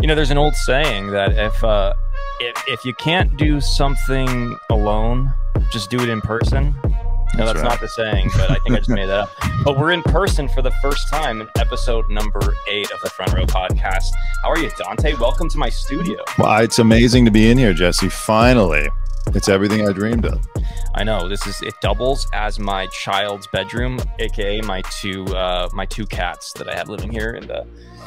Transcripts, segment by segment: You know, there's an old saying that if uh, if if you can't do something alone, just do it in person. No, That's that's, right. not the saying, but I think I just made that up. But we're in person for the first time in episode number eight of the Front Row Podcast. How are you, Dante? Welcome to my studio. Well, it's amazing to be in here, Jesse. Finally, it's everything I dreamed of. I know this is it doubles as my child's bedroom, aka my two uh, my two cats that I have living here. And uh,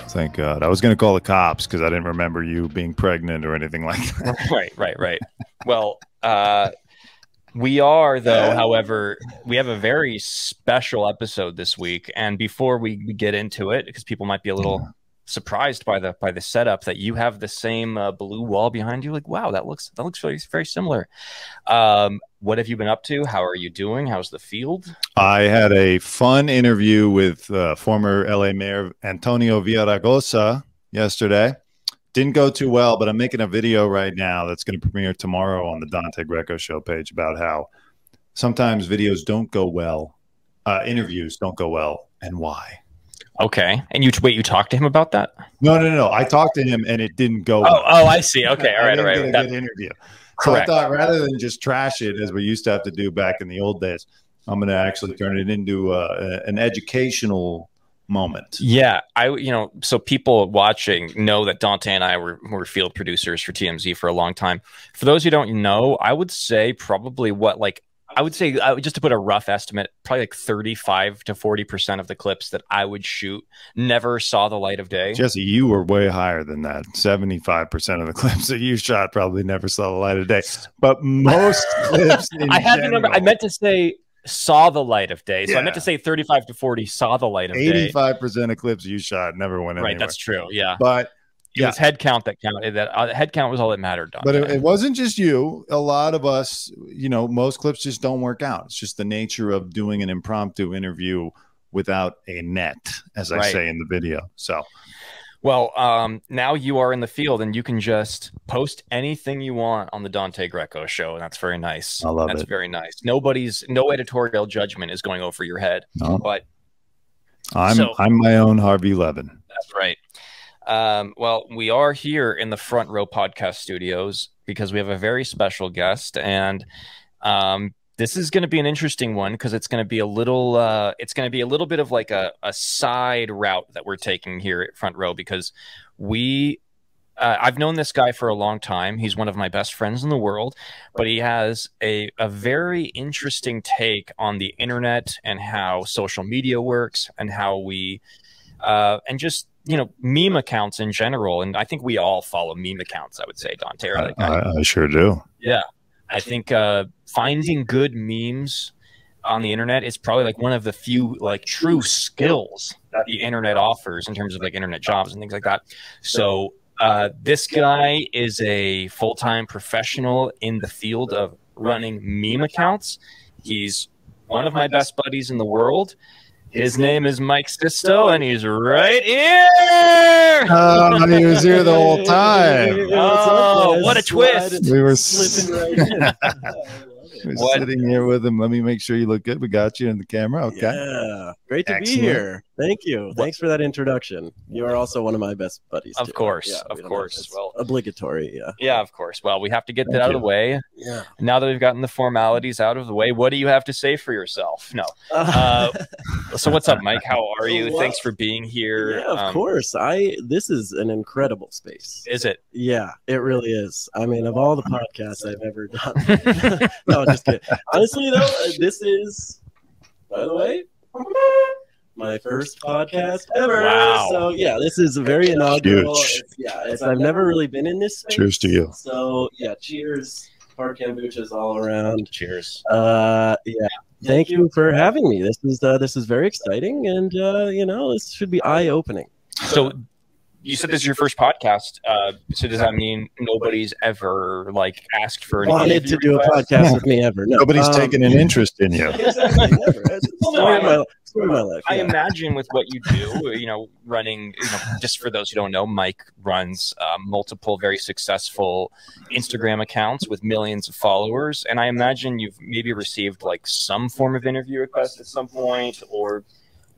Thank God. I was going to call the cops because I didn't remember you being pregnant or anything like that. right, right, right. Well, uh, we are though. However, we have a very special episode this week, and before we get into it, because people might be a little surprised by the by the setup that you have the same uh, blue wall behind you. Like, wow, that looks that looks very very similar. Um, what have you been up to? How are you doing? How's the field? I had a fun interview with uh, former LA Mayor Antonio Villaragosa yesterday. Didn't go too well, but I'm making a video right now that's going to premiere tomorrow on the Dante Greco Show page about how sometimes videos don't go well, uh, interviews don't go well, and why. Okay, and you wait, you talked to him about that? No, no, no. I talked to him and it didn't go. Oh, oh, I see. Okay, all I right, all didn't right. get That- a good interview. correct. So I thought rather than just trash it as we used to have to do back in the old days, I'm going to actually turn it into uh, a- an educational moment. Yeah, I you know, so people watching know that Dante and I were were field producers for TMZ for a long time. For those who don't know, I would say probably what like I would say I would, just to put a rough estimate, probably like 35 to 40% of the clips that I would shoot never saw the light of day. Jesse, you were way higher than that. 75% of the clips that you shot probably never saw the light of day. But most clips. in I had the number I general, meant to say saw the light of day. So I meant to Yeah. say 35 to 40 saw the light of day. 85% of clips you shot never went anywhere. Right, that's true. Yeah. but It Yeah. was head count that counted. That uh, head count was all that mattered. Dante. but it, it wasn't just you a lot of us you know most clips just don't work out it's just the nature of doing an impromptu interview without a net as i Right. say in the video so Well, um, now you are in the field and you can just post anything you want on the Dante Greco show, and that's very nice. I love that's it. very nice. Nobody's no editorial judgment is going over your head. No. But i'm So- i'm my own harvey levin that's right. Um, well, we are here in the front row podcast studios because we have a very special guest, and um, this is going to be an interesting one because it's going to be a little, uh, it's going to be a little bit of like a, a side route that we're taking here at front row because we, uh, I've known this guy for a long time. He's one of my best friends in the world, but he has a a very interesting take on the internet and how social media works and how we, uh, and just you know meme accounts in general. And I think we all follow meme accounts. I would say Dante. or I, like, I, I sure do I think uh, finding good memes on the internet is probably like one of the few like true skills that the internet offers in terms of like internet jobs and things like that. So uh, this guy is a full time professional in the field of running meme accounts. He's one of my best buddies in the world. His name is Mike Sisto, and he's right here. uh, he was here the whole time Oh, what a twist! we were s- Slipping right in. I love it. we were What? sitting here with him let me make sure you look good we got you in the camera okay Yeah. Great to Excellent. be here. Thank you. Thanks for that introduction. You are also one of my best buddies. Of too. course, of we don't course. have- it's Well- obligatory. Yeah. Yeah, of course. Well, we have to get Thank that out you. of the way. Yeah. now that we've gotten the formalities out of the way, what do you have to say for yourself? No. Uh, so what's up, Mike? How are you? What? Thanks for being here. yeah, of Um, course. I this is an incredible space. Is it? Yeah, it really is. I mean, of all the podcasts I've ever done. no, just kidding. Honestly, though, uh, this is, by the way, my first podcast ever. Wow. So, yeah, this is very inaugural. Huge. It's, yeah, it's, I've never really been in this space. Cheers to you. So, yeah, cheers. Hard kombuchas all around. Cheers. Uh, yeah. Thank you for having me. This is uh, this is very exciting, and uh, you know this should be eye opening. So you said this is your first podcast. Uh, so does that mean nobody's ever like asked for an Wanted to interview do a request? podcast with me ever? No, nobody's um, taking an interest in you Exactly. Never. It's the story of my, story of my life. I yeah. imagine with what you do, you know, running, you know, just for those who don't know, Mike runs uh, multiple very successful Instagram accounts with millions of followers. And I imagine you've maybe received like some form of interview request at some point or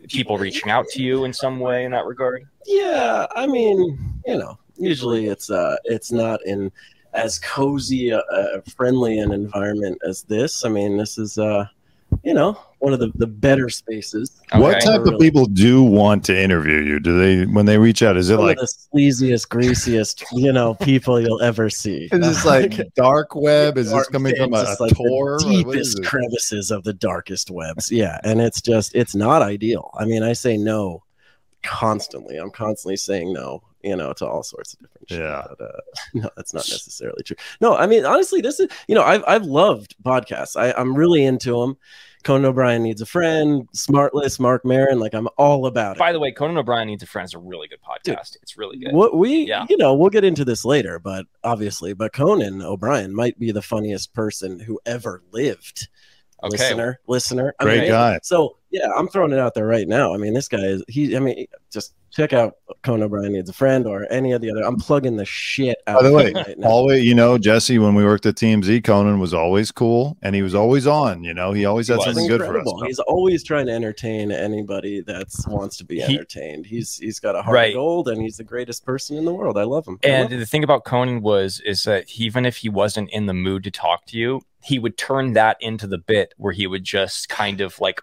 people reaching out to you in some way in that regard. yeah, I mean, you know, usually it's uh, it's not in as cozy, uh, uh, friendly an environment as this. I mean, this is uh, you know one of the, the better spaces. Okay. What type of Really. people do want to interview you? Do they when they reach out? Is it One like of the sleaziest, greasiest you know people you'll ever see. is this like dark web? Is this Dark coming from pits, a, it's a like the tour? Like, what is deepest it? crevices of the darkest webs. Yeah, and it's just it's not ideal. I mean, I say no constantly. I'm constantly saying no, you know, to all sorts of different shit. Yeah. But, uh, no, that's not necessarily true. No, I mean, honestly, this is you know, I've I've loved podcasts. I, I'm really into them. Conan O'Brien needs a friend. Smartless, Mark Marin. Like I'm all about it. By the way, Conan O'Brien Needs a Friend is a really good podcast. It's really good. What we, Yeah. you know, we'll get into this later, but obviously, but Conan O'Brien might be the funniest person who ever lived. Okay. Listener, listener. I Great mean, guy. So yeah, I'm throwing it out there right now. I mean, this guy is he. I mean, just check out Conan O'Brien needs a friend or any of the other. I'm plugging the shit out. By the of way, him right now. always you know Jesse when we worked at Team Z, Conan was always cool and he was always on. You know he always He had was. something good for us. Incredible. He's always trying to entertain anybody that wants to be He- entertained. he's he's got a heart Right. of gold, and he's the greatest person in the world. I love him. I And love him. the thing about Conan was is that he- even if he wasn't in the mood to talk to you, he would turn that into the bit where he would just kind of like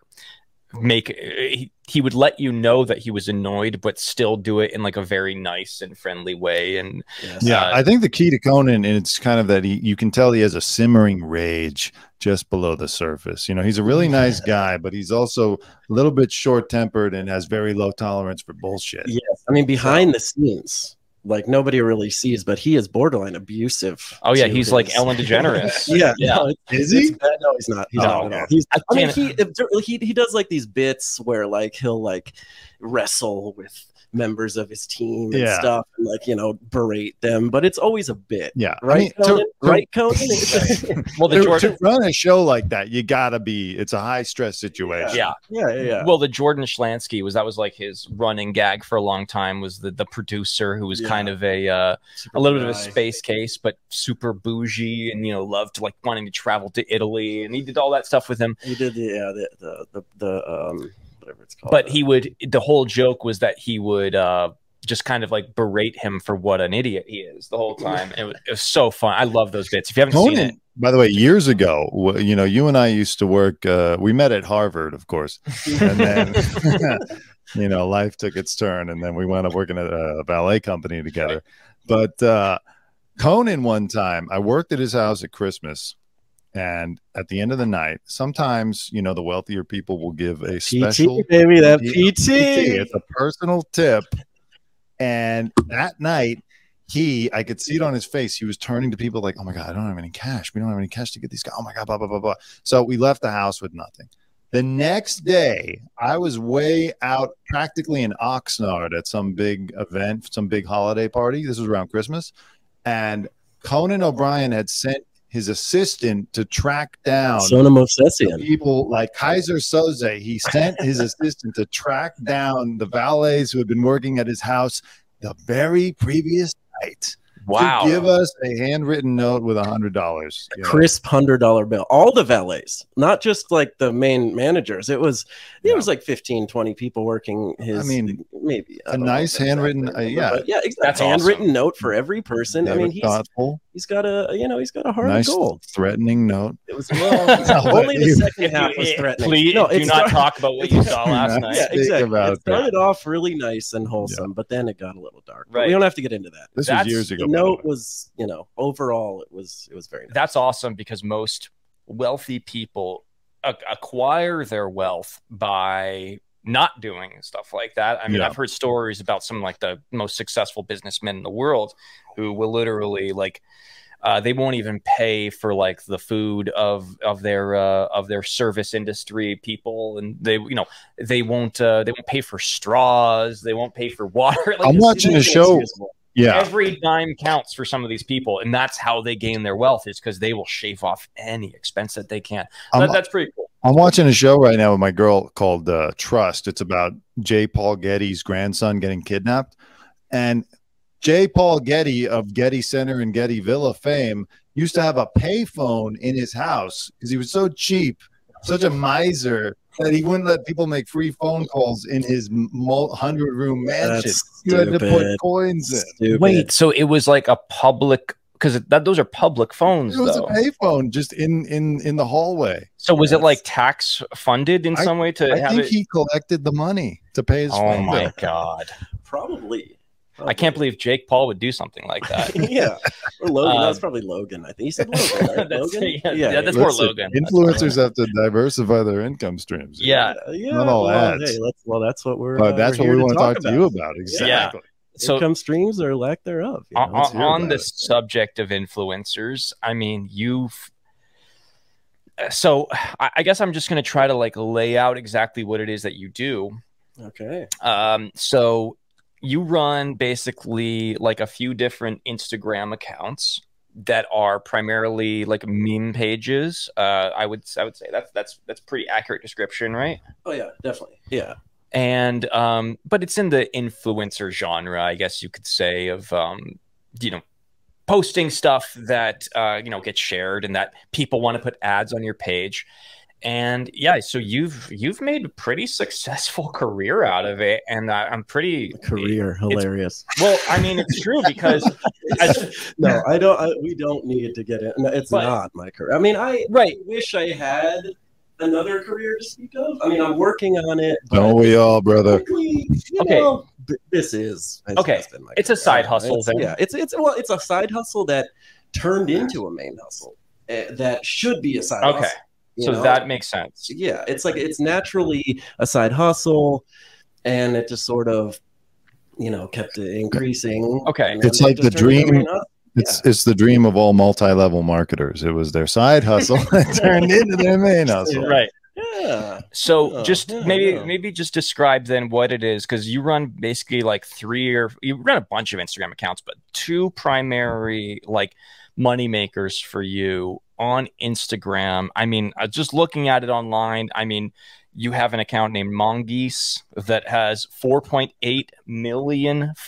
make he, he would let you know that he was annoyed but still do it in like a very nice and friendly way and Yes. Yeah, Uh, I think the key to Conan, and it's kind of that he, you can tell he has a simmering rage just below the surface. You know, he's a really nice guy, but he's also a little bit short tempered and has very low tolerance for bullshit. Yes, I mean behind the scenes, like nobody really sees, but he is borderline abusive. oh yeah to he's his- like Ellen DeGeneres yeah, Yeah. No, it's- Is it's he? bad. No, he's not. He's Oh, not okay. at all. He's. I I mean, can't- he, he he does like these bits where like he'll like wrestle with members of his team and Yeah. stuff, and like you know berate them, but it's always a bit, Yeah. I mean, right? to- Conan? to- right, Conan? well the to- Jordan to run a show like that, you gotta be. It's a high stress situation. yeah yeah, yeah, yeah. well the Jordan Schlansky was that was like his running gag for a long time was the the producer who was Yeah. kind of a uh a little bit of a Nice. space case, but super bougie and you know loved like wanting to travel to Italy and he did all that stuff with him. He did the yeah the the the, the um whatever it's called. But he would the whole joke was that he would uh just kind of like berate him for what an idiot he is the whole time. It was, it was so fun. I love those bits. If you haven't seen it, Conan, by the way, years ago, w- you know, you and I used to work. Uh, we met at Harvard, of course, and then you know, life took its turn, and then we wound up working at a ballet company together. But uh, Conan, one time, I worked at his house at Christmas, and at the end of the night, sometimes you know, the wealthier people will give a special PT baby, that Yeah. PT. it's a personal tip. And that night, he, I could see it on his face. He was turning to people like, oh my God, I don't have any cash. We don't have any cash to get these guys. Oh my God, blah, blah, blah, blah. So we left the house with nothing. The next day, I was way out practically in Oxnard at some big event, some big holiday party. This was around Christmas. And Conan O'Brien had sent his assistant to track down Sonam to Obsessian. people like Kaiser Soze. He sent his assistant to track down the valets who had been working at his house the very previous night wow. to give us a handwritten note with a hundred dollars. you know. crisp hundred dollar bill all the valets not just like the main managers it was there Yeah. was like 15 20 people working his I mean, maybe I a don't know nice if that's handwritten- accurate, uh, yeah. but yeah exactly. That's handwritten awesome. note for every person i They were mean he's thoughtful, he's got a you know he's got a heart nice, of gold threatening note. it was well, only the second half was threatening Please no do it's not talk about what you saw last Yeah. night. yeah, Speak exactly. about it started off really nice and wholesome, but then it got a little dark. But Right. We don't have to get into that. This That's- was years ago. The by the note way. was, you know, overall it was it was very nice. That's awesome because most wealthy people a- acquire their wealth by not doing stuff like that. I mean, Yeah. I've heard stories about some like the most successful businessmen in the world who will literally like uh, they won't even pay for like the food of of their uh, of their service industry people, and they you know they won't uh, they won't pay for straws, they won't pay for water. Like, I'm it's- watching a show. Yeah, every dime counts for some of these people and that's how they gain their wealth is because they will shave off any expense that they can I'm- That- that's pretty cool I'm watching a show right now with my girl called uh, Trust. It's about J. Paul Getty's grandson getting kidnapped. And J. Paul Getty of Getty Center and Getty Villa fame used to have a payphone in his house because he was so cheap, such a miser that he wouldn't let people make free phone calls in his hundred room mansion. That's you had to stupid. put coins in. Stupid. Wait, so it was like a public because that those are public phones It was a though. payphone just in in in the hallway. so was it Yes. like tax funded in I- some way to I have think it? he collected the money to pay his oh phone my bill. god! probably. I can't believe Jake Paul would do something like that. yeah, or Logan. that was Um, probably Logan. I think you said Logan. Right? That's- Logan. yeah, yeah, that's- yeah, more Listen, Logan. That's more Influencers have to diversify their income streams. yeah. yeah, Not all well, ads. hey, let's, well, that's what we're. but uh, that's we're what we here want to talk, to about. you about. Exactly. So income streams or lack thereof. you on, know? let's hear on about the it. subject of influencers i mean you've so i, I guess i'm just going to try to like lay out exactly what it is that you do Okay. um, so you run basically like a few different instagram accounts that are primarily like meme pages uh, i would i would say that's that's that's pretty accurate description right Oh yeah, definitely. Yeah. and um but it's in the influencer genre i guess you could say of um you know posting stuff that uh you know gets shared and that people want to put ads on your page and yeah so you've you've made a pretty successful career out of it and I, i'm pretty Career hilarious. well i mean it's true because I- no, I don't. I, we don't need to get it. No, it's But- not my career. I mean, I right wish I had another career to speak of. I mean, I'm working on it. but Don't we all, brother? frankly, you Okay. know, b- this is has- Okay. has been my It's a career. side hustle It's- then. Yeah, it's it's well, it's a side hustle that turned into a main hustle eh, that should be a side. Okay. hustle, you so know? that makes sense yeah, it's like it's naturally a side hustle, and it just sort of, you know, kept increasing. Okay. And then It's like it just the turned into a dream- main hustle. It's it's the dream of all multi-level marketers. It was their side hustle that turned into their main hustle. right Yeah. So Oh, just yeah, maybe yeah. maybe just describe then what it is because you run basically like three or you run a bunch of Instagram accounts, but two primary like money makers for you on Instagram. I mean, uh, just looking at it online, I mean, you have an account named Mongeese that has 4.8 million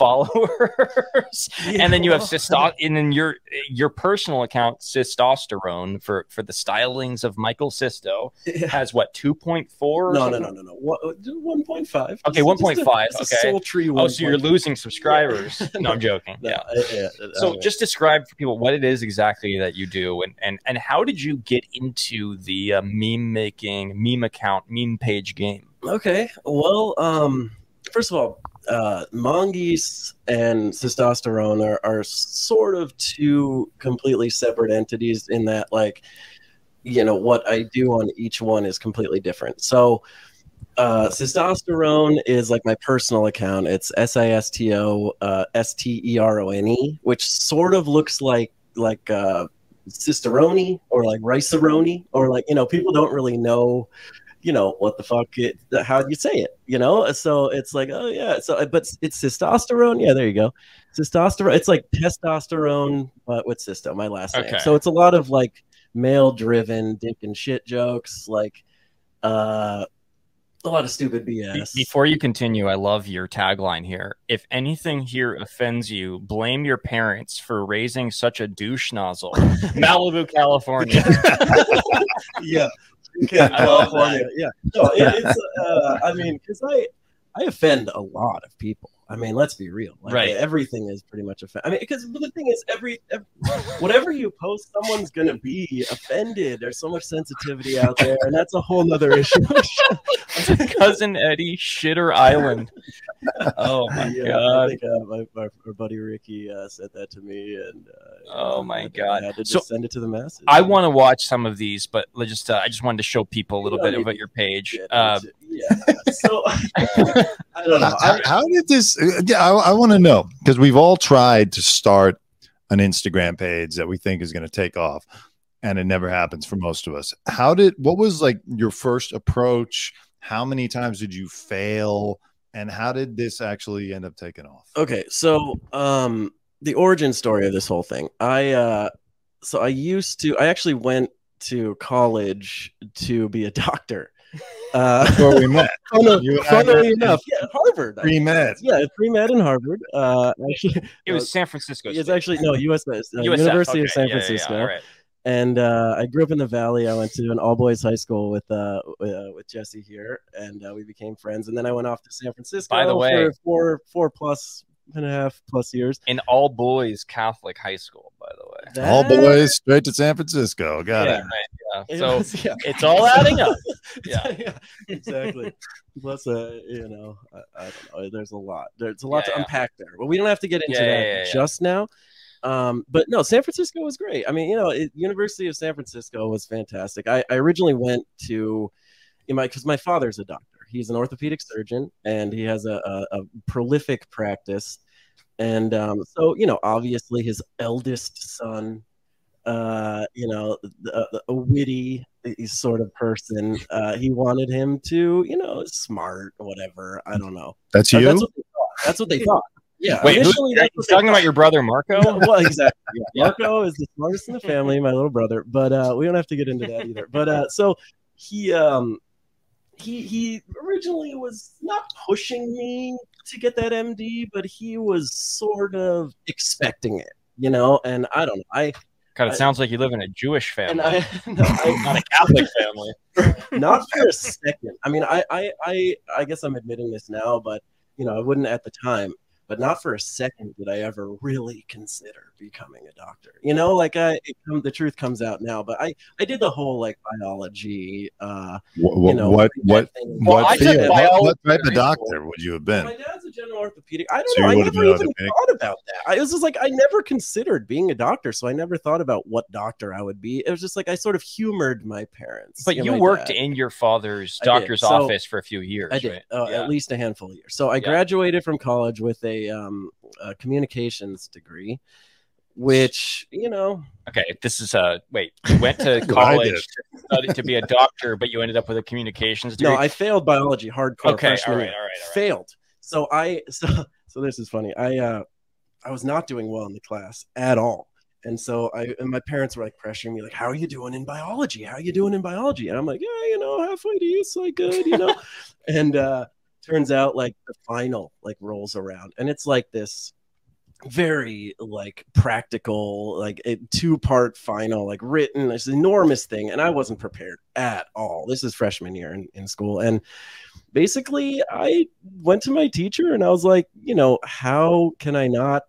followers, and then you have Sisto- and then your your personal account Sistosterone for for the stylings of Michael Sisto Yeah. has what 2.4 or No, no, something? no, no, no. One point five. Okay, 1.5, okay. Sultry oh so you're 1.5. losing subscribers no i'm joking No, yeah yeah, yeah, yeah, so okay. just describe for people what it is exactly that you do and and, and how did you get into the uh, meme making meme account meme page game okay. Well, um, first of all, uh, mongoose and testosterone are, are sort of two completely separate entities in that, like, you know, what I do on each one is completely different. So, uh, testosterone is like my personal account. It's S I S T O uh, S T E R O N E, which sort of looks like like uh, cisterone or like ricerone or like you know people don't really know you know what the fuck it how you say it you know so it's like oh yeah so but it's testosterone yeah there you go testosterone it's like testosterone but with cysto my last Okay. name so it's a lot of like male driven dick and shit jokes like uh a lot of stupid Be- bs before you continue i love your tagline here if anything here offends you blame your parents for raising such a douche nozzle malibu california yeah I love California. Yeah. No, it, it's, uh, I mean, because I, I offend a lot of people. I mean, let's be real. Like, Right. Everything is pretty much offend. I mean, because the thing is, every, ev whatever you post, someone's gonna be offended. There's so much sensitivity out there, and that's a whole nother issue. cousin eddie shitter island oh my yeah, I god think uh, my, my, our buddy Ricky uh, said that to me, and uh, Oh my I- God. I had to just So- send it to the masses. I want to watch some of these, but let's just uh, I just wanted to show people a little Yeah, bit I mean, about your page. Yeah, Uh, yeah. So I don't know. How, I, how- how did this? uh, Yeah, I, I want to know because we've all tried to start an Instagram page that we think is going to take off, and it never happens for most of us. How did? What was like your first approach? How many times did you fail? And how did this actually end up taking off? okay so um the origin story of this whole thing i uh so i used to i actually went to college to be a doctor uh Before we met, funnily, You and I funnily met in enough yeah, harvard I- we met. yeah pre-med in harvard uh actually it was San Francisco. it's State. actually no us uh, USF, university okay, of san yeah, yeah, yeah, francisco all right. and uh, I grew up in the valley. I went to an all boys high school with uh, uh, with Jesse here, and uh, we became friends. And then I went off to San Francisco. By the way- for four four plus and a half plus years. An all boys Catholic high school, by the way. All That- boys straight to San Francisco. Got Yeah. it. Right, yeah. It So was- yeah. it's all adding up. Yeah. exactly. Plus, uh, you know, I, I don't know. There's a lot. There's a lot Yeah, to yeah. unpack there. But we don't have to get into Yeah, that yeah, yeah, yeah. just now. Um, but no, San Francisco was great. I mean, you know, it, University of San Francisco was fantastic. I, I originally went to, you know, because my father's a doctor. He's an orthopedic surgeon, and he has a, a, a prolific practice. And um, so, you know, obviously his eldest son, uh, you know, a, a witty uh, sort of person, uh, he wanted him to, you know, smart, whatever. I don't know. That's you. That's what they thought. That's what they thought. Yeah. Wait, who's initially, that's what they talking thought. about your brother Marco? No, well, exactly. Yeah. Yeah. Marco is the smartest in the family, my little brother. But uh, we don't have to get into that either. But uh, so he um, he he originally was not pushing me to get that MD, but he was sort of expecting it, you know. And I don't know. I God, I- it sounds like you live in a Jewish and family, I, no, I not a Catholic family. not for a second. I mean, I, I, I, I guess I'm admitting this now, but you know, I wouldn't at the time. But not for a second did I ever really consider becoming a doctor. You know, like I, it, come- the truth comes out now. But I, I did the whole like biology. Uh, Wh- wh- you know, what pre-med what thing. Well, I what, took field- what, biology what type in of high doctor would you have My been? dad's a general orthopedic. I don't So know. you I would've never been even orthopedic? thought about that. I was just like, I never considered being a doctor, so I never thought about what doctor I would be. It was just like I sort of humored my parents. But and you my worked dad. in your father's I did. doctor's So- office for a few years, I did right? uh, Yeah. at least a handful of years. So I Yeah. graduated from college with a, um, a communications degree, which you know, Okay, this is uh wait. You went to Well, I did. college to, study, to be a doctor, but you ended up with a communications degree. no, I failed biology hardcore. Okay, all freshman right, year. all right, all right. failed. So I so so this is funny. I uh, I was not doing well in the class at all. And so I and my parents were like pressuring me, like, "How are you doing in biology? How are you doing in biology?" And I'm like, "Yeah, you know, halfway decently good, you know." and uh, turns out, like the final like rolls around, and it's like this very like practical, like a two part final, like written this enormous thing, and I wasn't prepared at all. This is freshman year in, in school, and basically, I went to my teacher and I was like, you know, how can I not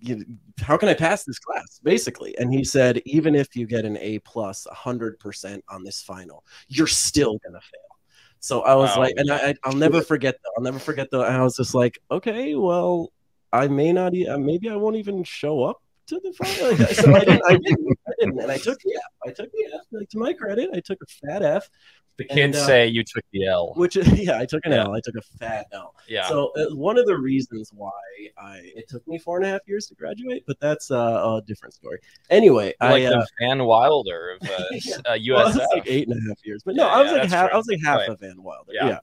you- how can I pass this class? Basically. And he said, even if you get an A plus hundred percent on this final, you're still gonna fail. So I was Wow. like, and I, I- I'll never forget that. I'll never forget that. I was just like, okay, well, I may not, e- maybe I won't even show up to the final. Like, so I didn't, I didn't, I didn't. And I took the F. I took the F. Like, to my credit, I took a fat F, the and, kids uh, say you took the L. which is, yeah, I took an Yeah. L. I took a fat L. Yeah. So uh, one of the reasons why I it took me four and a half years to graduate, but that's uh, a different story. Anyway, You're like I. the Uh, Van Wilder of uh, Yeah. uh, USF. well, I was like eight and a half years, but no, Yeah, I was yeah, like that's half. I true. was like half Right. of Van Wilder. Yeah. Yeah.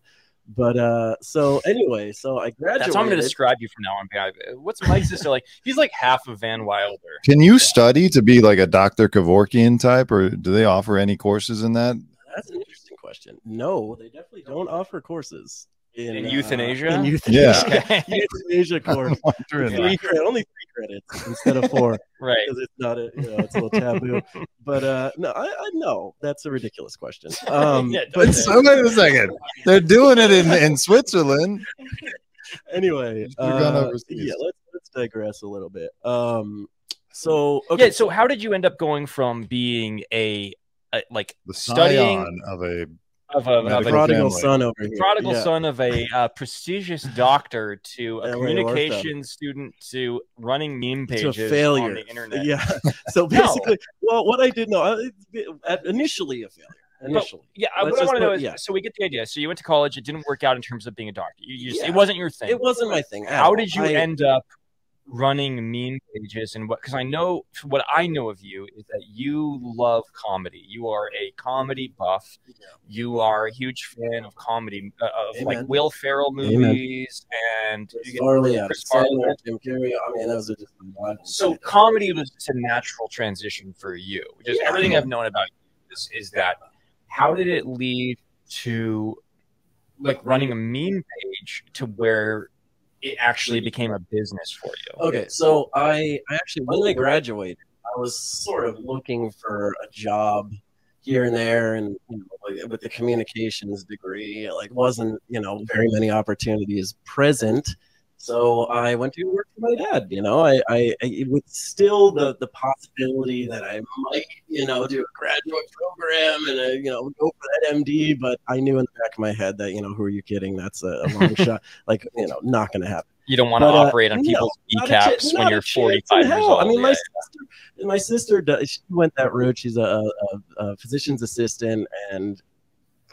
But uh, so anyway, so I graduated. That's how I'm going to describe you from now on. I- What's Mike's sister like? He's like half of Van Wilder. Can you study to be like a Dr. Kevorkian type, or do they offer any courses in that? That's an interesting question. No, they definitely don't offer courses in, In uh, euthanasia? in euthanasia, Yeah. Okay. euthanasia course. wondering Three cre- only three credits instead of four. right. because it's not a you know it's a little taboo. but uh no, I, I know that's a ridiculous question. Um, Yeah, don't but say So wait a second. They're doing it in, in Switzerland. anyway, You've gone uh, overseas. yeah, let's let's digress a little bit. Um, so okay, Yeah. So how did you end up going from being a, a like The Studying- scion of a of a, of a Medical prodigal family. son over here, prodigal Yeah. son of a uh, prestigious doctor to a LA communication student to running meme To a pages failure on the internet. Yeah. So No. basically, well, what I did know, I, at- initially a failure. Initially, Yeah, I- Let's what I just want to know put- is yeah. so we get the idea. So you went to college, it didn't work out in terms of being a doctor. You, you just, Yeah. it wasn't your thing. it wasn't my thing. at How all. did you I- end up running meme pages and what? Because I know what I know of you is that you love comedy. You are a comedy buff. Yeah. You are a huge fan of comedy, uh, of Amen. like Will Ferrell Amen. movies and Chris Farley, Adam Chris Farley. Sandler, Jim Carrey. I mean, those are just unbelievable. So comedy was just a natural transition for you. Just Yeah. everything I've known about you is, is that how did it lead to like running a meme page to where it actually became a business for you? Okay, so I, I actually when I graduated, I was sort of looking for a job here and there, and you know, like, with the communications degree, it, like wasn't you know very many opportunities present. So I went to work for my dad. You know, I, I, I with still the the possibility that I might you know do a graduate program and uh, you know go for that MD, but I knew in the back of my head that you know who are you kidding? That's a, a long shot. Like you know, not going to happen. You don't want to But, uh, operate on no, people's not a kneecaps chance- when not a you're chance 45 in years hell. old. I mean, my Yeah. sister, my sister, does, she went that route. She's a, a, a physician's assistant, and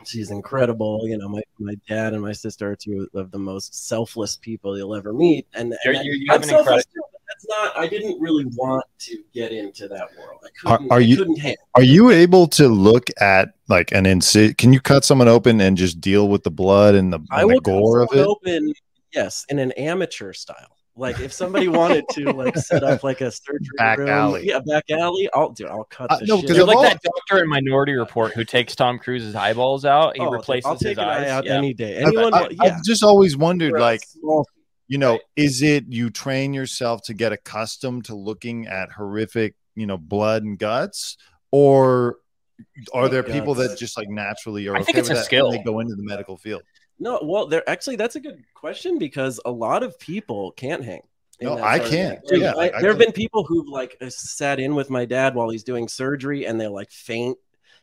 she's incredible. You know, my, my dad and my sister are two of the most selfless people you'll ever meet. And, You're- and you you I'm have an selfless incredible. too, but that's not. I didn't really want to get into that world. I Are- couldn't. are I you- couldn't handle. Are you able to look at like an inci- Can you cut someone open and just deal with the blood and the, I and the will cut gore of someone it? Open, yes, in an amateur style. Like if somebody wanted to like set up like a surgery Back room, alley. yeah, back alley. I'll do. I'll cut. Uh, the no, shit 'cause out You're of of like all- that doctor in Minority Report who takes Tom Cruise's eyeballs out. He Oh, replaces I'll take his an eyes. eye out Yeah. any day. I- Anyone? I, yeah. have just always wondered, for a like, small- you know, Right. is it you train yourself to get accustomed to looking at horrific, you know, blood and guts, or are there people Guts. that just like naturally are I think okay it's with a that and skill. They go into the medical field. no, well, there actually that's a good question because a lot of people can't hang. in No, that I sort of can't. thing. Yeah, I- like, I there have couldn't. been people who've like uh, sat in with my dad while he's doing surgery and they'll like faint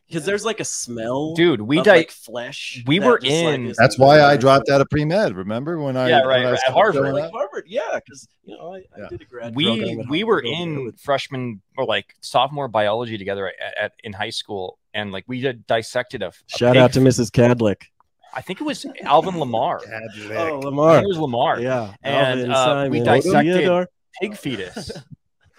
because there's like a smell, Dude, we of, di- like flesh. we that were just, like, in- is- That's why I dropped out of pre med. Remember when I Yeah, when right, I right, stopped at Harvard. doing like that? Harvard, yeah, because you know I, Yeah. I did a grad. program we at we Harvard were over there in with- freshman or like sophomore biology together at, at in high school, and like we did dissected a, a Shout pig. out to Mrs. Cadlick. I think it was Alvin Lamar. I Oh, think Lamar. it was Lamar. Yeah, And, Alvin, uh, we Simon, dissected Theodore. Pig fetus.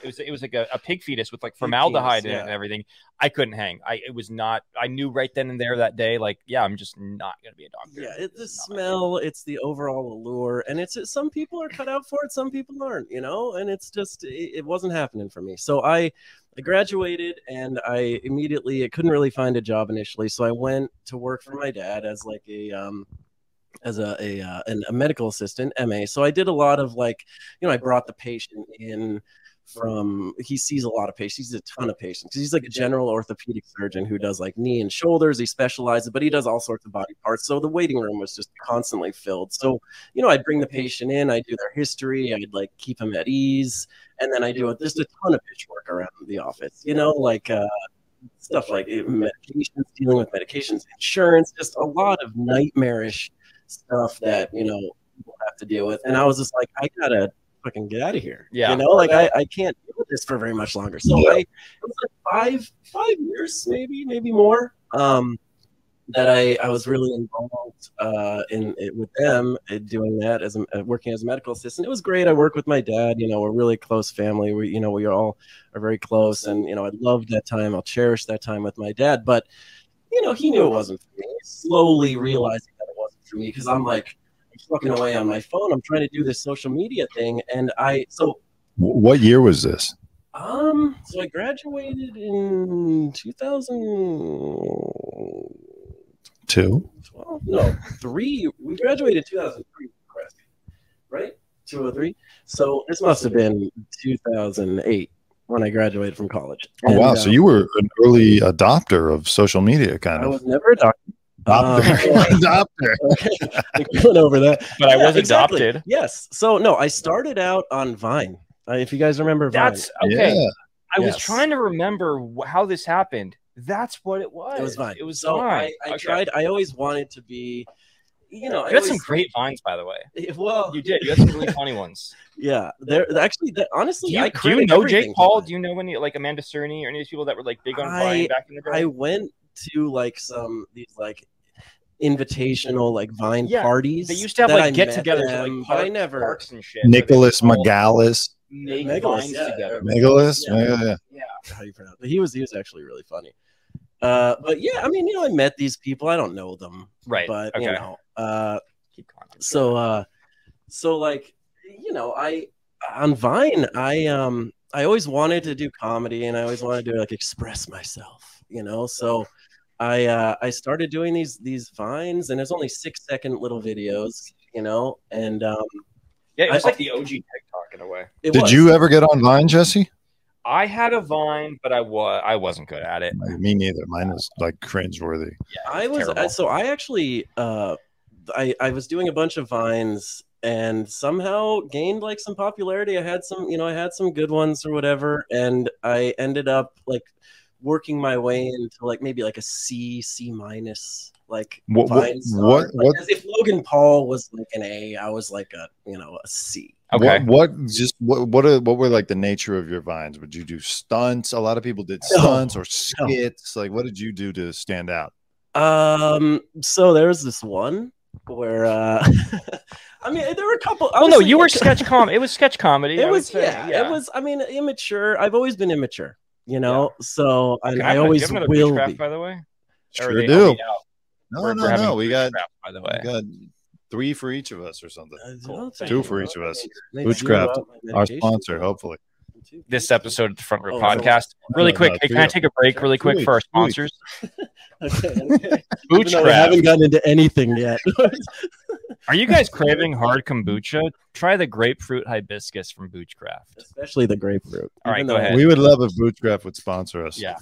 It was it was like a, a pig fetus with like Pig formaldehyde in fetus, it yeah. and everything. I couldn't hang. I it was not. I knew right then and there that day. Like yeah, I'm just not gonna be a doctor. Yeah, it's the Not- smell, it's the overall allure, and it's just, some people are cut out for it, some people aren't, you know. And it's just it, it wasn't happening for me. So I, I graduated, and I immediately I couldn't really find a job initially, so I went to work for my dad as like a um, as a a, uh, an, a medical assistant, MA. So I did a lot of like, you know, I brought the patient in from he sees a lot of patients he sees a ton of patients 'Cause he's like a general orthopedic surgeon who does like knee and shoulders he specializes but he does all sorts of body parts so the waiting room was just constantly filled so you know i'd bring the patient in i'd do their history i'd like keep them at ease and then i do a, just a ton of pitch work around the office you know like uh stuff like eh, medications dealing with medications insurance just a lot of nightmarish stuff that you know people have to deal with and i was just like i gotta fucking get out of here Yeah. you know like i, I can't deal with this for very much longer so i it was like five five years maybe maybe more um that I, I was really involved uh, in it with them uh, doing that as a, uh, working as a medical assistant. It was great. I work with my dad. You know, we're really close family. We you know we all are very close, and you know I loved that time. I'll cherish that time with my dad. But you know he knew it wasn't for me. Slowly realizing that it wasn't for me because I'm like I'm fucking away on my phone. I'm trying to do this social media thing, and I so Wh- What year was this? um, so I graduated in 2000. Two. 12? No, three. We graduated 2003, correct? right? 203. So this must have been 2008 when I graduated from college. Oh wow! And, So uh, you were an early adopter of social media, kind I of. was never Um, a doctor. Adopter. adopter. we went over that. But I Yeah, was exactly. adopted. Yes. So no, I started out on Vine. Uh, if you guys remember Vine, That's okay. Yeah. I was Yes. trying to remember wh- how this happened. That's what it was. it was Vine. It was so Vine. I, I Okay. tried. I always wanted to be. You know, I You had some always- great vines, by the way. Well, You did. You had some really funny ones. yeah. There actually, that, honestly, Do you, do I you credit know everything Jake to Paul? Vine. Do you know any like Amanda Cerny or any of these people that were like big on I- Vine back in the I day? went to like some these like invitational like vine Yeah, parties. They used to have that I like get met togethers at them, like but I park, never. parks and shit. Nicholas where they all Megalis. Make Megalis, vines yeah. together. Megalis. Yeah. Meg- yeah. Yeah. How do you pronounce? It? He was he was actually really funny. Uh, but yeah, I mean, you know, I met these people. I don't know them, Right. but okay. you know, uh, Keep going. I'm so uh, so like you know, I on Vine, I um, I always wanted to do comedy, and I always wanted to like express myself, you know, so. I uh, I started doing these these vines, and it's only six second little videos, you know. And um, Yeah, it I- was like the OG TikTok in a way. it Did was. you ever get on Vine, Jesse? I had a Vine, but I was I wasn't good at it. Me neither. Mine was like cringeworthy. Yeah, I was I, terrible. so I actually uh, I I was doing a bunch of vines and somehow gained like some popularity. I had some you know I had some good ones or whatever, and I ended up like working my way into like maybe like a C C minus like. What? What? Vine star. What? Like, What? as if Logan Paul was like an A, I was like a you know a C. okay. What, what just what what, are, what were like the nature of your vines? Would you do stunts? A lot of people did No. stunts or skits. Like, what did you do to stand out? Um, so there was this one where uh I mean there were a couple. Well, Oh, no, honestly, you were like- sketch com. It was sketch comedy. I It would was say. yeah, It was I mean immature. I've always been immature, you know. So and Okay, I'm I gonna- always do you have another will beach be. By the way, Or are Sure they do. already out? No, We're- no, we're having no. We got, Crap, By the we way, got three for each of us or something. Uh, Cool. well, thank Two you, for bro. each of us. They Booch do Craft, about my Our medication. sponsor, hopefully. this episode of the Front Row Oh, Podcast. no. Really No, quick, no, hey, can I Felix. take a break really quick for our Felix, Felix. sponsors? Okay, okay. Even though we Bootstrap. haven't gotten into anything yet. Are you guys craving hard kombucha? Try the grapefruit hibiscus from Bootcraft. Especially the grapefruit. All right, Even go though- ahead. We would love if Bootstrap would sponsor us. Yeah,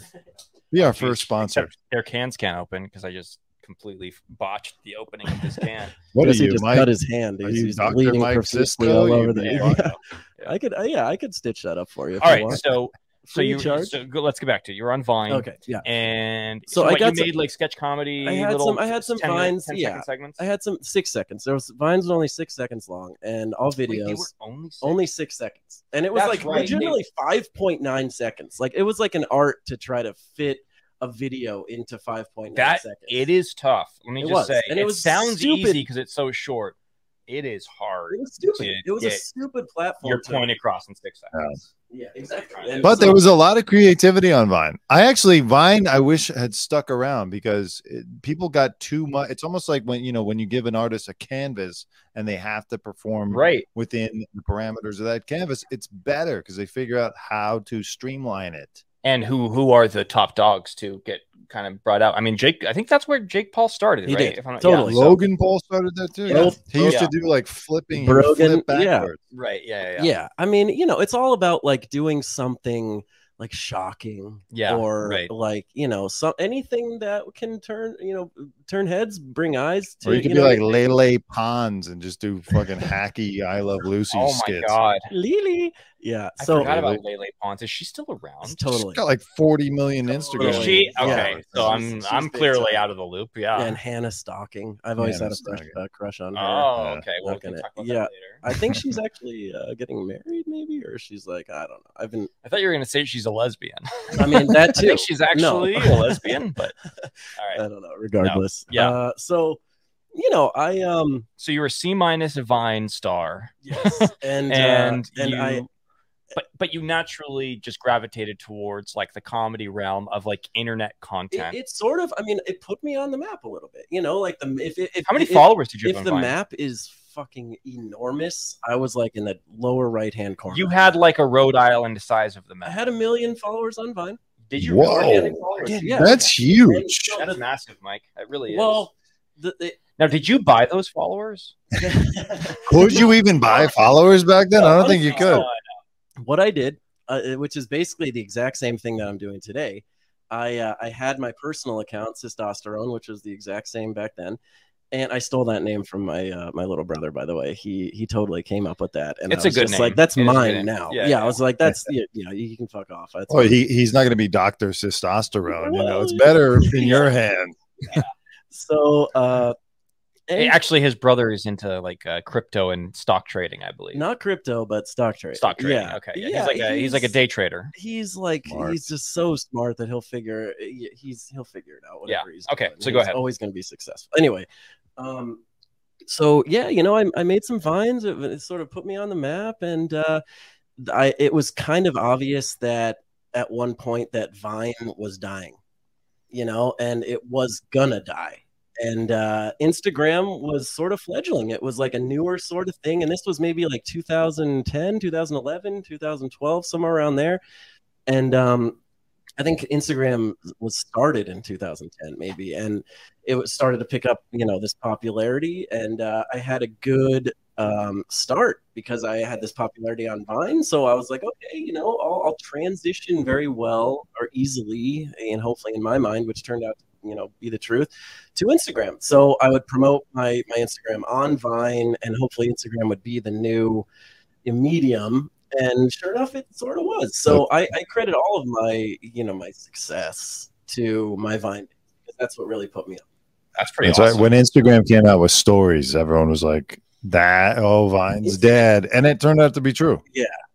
Be our first sponsor. except their cans can't open because I just completely botched the opening of this can. What are Jesse you, just Mike? cut his hand. Are He's, you he's Dr. bleeding Mike profusely Sisko? all You over the. really Yeah. are. I could, uh, yeah, I could stitch that up for you. If All you right, want. so so Free you charge? so go, let's get back to it. You're on Vine. okay, yeah. And So so, I what, got you some- made like sketch comedy. I had little some- I had some 10 minute- Vines, 10 yeah. second segments. I had some six seconds. There was Vines was only six seconds long, and all Wait, videos they were only six? only six seconds, and it was That's like right, they- legitimately five point nine seconds. Like it was like an art to try to fit a video into five point nine That- seconds. It is tough. Let me It just was, say, and it, it was sounds stupid. easy because it's so short. It is hard. It was stupid. to It was a get stupid platform. Your to- point across in six seconds. Yeah, exactly. And But so- there was a lot of creativity on Vine. I actually Vine, I wish had stuck around because it, people got too much. It's almost like when you know when you give an artist a canvas and they have to perform Right. within the parameters of that canvas. It's better because they figure out how to streamline it. And who who are the top dogs to get kind of brought out? I mean, Jake. I think that's where Jake Paul started, He right? did. If I'm not- Totally. yeah, so- Logan Paul started that too. Yeah. He used to do like flipping and Brogan, flip yeah. backwards. right. Yeah. Yeah. yeah. I mean, you know, it's all about like doing something like shocking Yeah, or right. like you know some anything that can turn you know turn heads bring eyes to Or you could be know, like Lele Pons and just do fucking hacky I Love Lucy Oh my skits. god. Lily. Yeah. I So forgot about Lele Pons. Is she still it's around? She's totally. got like 40 million Instagram. Is she? Yeah. Okay. So She's- I'm she's I'm big clearly time. out of the loop. Yeah. And Hannah Stocking. I've always Hannah had a crush, Stocking. uh, crush on her. Ah. oh, okay. Well, we Not can gonna- talk about yeah. that later. I, I think she's actually uh, getting married, maybe, or she's like I don't know. I've been. thought you were gonna say she's a lesbian. I mean that I too. Uh, think she's actually a lesbian, but all I right. don't know. Regardless. Yeah. Uh, so, you know, I um. So you were C minus Vine star, Yes. And uh, and and you, I but but you naturally just gravitated towards like the comedy realm of like internet it, content. it sort of i mean it put me on the map a little bit you know like the if, it- if How many if, followers did you if have the on Vine? map is fucking enormous i was like in the lower right hand corner You had like a Rhode Island size of the i map. had a million followers on vine Did you? Whoa. really? Organic followers, Did- yeah. That's huge. And That's so- massive, Mike. It really is. well the, the, now did you buy those followers? Could you even buy followers back then? I don't think you could. Uh, what i did uh, which is basically the exact same thing that i'm doing today i uh, i had my personal account testosterone which was the exact same back then and I stole that name from my uh, my little brother, by the way. He he totally came up with that, and It's a I was good just name. like, "That's It is a good mine name. now." Yeah, Yeah, yeah. I was like, "That's yeah, you know, you can fuck off." That's Oh, mine. he, he's not going to be Doctor Testosterone. You know, it's better in your hand. So, uh, and Actually, his brother is into like uh, crypto and stock trading, I believe. not crypto, but stock trading. stock trading. Yeah. Okay. Yeah, he's like a he's like a day trader. He's like Smart. he's just so smart that he'll figure he's he'll figure it out. Whatever he's Okay, doing. so go He's ahead. Always going to be successful. Anyway, um, so yeah, you know, I, I made some vines. It, it sort of put me on the map, and uh, I it was kind of obvious that at one point that Vine was dying, you know, and it was gonna die. And uh, Instagram was sort of fledgling. It was like a newer sort of thing. And this was maybe like 2010, 2011, 2012, somewhere around there. And um, I think Instagram was started in 2010, maybe, and it was started to pick up, you know, this popularity. And uh, I had a good um, start because I had this popularity on Vine. So I was like, okay, you know, I'll, I'll transition very well or easily, and hopefully in my mind, which turned out, to, you know, be the truth, to Instagram. So I would promote my my Instagram on Vine, and hopefully Instagram would be the new uh, medium. And sure enough, it sort of was. So I, I credit all of my, you know, my success to my Vine. because That's what really put me up. That's pretty That's awesome. right. When Instagram came out with stories, everyone was like, that, oh, Vine's dead. And it turned out to be true.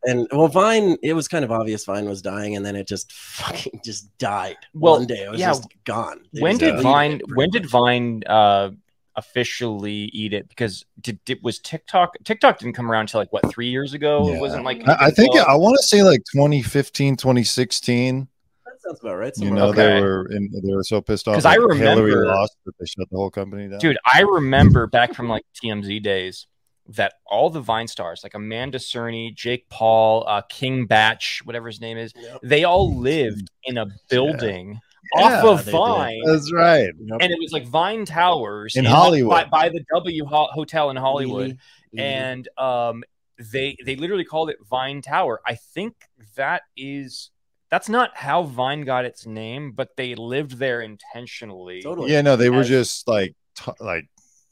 And well, Vine, it was kind of obvious Vine was dying, and then it just fucking just died Well, one day. It was yeah. just gone. They when just did deleted Vine? it pretty When did much. Vine uh, officially eat it? Because did, did was TikTok? TikTok didn't come around until like what three years ago. Yeah. It wasn't like I, I think well, I want to say like 2015, 2016. That sounds about right. You somewhere know, around Okay. they were in, they were so pissed off. 'Cause I that Hillary remember- lost, but they shut the whole company down. Dude, I remember back from like TMZ days that all the Vine stars, like Amanda Cerny, Jake Paul, uh, King Batch, whatever his name is, there. Yep. they all lived in a building Yeah, off of they did. Vine. that's right. Yep. And it was like Vine Towers In like, Hollywood. by, by the W Ho- Hotel in Hollywood. Really, Mm-hmm. really. And um, they they literally called it Vine Tower. I think that is that's not how Vine got its name, but they lived there intentionally. totally. Yeah, no, they were As- just like t- like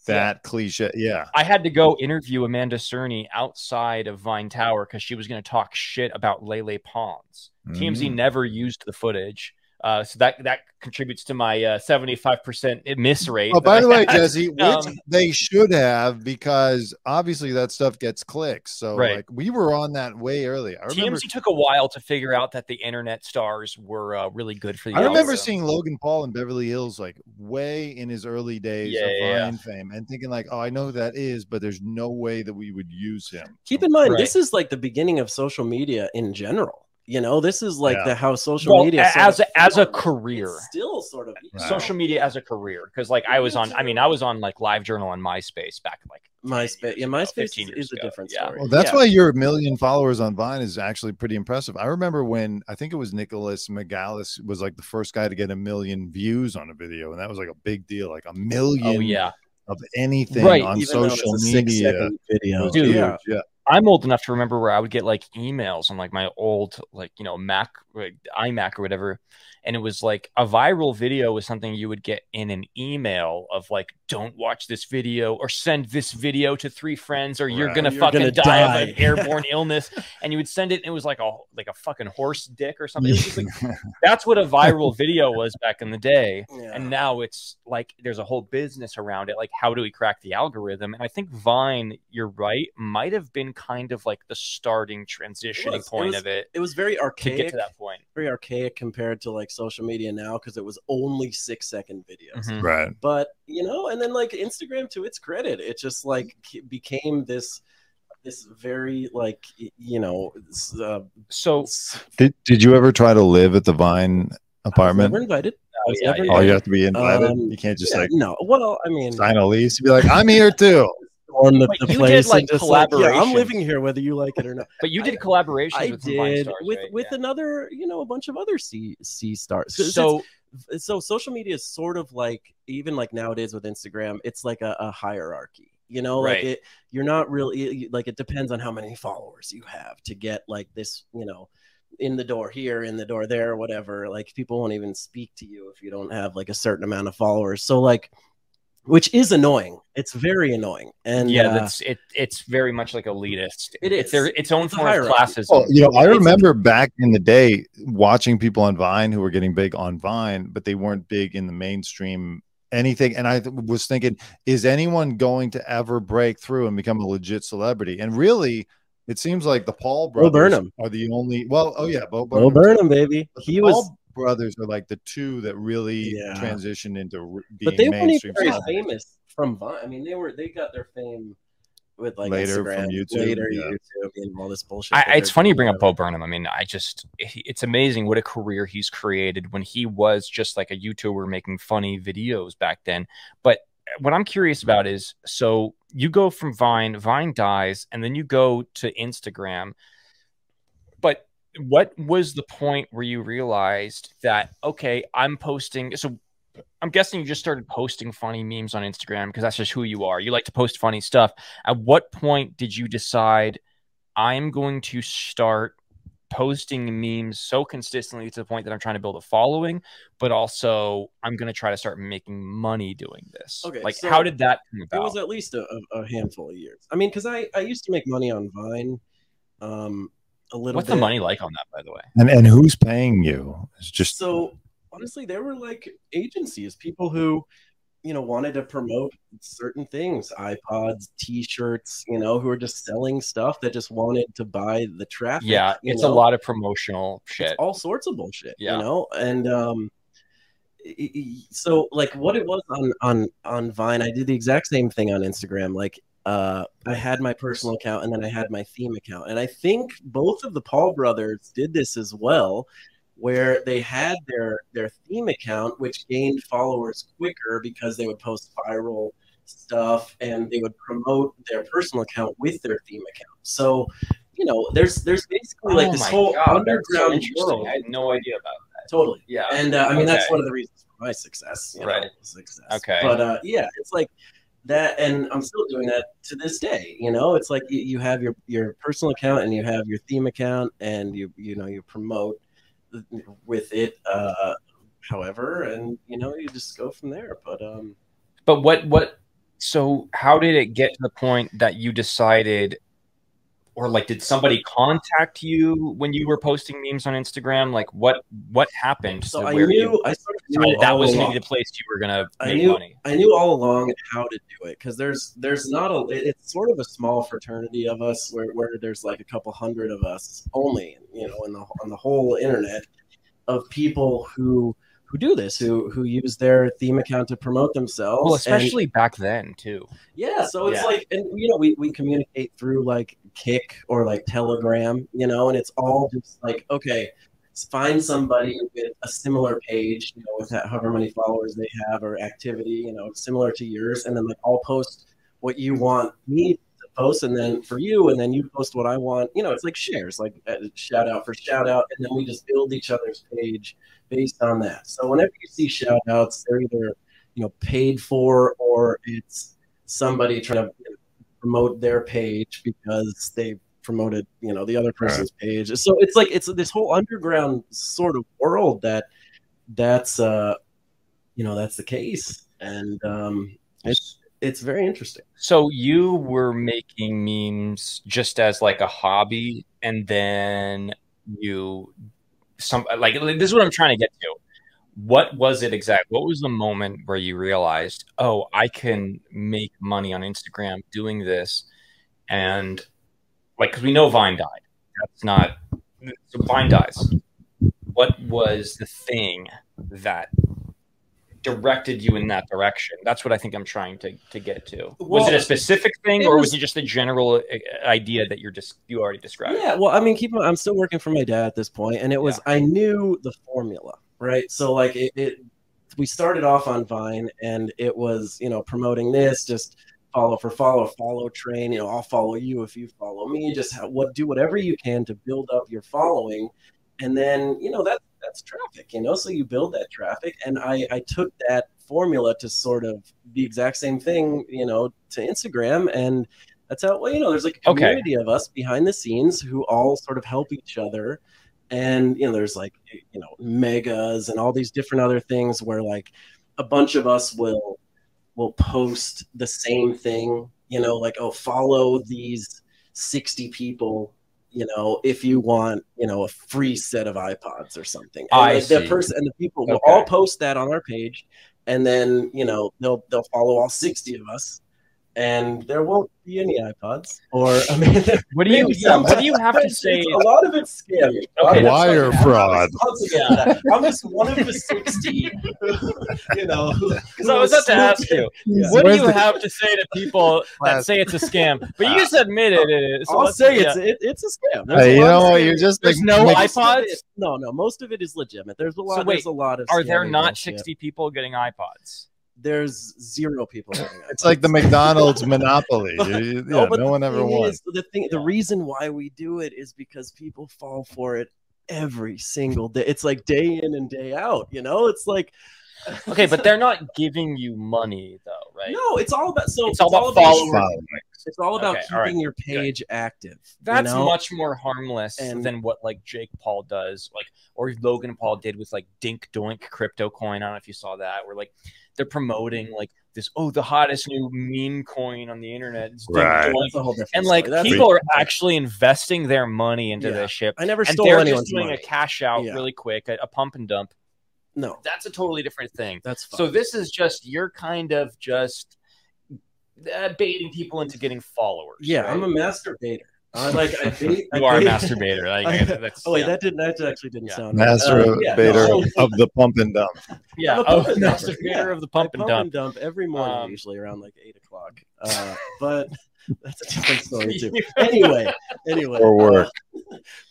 that cliche. Yeah, I had to go interview Amanda Cerny outside of Vine Tower because she was going to talk shit about Lele Pons. Mm. TMZ never used the footage, uh, so that that contributes to my uh, seventy-five percent miss rate. Oh, by the way, that I had. Jesse, which Um, they should have because obviously that stuff gets clicks. So Right. like we were on that way early. I remember. TMZ took a while to figure out that the internet stars were uh, really good for the. I remember algorithm. seeing Logan Paul in Beverly Hills like way in his early days Yeah, of yeah, yeah. Vine fame and thinking like, oh, I know who that is, but there's no way that we would use him. Keep in mind, Right. this is like the beginning of social media in general. You know, this is like Yeah. the how social well, media a- as sort of a, as a formed. career. It's still sort of Wow. Social media as a career, because like I was on, I mean, I was on like Live Journal and MySpace back like MySpace. Yeah, ago, MySpace 15 is, years is a ago. different Yeah. story. Well, that's Yeah. why your million followers on Vine is actually pretty impressive. I remember when I think it was Nicholas Megalis was like the first guy to get a million views on a video, and that was like a big deal, like a million oh yeah, of anything Right. on Even though it's social a media. six-second video. Dude. Yeah. yeah. I'm old enough to remember where I would get like emails on like my old like you know Mac like, iMac or whatever, and it was like a viral video was something you would get in an email of like don't watch this video or send this video to three friends or you're Right. gonna You're fucking gonna die, of die. an airborne illness, and you would send it and it was like a like a fucking horse dick or something. It was just, like, that's what a viral video was back in the day. Yeah. And now it's like there's a whole business around it. Like, how do we crack the algorithm? And I think Vine, you're right, might have been kind of like the starting transitioning was- it point was of it it was very to archaic. get to that point. very archaic compared to like social media now because it was only six second videos. Mhm. right. But you know, and then like Instagram, to its credit, it just like k- became this this very like y- you know s- uh, So, s- Did, did you ever try to live at the Vine apartment? Never invited. I was yeah, never yeah. Oh, invited. you have to be invited. Um, you can't just Yeah, like no. Well, I mean, sign a lease. You'd be like, I'm here too. on the, Wait, the you did, place like, and just like, yeah, I'm collaborations. living here whether you like it or not. but you I- did collaborations I with some Vine did stars, with right? with Yeah. another, you know, a bunch of other C C stars. So So, it's- so social media is sort of like even like nowadays with Instagram, it's like a, a hierarchy. You know, like Right. it, you're not really you- like it depends on how many followers you have to get like this. You know, in the door here, in the door there, whatever. Like people won't even speak to you if you don't have like a certain amount of followers. So like, which is annoying. It's very annoying. And yeah, uh, that's it. It's very much like elitist. It It's is. their its own It's a form of hierarchy. classes. Well, you know, I It's- remember back in the day watching people on Vine who were getting big on Vine, but they weren't big in the mainstream anything. And I th- was thinking, is anyone going to ever break through and become a legit celebrity? And really, it seems like the Paul Bo brothers Burnham. are the only. Well, oh yeah, Bo Burnham. Bo Burnham, baby, But he the was. Paul brothers are like the two that really Yeah. transitioned into r- being but they weren't even mainstream. very celebrities. famous from Vine. I mean, they were they got their fame with like Later Instagram, from YouTube, later yeah. YouTube, and all this I, bullshit. that I- it's they're funny you doing bring up now. Bo Burnham. I mean, I just, he- it's amazing what a career he's created when he was just like a YouTuber making funny videos back then. But what I'm curious about is so you go from Vine, Vine dies, and then you go to Instagram. But what was the point where you realized that okay, I'm posting so I'm guessing you just started posting funny memes on Instagram because that's just who you are. You like to post funny stuff. At what point did you decide I'm going to start posting memes so consistently to the point that I'm trying to build a following, but also I'm going to try to start making money doing this? Okay, like so how did that come it about? was at least a, a a handful of years. I mean, because I, I used to make money on Vine, um, a little. What's bit. the money like on that, by the way? And and who's paying you? It's just So honestly, there were like agencies, people who, you know, wanted to promote certain things, iPods, T-shirts, you know, who were just selling stuff that just wanted to buy the traffic. Yeah, you it's a know? lot of promotional It's shit. all sorts of bullshit. Yeah. You know, and um, i- i- i- so like what it was on on on Vine, I did the exact same thing on Instagram. Like, uh, I had my personal account and then I had my theme account, and I think both of the Paul brothers did this as well. Where they had their their theme account, which gained followers quicker because they would post viral stuff and they would promote their personal account with their theme account. So, you know, there's there's basically like Oh this my whole God, that's so underground interesting. world. I had no idea about that. Totally. Yeah. And uh, I mean, that's Okay. one of the reasons for my success. You know, Right. Success. Okay. But uh, yeah, it's like that, and I'm still doing that to this day. You know, it's like you, you have your your personal account and you have your theme account, and you you know you promote with it. Uh, however, and you know you just go from there. But um, But what what so how did it get to the point that you decided or like did somebody contact you when you were posting memes on Instagram? Like what what happened? so to I where knew you I sort of knew decided that all was along. gonna be the place you were gonna I make knew- money. I knew all along how to do it because there's there's not a it- it's sort of a small fraternity of us where, where there's like a couple hundred of us only you know on the on the whole internet of people who who do this who who use their theme account to promote themselves Well, and- especially back then too. yeah, so it's Yeah. like, and you know, we, we communicate through like Kick or like Telegram, you know, and it's all just like, okay, s- find somebody with a similar page, you know, with that however many followers they have or activity, you know, similar to yours, and then like I'll post what you want me to post, and then for you, and then you post what I want, you know, it's like shares, like uh, shout out for shout out, and then we just build each other's page based on that. So whenever you see shout outs, they're either you know paid for or it's somebody trying to promote their page because they promoted you know the other person's page so it's like it's this whole underground sort of world that that's uh you know that's the case and um it's it's very interesting So you were making memes just as like a hobby, and then you some like this is what I'm trying to get to. What was it exact? What was the moment where you realized, oh, I can make money on Instagram doing this, and like because we know Vine died. That's not so Vine dies. What was the thing that directed you in that direction? That's what I think I'm trying to to get to. was Well, it a specific thing, it or was- was it just a general uh, idea that you're just you already described? Yeah, well, I mean, keep. in mind, I'm still working for my dad at this point, and it was I knew the formula, right? So like it, it, we started off on Vine, and it was you know promoting this just follow for follow, follow train. You know, I'll follow you if you follow me. Just how, what do whatever you can to build up your following, and then you know that that's traffic, you know. So you build that traffic, and I I took that formula to sort of the exact same thing, you know, to Instagram and that's how well you know there's like a Okay. community of us behind the scenes who all sort of help each other and you know there's like you know megas and all these different other things where like a bunch of us will will post the same thing you know like oh follow these 60 people you know if you want you know a free set of ipods or something and I like, the see. person and the people will Okay. all post that on our page and then you know they'll they'll follow all 60 of us and there won't be any ipods or i mean What do you Maybe yeah, what sometimes- do you have to say? a lot of it's scammy A lot of it's Wire like, I'm not fraud. responsible for that. i'm just one of the 60 you know Because I was about to ask you, Yeah. what do Where's you the- have to say to people that Class- say it's a scam? But you just admitted it. is, so i'll let's- say yeah. it's it, it's a scam There's a hey, you lot know of what? scam. You're just like There's no make- iPod- Most of it- iPods? no no most of it is legitimate there's a lot wait, there's a lot of Are there scammy not bullshit. 60 people getting iPods? there's zero people getting It's like the iPods. McDonald's monopoly. You- you- yeah, no the one ever thing won. is- the thing, the reason why we do it is because people fall for it every single day. It's like day in and day out, you know? It's like Okay, but they're not giving you money though, right? no, it's all about so It's all about followers. Following. It's all about Okay, keeping all right, your page active. you That's know? much more harmless And- than what like Jake Paul does, like or Logan Paul did with like Dink Doink crypto coin. I don't know if you saw that, where like they're promoting like this oh the hottest new meme coin on the internet is Dink Right. Doink. That's a whole different And like story. That's- people are actually investing their money into Yeah. this shit. I never And stole they're just anyone's doing money. a cash out Yeah. really quick, a, a pump and dump. no, That's a totally different thing. that's fine. So this is just you're kind of just uh, baiting people into getting followers. yeah, right? I'm a masturbator. I like I bait, I you are a bait- masturbator. Like, I- that's, Oh wait, yeah. that didn't that actually didn't Yeah. sound right. Master Uh, of yeah, Vader no. of the pump and dump. Yeah, I'm a oh, pump and dumper. masturbator Yeah. of the pump I and dump. every morning, Um, usually around like eight o'clock. Uh, but that's a different story too. You- Anyway, anyway, Or Mm-hmm. work.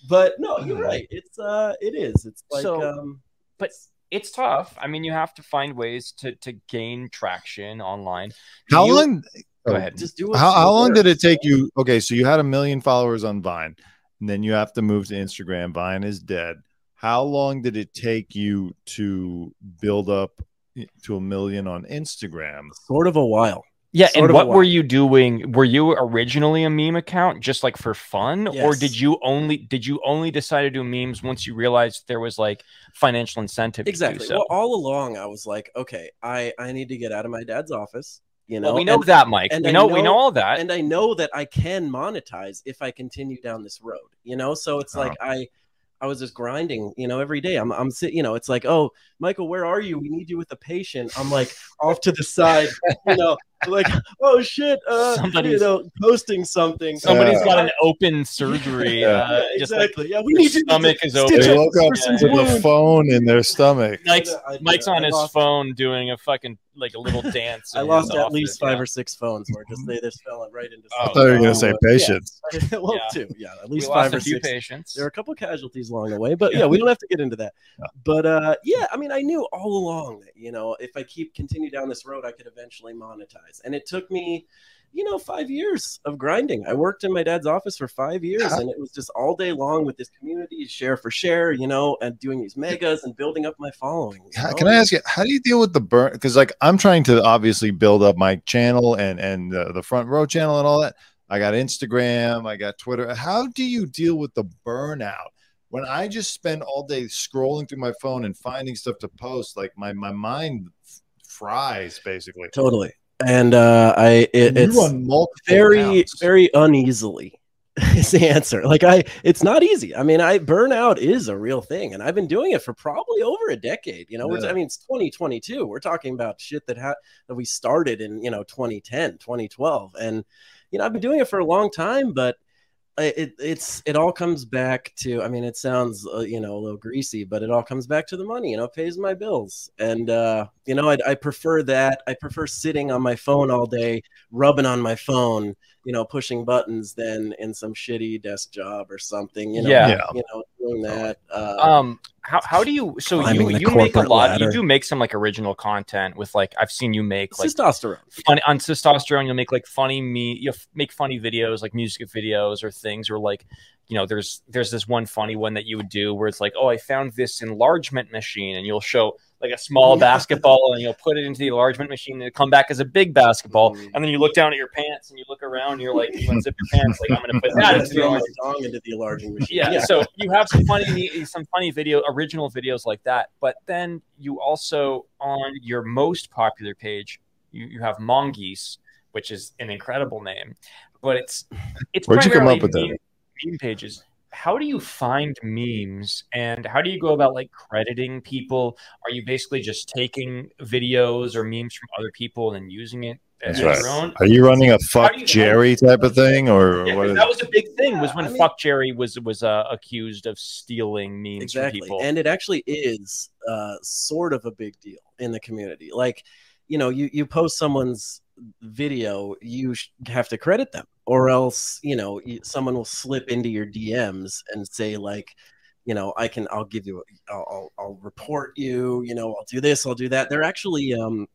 but no, you're right. It's uh, it is. It's like So- um, but it's tough. I mean, you have to find ways to to gain traction online. Do How you- long? Oh, Go ahead. just do. How, how long did it take you? Okay, so you had a million followers on Vine, and then you have to move to Instagram. Vine is dead. How long did it take you to build up to a million on Instagram? Sort of a while. Yeah, and Sort of what a were while. you doing? Were you originally a meme account just like for fun, or Yes. did you only did you only decide to do memes once you realized there was like financial incentive? To Exactly. do so? Well, all along, I was like, okay, I I need to get out of my dad's office. You know, Well, we know and- that, Mike. and we I know, we know- know all that. and I know that I can monetize if I continue down this road, you know? So it's like I I was just grinding, you know, every day. I'm I'm sitting, you know, it's like, "Oh, Michael, where are you? We need you with a patient." I'm like off to the side, you know, like, "Oh shit, uh, you Somebody's- know, posting something." Somebody's Yeah. got an open surgery. Yeah. uh, yeah, just like exactly. yeah, we the need you. to stomach is stitch open. They Yeah. woke up Yeah. to the phone in their stomach. Mike's I did Mike's it. on I his lost- phone doing a fucking like a little dance. I in lost his at office, least yeah. Mm-hmm. five or six phones where just they just fell right into. Oh, I thought you were gonna something. say Yeah. patience. well, Yeah. two, yeah, at least we lost five a or few six. patients. There are a couple casualties along the way, but yeah, we don't have to get into that. But uh, yeah, I mean, I knew all along that you know if I keep continue down this road, I could eventually monetize, and it took me, you know, five years of grinding. I worked in my dad's office for five years, and it was just all day long with this community, share for share, you know, and doing these megas and building up my following. you How- know? Oh. Can I ask you, how do you deal with the burn? Because like I'm trying to obviously build up my channel and and the, the front row channel and all that. I got Instagram, I got Twitter. How do you deal with the burnout? When I just spend all day scrolling through my phone and finding stuff to post, like my my mind f- fries basically. Totally, and uh, I And it, you it's run multiple very accounts. very uneasily is the answer like i it's not easy i mean i burnout is a real thing and i've been doing it for probably over a decade you know We're- Yeah. i mean it's 2022 we're talking about shit that ha- that we started in you know 2010 2012 and you know i've been doing it for a long time but I- it it's it all comes back to i mean it sounds uh, you know a little greasy but it all comes back to the money you know it pays my bills and uh you know I, I prefer that i prefer sitting on my phone all day rubbing on my phone you know pushing buttons than in some shitty desk job or something you know Yeah. Yeah. you know doing that uh, um how, how do you so Climbing you the you make a corporate lot ladder. you do make some like original content with like i've seen you make like testosterone funny on testosterone you'll make like funny me you'll f- make funny videos like music videos or things or like you know there's there's this one funny one that you would do where it's like oh i found this enlargement machine and you'll show like a small Yeah. basketball and you'll put it into the enlargement machine and it'll come back as a big basketball Mm. and then you look down at your pants and you look around and you're like you unzip your pants like i'm gonna put that I'm into the throwing enlargement my dong into the enlarging machine yeah, so you have some funny some funny video original videos like that but then you also on your most popular page you, you have mongeese which is an incredible name but it's it's Where'd you come primarily up with that? meme, meme pages how do you find memes and how do you go about like crediting people are you basically just taking videos or memes from other people and then using it as That's your right. own Are you running a How fuck do you- Jerry type of thing, or yeah, what 'cause is, that was a big thing. Was Yeah, when I mean- Fuck Jerry was was uh, accused of stealing memes exactly from people. and it actually is uh, sort of a big deal in the community like you know you, you post someone's video you sh- have to credit them or else you know you, someone will slip into your dms and say like you know i can i'll give you a, I'll, I'll I'll report you you know i'll do this i'll do that they're actually um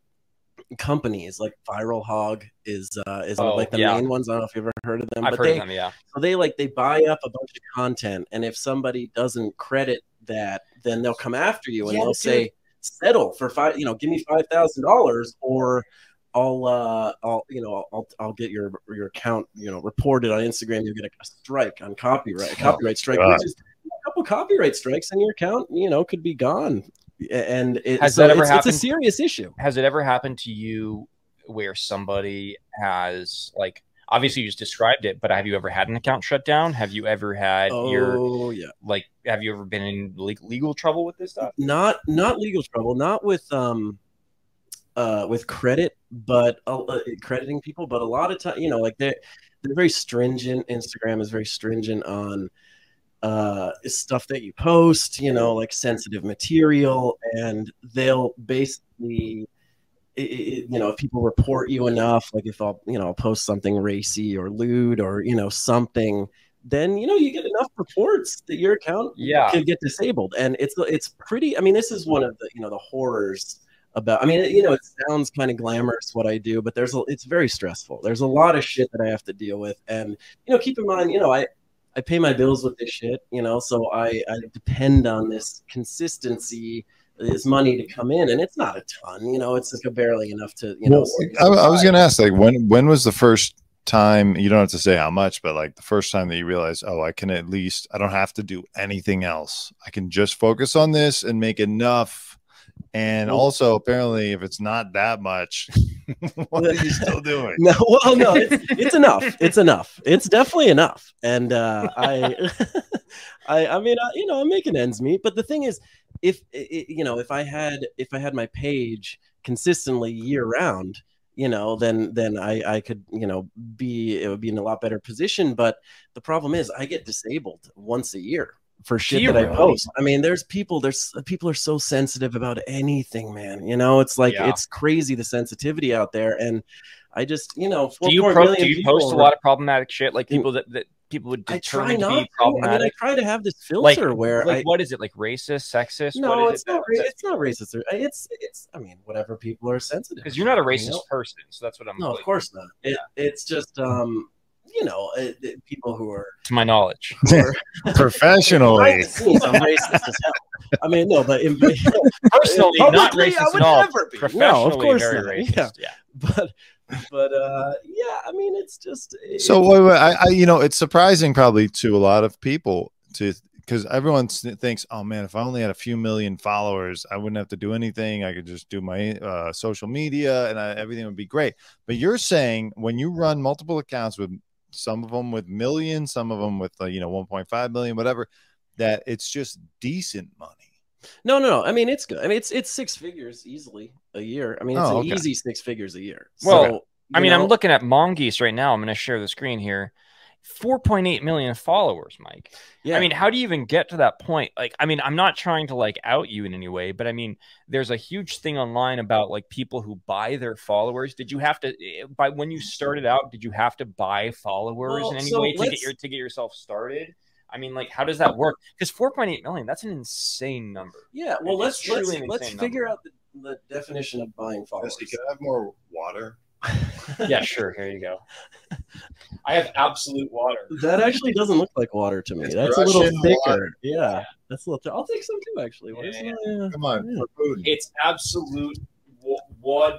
companies like Viral Hog is uh, is Oh, like the yeah. main ones. I don't know if you've ever heard of them, I've but heard they of them. Yeah. so they like they buy up a bunch of content, and if somebody doesn't credit that, then they'll come after you and Yeah, they'll dude. say settle for five, you know, give me five thousand dollars or. I'll, uh, I'll, you know, I'll, I'll get your your account, you know, reported on Instagram. You'll get a strike on copyright, a Oh, copyright strike. God. which is a couple copyright strikes, and your account, you know, could be gone. And it, Has so that ever it's, it's a happened? serious issue. Has it ever happened to you where somebody has like obviously you just described it, but have you ever had an account shut down? Have you ever had your Oh yeah, like have you ever been in le- legal trouble with this stuff? not not legal trouble, not with um, uh, with credit, but uh, uh, crediting people. But a lot of time, you know, like they're they're very stringent. Instagram is very stringent on uh stuff that you post you know like sensitive material and they'll basically i- i- i- you know if people report you enough like if i'll you know I'll post something racy or lewd or you know something then you know you get enough reports that your account Yeah. could get disabled and it's it's pretty i mean this is one of the you know the horrors about i mean you know it sounds kind of glamorous what i do but there's a, it's very stressful there's a lot of shit that i have to deal with and you know keep in mind you know i i pay my bills with this shit you know so i i depend on this consistency this money to come in and it's not a ton you know it's like barely enough to you know well, I, I was going to ask, like, when when was the first time? You don't have to say how much, but like the first time that you realized, oh, I can at least I don't have to do anything else. I can just focus on this and make enough. And Well- also, apparently, if it's not that much, what are you still doing? No, well, no, it's, it's enough. It's enough. It's definitely enough. And uh, I, I, I mean, I, you know, I'm making ends meet. But the thing is, if i- i you know, if I had, if I had my page consistently year round, you know, then then I I could you know be it would be in a lot better position. But the problem is, I get disabled once a year for shit you that I really? post. I mean, there's people there's people are so sensitive about anything, man. You know, it's like Yeah. it's crazy the sensitivity out there and. I just, you know, Do you 4 pro- million do you people post a are- lot of problematic shit like people that, that people would I try determine to be not. to. I mean, I problematic? try to have this Like- filter where like I. what is it like racist, sexist? No, what is it's not. that- ra- It's not racist. or- It's it's. I mean, whatever people are sensitive. because you're not a about, you racist know? person, so that's what I'm. No, of course not. It, It's just, um, you know, it, it- people who are to my knowledge. who are- Professionally, behind the scenes, I'm racist as hell. I mean, no, but in, Personally, not Publicly, racist I would at all. never be. No, of Professionally, course very not. Yeah. racist. Yeah. but but uh, yeah. I mean, it's just. So wait, wait, I, I, you know, it's surprising probably to a lot of people to because everyone s- thinks, oh man, if I only had a few million followers, I wouldn't have to do anything. I could just do my uh, social media and I, everything would be great. But you're saying when you run multiple accounts with some of them with millions, some of them with uh, you know 1.5 million, whatever, that it's just decent money. No, no, no. I mean, it's good. I mean, it's it's six figures easily a year. I mean, it's Oh, an okay. easy six figures a year. Well, so, I you mean, know, I'm looking at Mongoose right now. I'm going to share the screen here. 4.8 million followers, Mike. Yeah, I mean, how do you even get to that point? Like, I mean, I'm not trying to like out you in any way, but I mean, there's a huge thing online about like people who buy their followers. Did you have to eh, by when you started out? Did you have to buy followers Well, in any so way to get let's- your to get yourself started? I mean, like, how does that work? Because 4.8 million, that's an insane number. yeah. Well, it's let's let's truly an let's insane figure out the, the definition of buying followers. I have more water? Yeah, sure. Here you go. I have absolute water. that actually doesn't look like water to me. It's that's a little Russian thicker. water. Yeah, that's a little. Th- I'll take some too, actually. What Yeah, is yeah. it? Come on, Yeah. food. It's absolute water.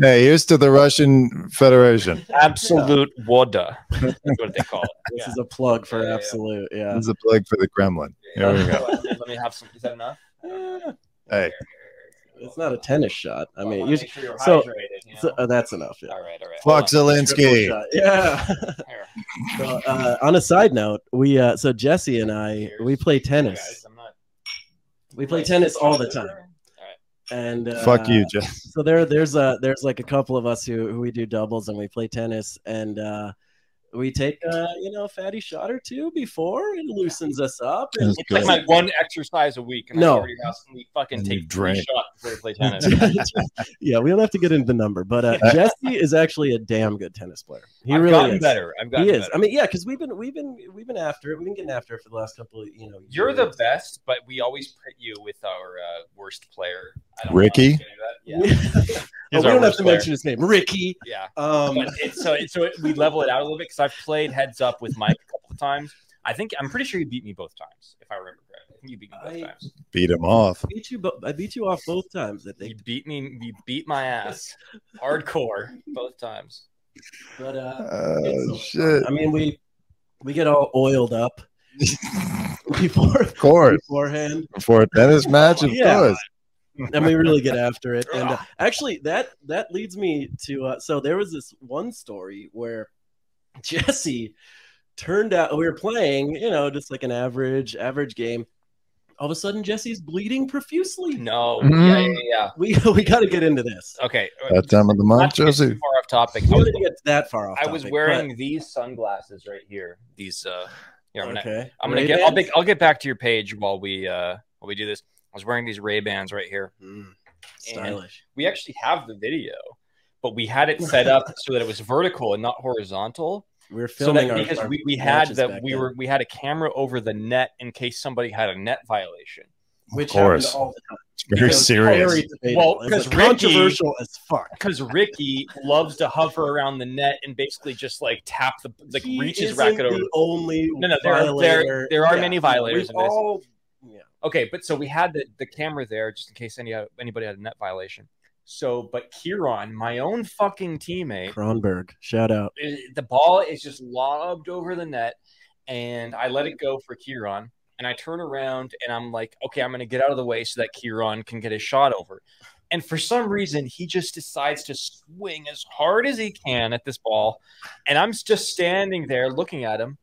Hey, here's to the Russian Federation. Absolute water. That's what they call it. This Yeah. is a plug for Yeah, yeah, yeah. absolute. Yeah. This is a plug for the Kremlin. There we go. Let me have some. Is that enough? Eh, Hey. It's not a tennis shot. I mean, you you, sure you're so- hydrated. You know? so, uh, that's enough. Yeah. all right, all right. Fuck Hold Zelensky. Triple shot. Yeah. on. Here. So, uh, on a side note, we uh, so Jesse and I Cheers. we play Guys, tennis. I'm not- We play tennis all the time, and uh, Fuck you, Jeff. So there, there's a there's like a couple of us who who we do doubles and we play tennis, and uh, we take a you know fatty shot or two before it loosens us up. That's And It's like good. my one exercise a week, and No. I go to your house and we fucking And you take three drink. shots before we play tennis. yeah, we don't have to get into the number, but uh, Jesse is actually a damn good tennis player. He I've really gotten is. better. I've gotten He is. better. I mean, yeah, because we've been we've been we've been after it. We've been getting after it for the last couple of you know. You're years. the best, but we always put you with our uh, worst player. I don't Ricky? know if you Yeah. know that. Yeah. Oh, He's we our don't have worst to player. mention his name, Ricky. Yeah. Um, But it's, so, it's, so we level it out a little bit because I've played heads up with Mike a couple of times. I think I'm pretty sure you beat me both times, if I remember correctly. I think you beat me both I- times. Beat him off. beat you, bo- I beat you off both times. I You think, beat me. You beat my ass hardcore both times. but uh, Oh, Uh, It's shit. I mean, we we get all oiled up before Of course. beforehand, For a tennis match, of Yeah. course. and we really get after it. And uh, actually, that that leads me to uh, so there was this one story where Jesse turned out we were playing, you know, just like an average average game. All of a sudden, Jesse's bleeding profusely. No. Yeah, Mhm. yeah, yeah. We we got to get into this. Okay. That time of the Not month, to get too Josie. far off topic. I We was, didn't get that far off. I was topic, wearing these sunglasses right here. These. uh but- Here, I'm gonna, okay. I'm gonna get. Ray-Bans? I'll, be, I'll get back to your page while we uh while we do this. I was wearing these Ray Bans right here. Mm, stylish. we actually have the video, but we had it set up so that it was vertical and not horizontal. We We're So filming that our- because our we, we had matches that back we then. were we had a camera over the net in case somebody had a net violation. which Of course. happened all the time. It's very It was serious. very debatable. Well, It was 'cause Ricky- controversial as fuck. Because Ricky loves to hover around the net and basically just like tap the like He reaches isn't racket the over. Only No, no, there are- there- violator. there are many violators we've in this. all- yeah. Okay, but so we had the, the camera there just in case any anybody had a net violation. So, but Kieran, my own fucking teammate, Kronberg, shout out. it- the ball is just lobbed over the net and I let it go for Kieran and I turn around and I'm like, okay, I'm going to get out of the way so that Kieran can get his shot over. And for some reason, he just decides to swing as hard as he can at this ball. And I'm just standing there looking at him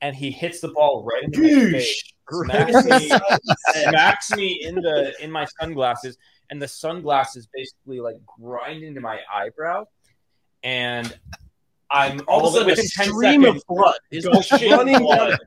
and he hits the ball right in the face. Smacks me, smacks me in the in my sunglasses, and the sunglasses basically like grind into my eyebrow, and I'm all of a within ten stream seconds. of blood is go just shit running blood. down.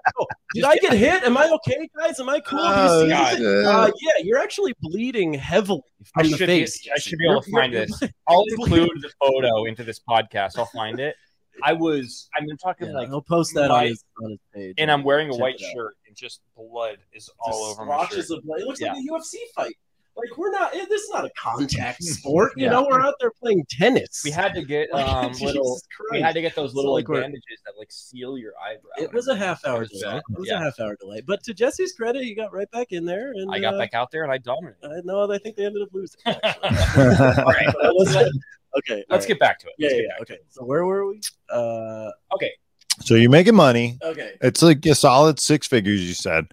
Did I get hit? Am I okay, guys? Am I cool? Do you see God. it? Uh, yeah, you're actually bleeding heavily I from the should, be, face. I should be able to You're- find you're- this. I'll include the photo into this podcast. I'll find it. I was, I mean, I'm talking Yeah, like, he'll post that on my- his, on his page. and I'm wearing a Check white it out. shirt, and just blood is all Just over my shirt. splotches of blood. It looks Yeah. like a UFC fight. Like we're not. eh, This is not a contact sport. You Yeah. know, we're out there playing tennis. we had to get um, Jesus little, we Christ. had to get those So, little like, we're- bandages that like seal your eyebrow. It was a half hour It was delay. bad. It was Yeah. a half hour delay. But to Jesse's credit, he got right back in there, and I got uh, back out there and I dominated. I know. I think they ended up losing. All Actually. All right, But that was- okay, let's all right. get back to it. Yeah, Let's yeah, get yeah, back Okay. So where were we? Uh, So you're making money. okay. It's like a solid six figures, you said,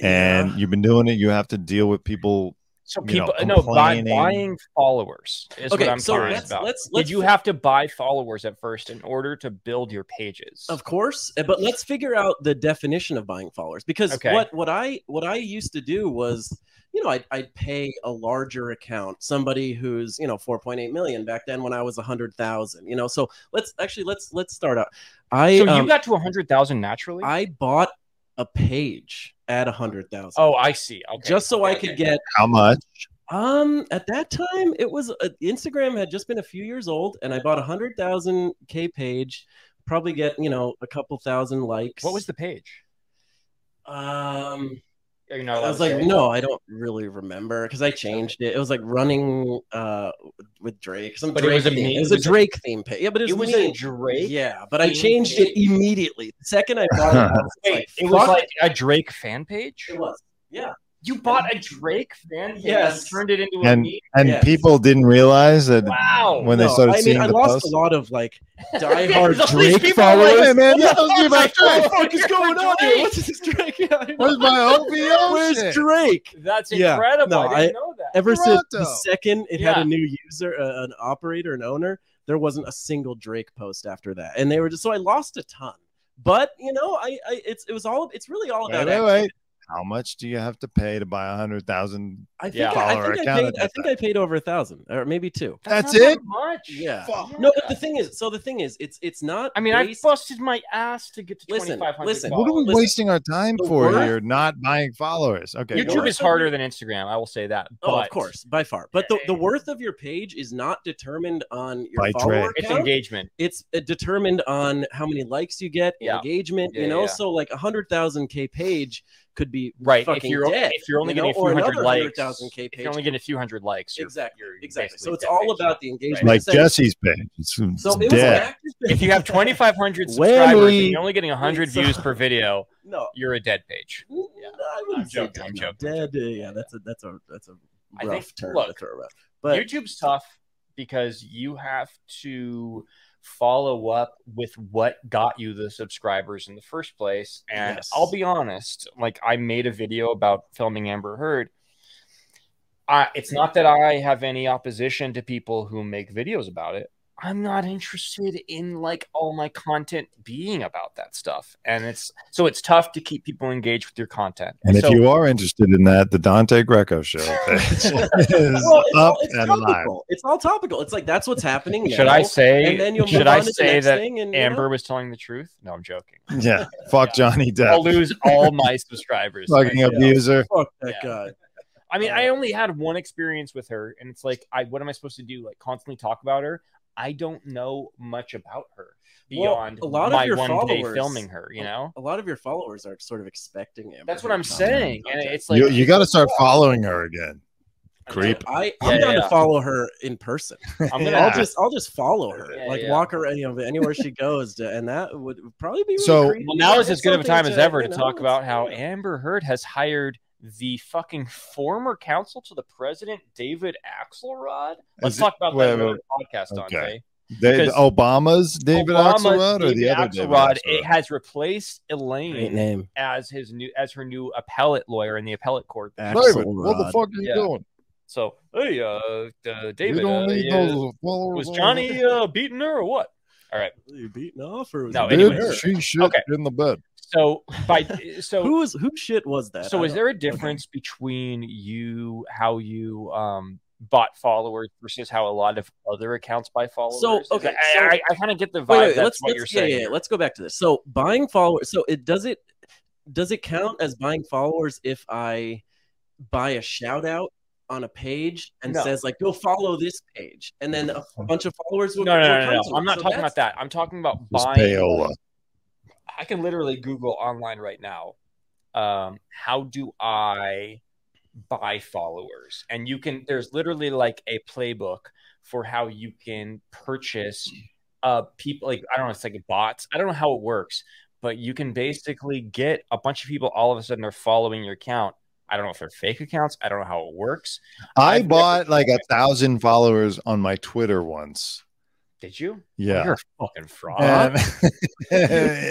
and Yeah. you've been doing it. You have to deal with people. So you know, people, no, buy, complaining. buying followers is okay. what I'm so curious let's, about. let's let's Did you have to buy followers at first in order to build your pages? Of course, eh, but let's figure out the definition of buying followers because Okay. what what I what I used to do was, you know, I'd, I'd pay a larger account, somebody who's you know 4.8 million back then when I was 100,000, you know. So let's actually let's let's start out. I So um, you got to 100,000 naturally? I bought a page at 100,000 oh, I see. Okay. just so I okay, could okay. get How much? um at that time it was uh, Instagram had just been a few years old and I bought a 100,000 K page probably get you know a couple thousand likes What was the page? um Are you not allowed I was to like, say? no, I don't really remember because I changed it. It was like running uh with Drake. Some But it Drake was a theme. meme- It was it a was a- Drake theme page. Yeah, but it was, It was meme. a Drake. Yeah, but I theme changed it immediately. The second I bought it, I was Wait, like, it was fuck like a Drake fan page? it was. Yeah, You bought a Drake fan page Yes. and turned it into a And- meme? And Yes. people didn't realize that Wow. when they started I mean, seeing I the lost post. a lot of like All diehard these Drake people are like, followers. Hey, man, let those be my Like, what the friends. fuck is going on Drake. here? What's this Drake? Yeah, I know. Where's my OVO? Where's shit? Drake? That's Yeah. incredible. No, I didn't know that. ever since the Toronto. second it had Yeah. a new user, uh, an operator, an owner, there wasn't a single Drake post after that, and they were just so I lost a ton. But you know, I, I it's it was all it's really all Wait, about wait, wait. How much do you have to pay to buy a hundred thousand? I think, Yeah. Follower I, I, think I, account paid, I think I paid over a thousand or maybe two. That's not that it? Much. Yeah. Fuck. No, but the thing is, so the thing is, it's it's not. I mean, I based- oh, busted my ass to get to Listen, twenty five hundred. listen. What are we Listen, wasting our time the for worst- here? Not buying followers. Okay. go YouTube on. is harder than Instagram. I will say that. Oh, but of course, by far. But the, the worth of your page is not determined on your By follower trade. It's count. engagement. It's uh, determined on how many likes you get, Yeah. engagement. Yeah, you know, yeah. so like a hundred thousand k page could be Right. If Fucking you're dead, if you're only you know, getting a or few hundred another likes, 100,000 K if page. you're only getting a few hundred likes, you're- exactly you're exactly. So basically it's dead all page. about the engagement. like It's that- Jesse's page. It's, it's So it was an dead. active- If you have twenty five hundred Whammy. subscribers and you're only getting hundred Wait, so- views per video, no, you're a dead page. No, I wouldn't I'm say joking, I'm dead. joking, Dead, uh, yeah, that's a that's a that's a I rough think- term to look, throw around. But YouTube's tough because you have to follow up with what got you the subscribers in the first place. And Yes. I'll be honest, like I made a video about filming Amber Heard. I, it's not that I have any opposition to people who make videos about it. I'm not interested in like all my content being about that stuff. And it's so it's tough to keep people engaged with your content. And if so, you are interested in that, the Dante Greco show page is Well, up it's, all, it's and topical. live. It's all topical. It's like that's what's happening. should now, I say And then you'll move should on I to the say next that thing and, you know, Amber was telling the truth? No, I'm joking. Yeah. Fuck Johnny I'll Depp. lose all my subscribers. Fucking Like, abuser. fuck that Yeah. guy. I mean, I only had one experience with her, and it's like, I what am I supposed to do? Like constantly talk about her? I don't know much about her Well, beyond a lot of my your one day followers- filming her. You know, A lot of your followers are sort of expecting Amber. that's what Heard I'm content. saying, and Oh, Okay. it's like you you got to start following her again. Creep. I, I'm Yeah, down yeah. to follow her in person. I'm gonna Yeah. I'll just I'll just follow her, Yeah, like yeah. walk her you know, anywhere she goes, to, and that would probably be really So- creepy. Well, now is as It's good of a something time as ever you to know, talk it's- about how yeah. Amber Heard has hired the fucking former counsel to the president, David Axelrod. Let's Is it- talk about wait, that in wait, another podcast, okay. Dante. They, the Because Obama's David Obama's Axelrod or the David other Axelrod, eh, David It Axelrod? has replaced Elaine Great name. as his new as her new appellate lawyer in the appellate court. David, what the Axelrod. fuck are you Yeah. doing? So, hey, uh, uh You David, don't uh, need uh, those followers was on Johnny there. uh, beating her or what? You beaten off or was No, it Dude, anyway. her? she shit Okay. in the bed. So by so who was who shit was that? So I is don't- there a difference between you how you um bought followers versus how a lot of other accounts buy followers? Is okay, that- so- I, I, I kind of get the vibe Wait, wait, that's let's, what let's you're yeah, saying. yeah, yeah, let's go back to this. So buying followers. So it does it does it count as buying followers if I buy a shout out on a page and No. says like go follow this page and then a bunch of followers will No, no, will no, come no, to no. it. I'm not So talking that's- about that. I'm talking about It's buying. payola. I can literally Google online right now. Um, how do I buy followers? And you can. There's literally like a playbook for how you can purchase uh people. Like I don't know, it's like bots. I don't know how it works, but you can basically get a bunch of people. All of a sudden, are following your account. I don't know if they're fake accounts. I don't know how it works. I I've bought never- like a thousand followers on my Twitter once. Did you? Yeah. You're a fucking fraud. Uh, And-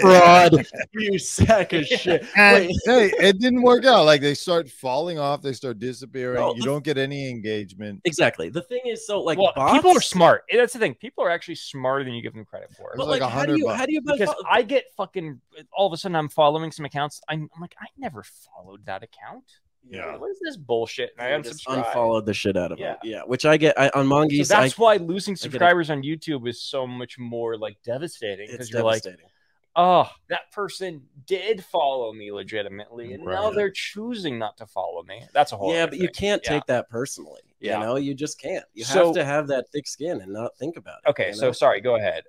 fraud. you sack of shit. And, Wait. hey, it didn't work out. Like they start falling off, they start disappearing. No, you the- don't get any engagement. Exactly. The thing is, so like well, bots, people are smart. That's the thing. People are actually smarter than you give them credit for. But It's like like, how do 100 you bucks. how do you buy? because fo- I get fucking all of a sudden I'm following some accounts. I'm, I'm like, I never followed that account. Yeah. What is this bullshit? And I I just unsubscribed. unfollowed the shit out of Yeah. it. Yeah, which I get I, on Mongoose. So that's I, why losing get it. subscribers on YouTube is so much more like devastating it's because you're like, devastating. oh, that person did follow me legitimately, and now Right. they're choosing not to follow me. That's a whole yeah, other but you thing. can't Yeah. take that personally. Yeah. You know, you just can't. You So- have to have that thick skin and not think about it. Okay, you so know? sorry. Go ahead.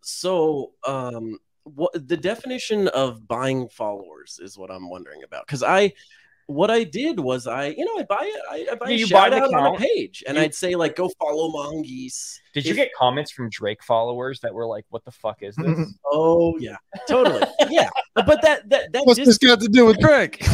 so um what the definition of buying followers is what I'm wondering about because I what I did was I you know I buy it I, I buy Yeah, a you buy shout the out on a account. page and You- I'd say like go follow Mongoose. Did you If- get comments from Drake followers that were like, "What the fuck is this?" Oh yeah, totally. yeah, but that that that What's dis- this got to do with Drake?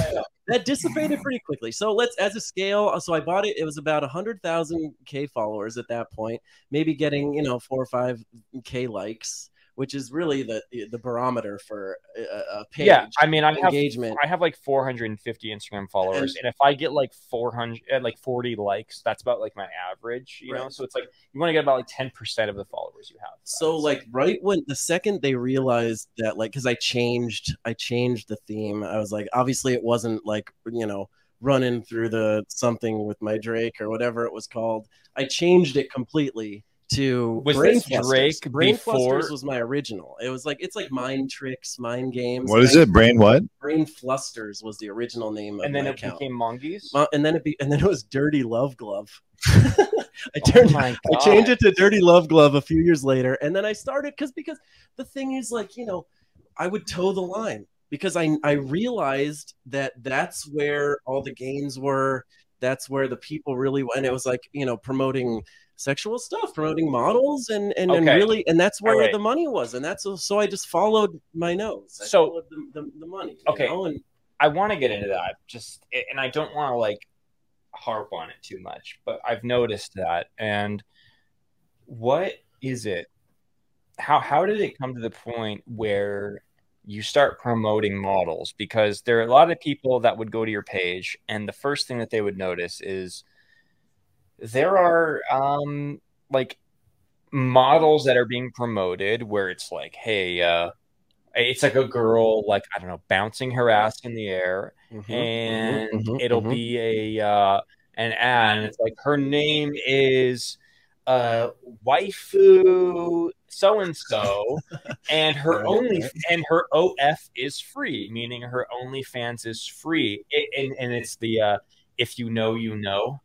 that dissipated pretty quickly. So let's, as a scale, uh, so I bought it. It was about hundred thousand k followers at that point, maybe getting you know four or five k likes, which is really the the barometer for a, a page. yeah, I mean, I have engagement. I have like 450 Instagram followers, and if I get like 400, uh, like 40 likes, that's about like my average, you know. Right. So it's like you want to get about like 10 percent of the followers you have. so like right when the second they realized that like because i changed i changed the theme i was like obviously it wasn't like you know running through the something with my drake or whatever it was called i changed it completely to Was brain this clusters. Drake brain before- clusters was my original it was like it's like mind tricks mind games What is it? Brain what? brain flusters was the original name of and then my it account became Oh mongoose. Mo- and then it be and then it was dirty love glove i Oh turned my I changed God. it to Dirty Love Glove a few years later, and then I started because because the thing is like you know I would toe the line because I I realized that that's where all the gains were. That's where the people really and it was like you know promoting sexual stuff, promoting models, and and, and Okay. really and that's where Alright. the money was, and that's so I just followed my nose. I So- followed the, the, the money. you Okay. know, and I want to get into that, just and I don't want to like harp on it too much, but I've noticed that. And what is it? How how did it come to the point where you start promoting models? Because there are a lot of people that would go to your page, and the first thing that they would notice is there are um, like models that are being promoted where it's like, hey, uh, it's like a girl, like I don't know, bouncing her ass in the air, Mm-hmm, and mhm, it'll mhm. be a uh, an ad, and it's like her name is uh, waifu so and so, and her Right, only right. and her OF is free, meaning her OnlyFans is free, It- and and it's the uh, if you know you know,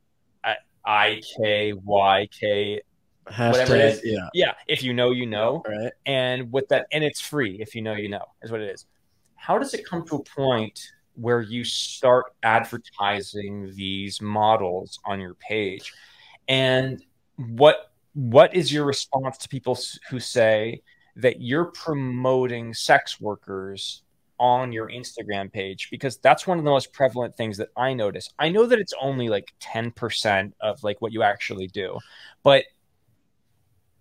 I K Y K, whatever it Hashtag- is. yeah, yeah, if you know you know, right. and with that and it's free if you know you know is what it is how does it come to a point where you start advertising these models on your page and what what is your response to people s- who say that you're promoting sex workers on your Instagram page because that's one of the most prevalent things that I notice. I know that it's only like 10% of like what you actually do, but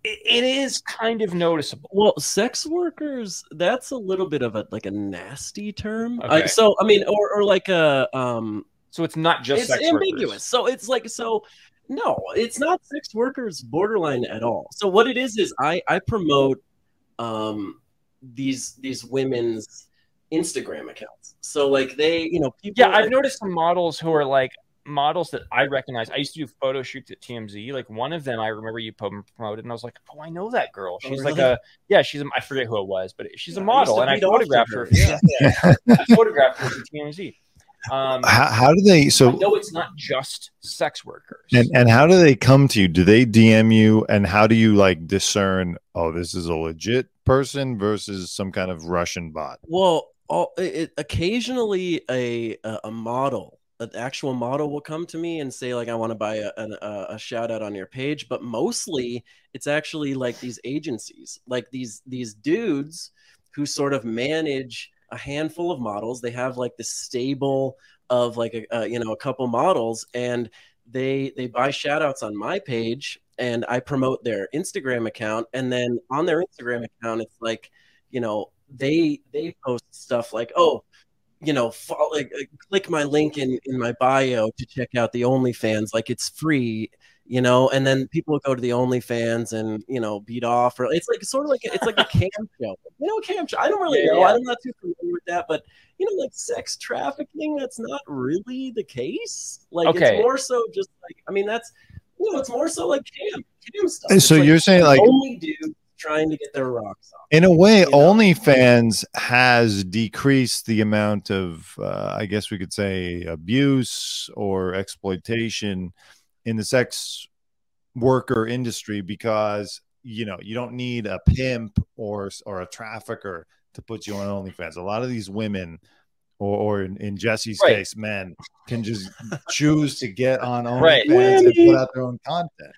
it, it is kind of noticeable. well sex workers that's a little bit of a like a nasty term I- Okay. so i mean or, or like a um So it's not just it's sex ambiguous workers. so it's like so no it's not sex workers borderline at all so what it is is i i promote um these these women's instagram accounts so like they you know people Yeah, I've noticed some models who are like models that I recognize. I used to do photo shoots at TMZ. Like one of them, I remember you pom- promoted, and I was like, "Oh, I know that girl. Oh, She's like really? a yeah, she's a, I forget who it was, but she's Yeah, a I used model, to and I beat off to photographed her. her. Yeah, yeah. I photographed her at TMZ. Um, How, how do they? I So know it's not just sex workers. and and how do they come to you? Do they DM you? And how do you like discern? Oh, this is a legit person versus some kind of Russian bot. Well, all, it, it- occasionally a a a model, an actual model, will come to me and say like, "I want to buy a, an- a a shout out on your page," but mostly it's actually like these agencies, like these these dudes who sort of manage a handful of models. They have like this stable of like a, a you know a couple models, and they they buy shout outs on my page, and I promote their Instagram account, and then on their Instagram account, it's like you know they they post stuff like oh you know follow, like, uh, click my link in in my bio to check out the OnlyFans like it's free you know and then people go to the OnlyFans and you know beat off or it's like sort of like it's like a cam show you know cam show I don't really Yeah, know yeah. I'm not too familiar with that but you know like sex trafficking that's not really the case like Okay. it's more so just like I mean that's you know it's more so like cam cam stuff And It's so like you're saying like only dudes trying to get their rocks off in a way, you know? OnlyFans has decreased the amount of, uh, I guess we could say, abuse or exploitation in the sex worker industry because you know you don't need a pimp or or a trafficker to put you on OnlyFans. A lot of these women. Or, or in, in Jesse's Right. case, men can just choose to get on OnlyFans Right. and Whammy. put out their own content.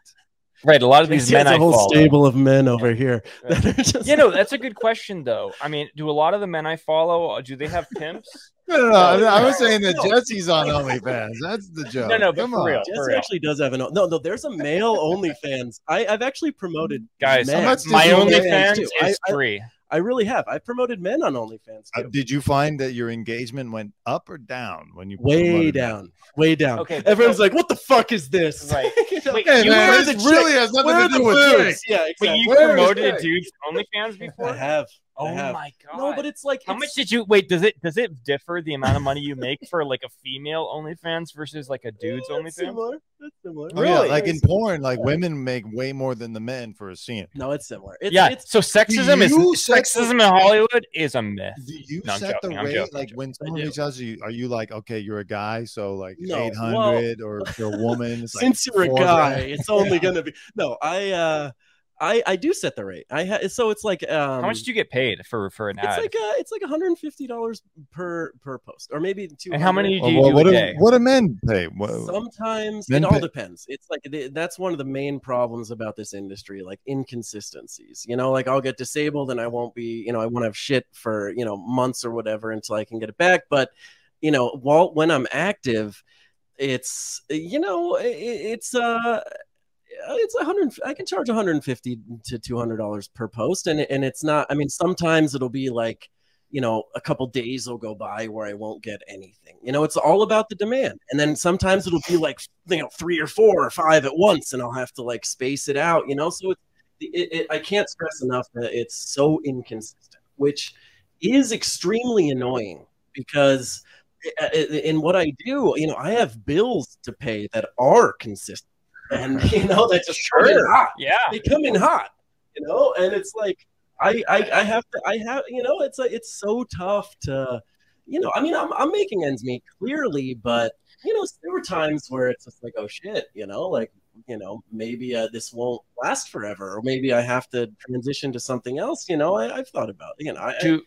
right. A lot of these These men a I whole follow. stable of men over here that are just You know, that's a good question though. I mean, do a lot of the men I follow uh, do they have pimps? No, no, no. I, I was saying that No. Jesse's on OnlyFans. That's the joke. No, no, but Come for on. real. Jesse actually does have an no, no. There's a male OnlyFans. I, I've actually promoted Guys, men. much does My This is only OnlyFans fans too. is I, I, free. I really have. I've promoted men on OnlyFans Uh, too. did you find that your engagement went up or down when you way promoted it? down, way down. Okay, but- everyone's like, "What the fuck is this?" Right. You know, Wait, Hey, you man, were this the really has where are nothing to the do with boobs? this. Yeah, But exactly. you Where is promoted a that? dude's OnlyFans I before? have. Oh I have. my god. No, but it's like how it's- much did you wait? Does it does it differ the amount of money you make for like a female OnlyFans versus like a dude's Yeah, that's OnlyFans? Similar. That's similar. Oh, yeah, Really? like in porn, like women make way more than the men for a scene. No, it's similar. It's, yeah. It's, so sexism is you sexism sexist- in Hollywood is a myth. Do you No, I'm set joking, the I'm rate? joking, I'm like when someone do. reaches you, are you like, okay, you're a guy, so like No, eight hundred, or if you're a woman, it's like since you're a four guy, grand. it's only gonna be. No, I. uh I, I do set the rate. I ha- so it's like um, How much do you get paid for for an it's ad? like uh, it's like 150 dollars per per post, or maybe two. And how many do you Well, do what, a do, day? what do men pay? What, Sometimes Then it all pay- depends. It's like th- that's one of the main problems about this industry, like inconsistencies. You know, like I'll get disabled and I won't be, you know, I won't have shit for you know months or whatever until I can get it back. But you know, while when I'm active, it's you know, i- i- it's uh. It's a hundred. I can charge 150 to 200 dollars per post, and and it's not. I mean, sometimes it'll be like you know, a couple days will go by where I won't get anything. You know, it's all about the demand. And then sometimes it'll be like, you know, three or four or five at once, and I'll have to like space it out, you know? So it, it, it, I can't stress enough that it's so inconsistent, which is extremely annoying because eh, i- i- in what I do, you know, I have bills to pay that are consistent. And, you know, that just Sure. Yeah. they come in hot, you know, and it's like I I, I have to I have you know it's like it's so tough to you know I mean I'm I'm making ends meet clearly, but you know there were times where it's just like oh shit you know like you know maybe uh, this won't last forever or maybe I have to transition to something else you know I, I've thought about you know I, I, Do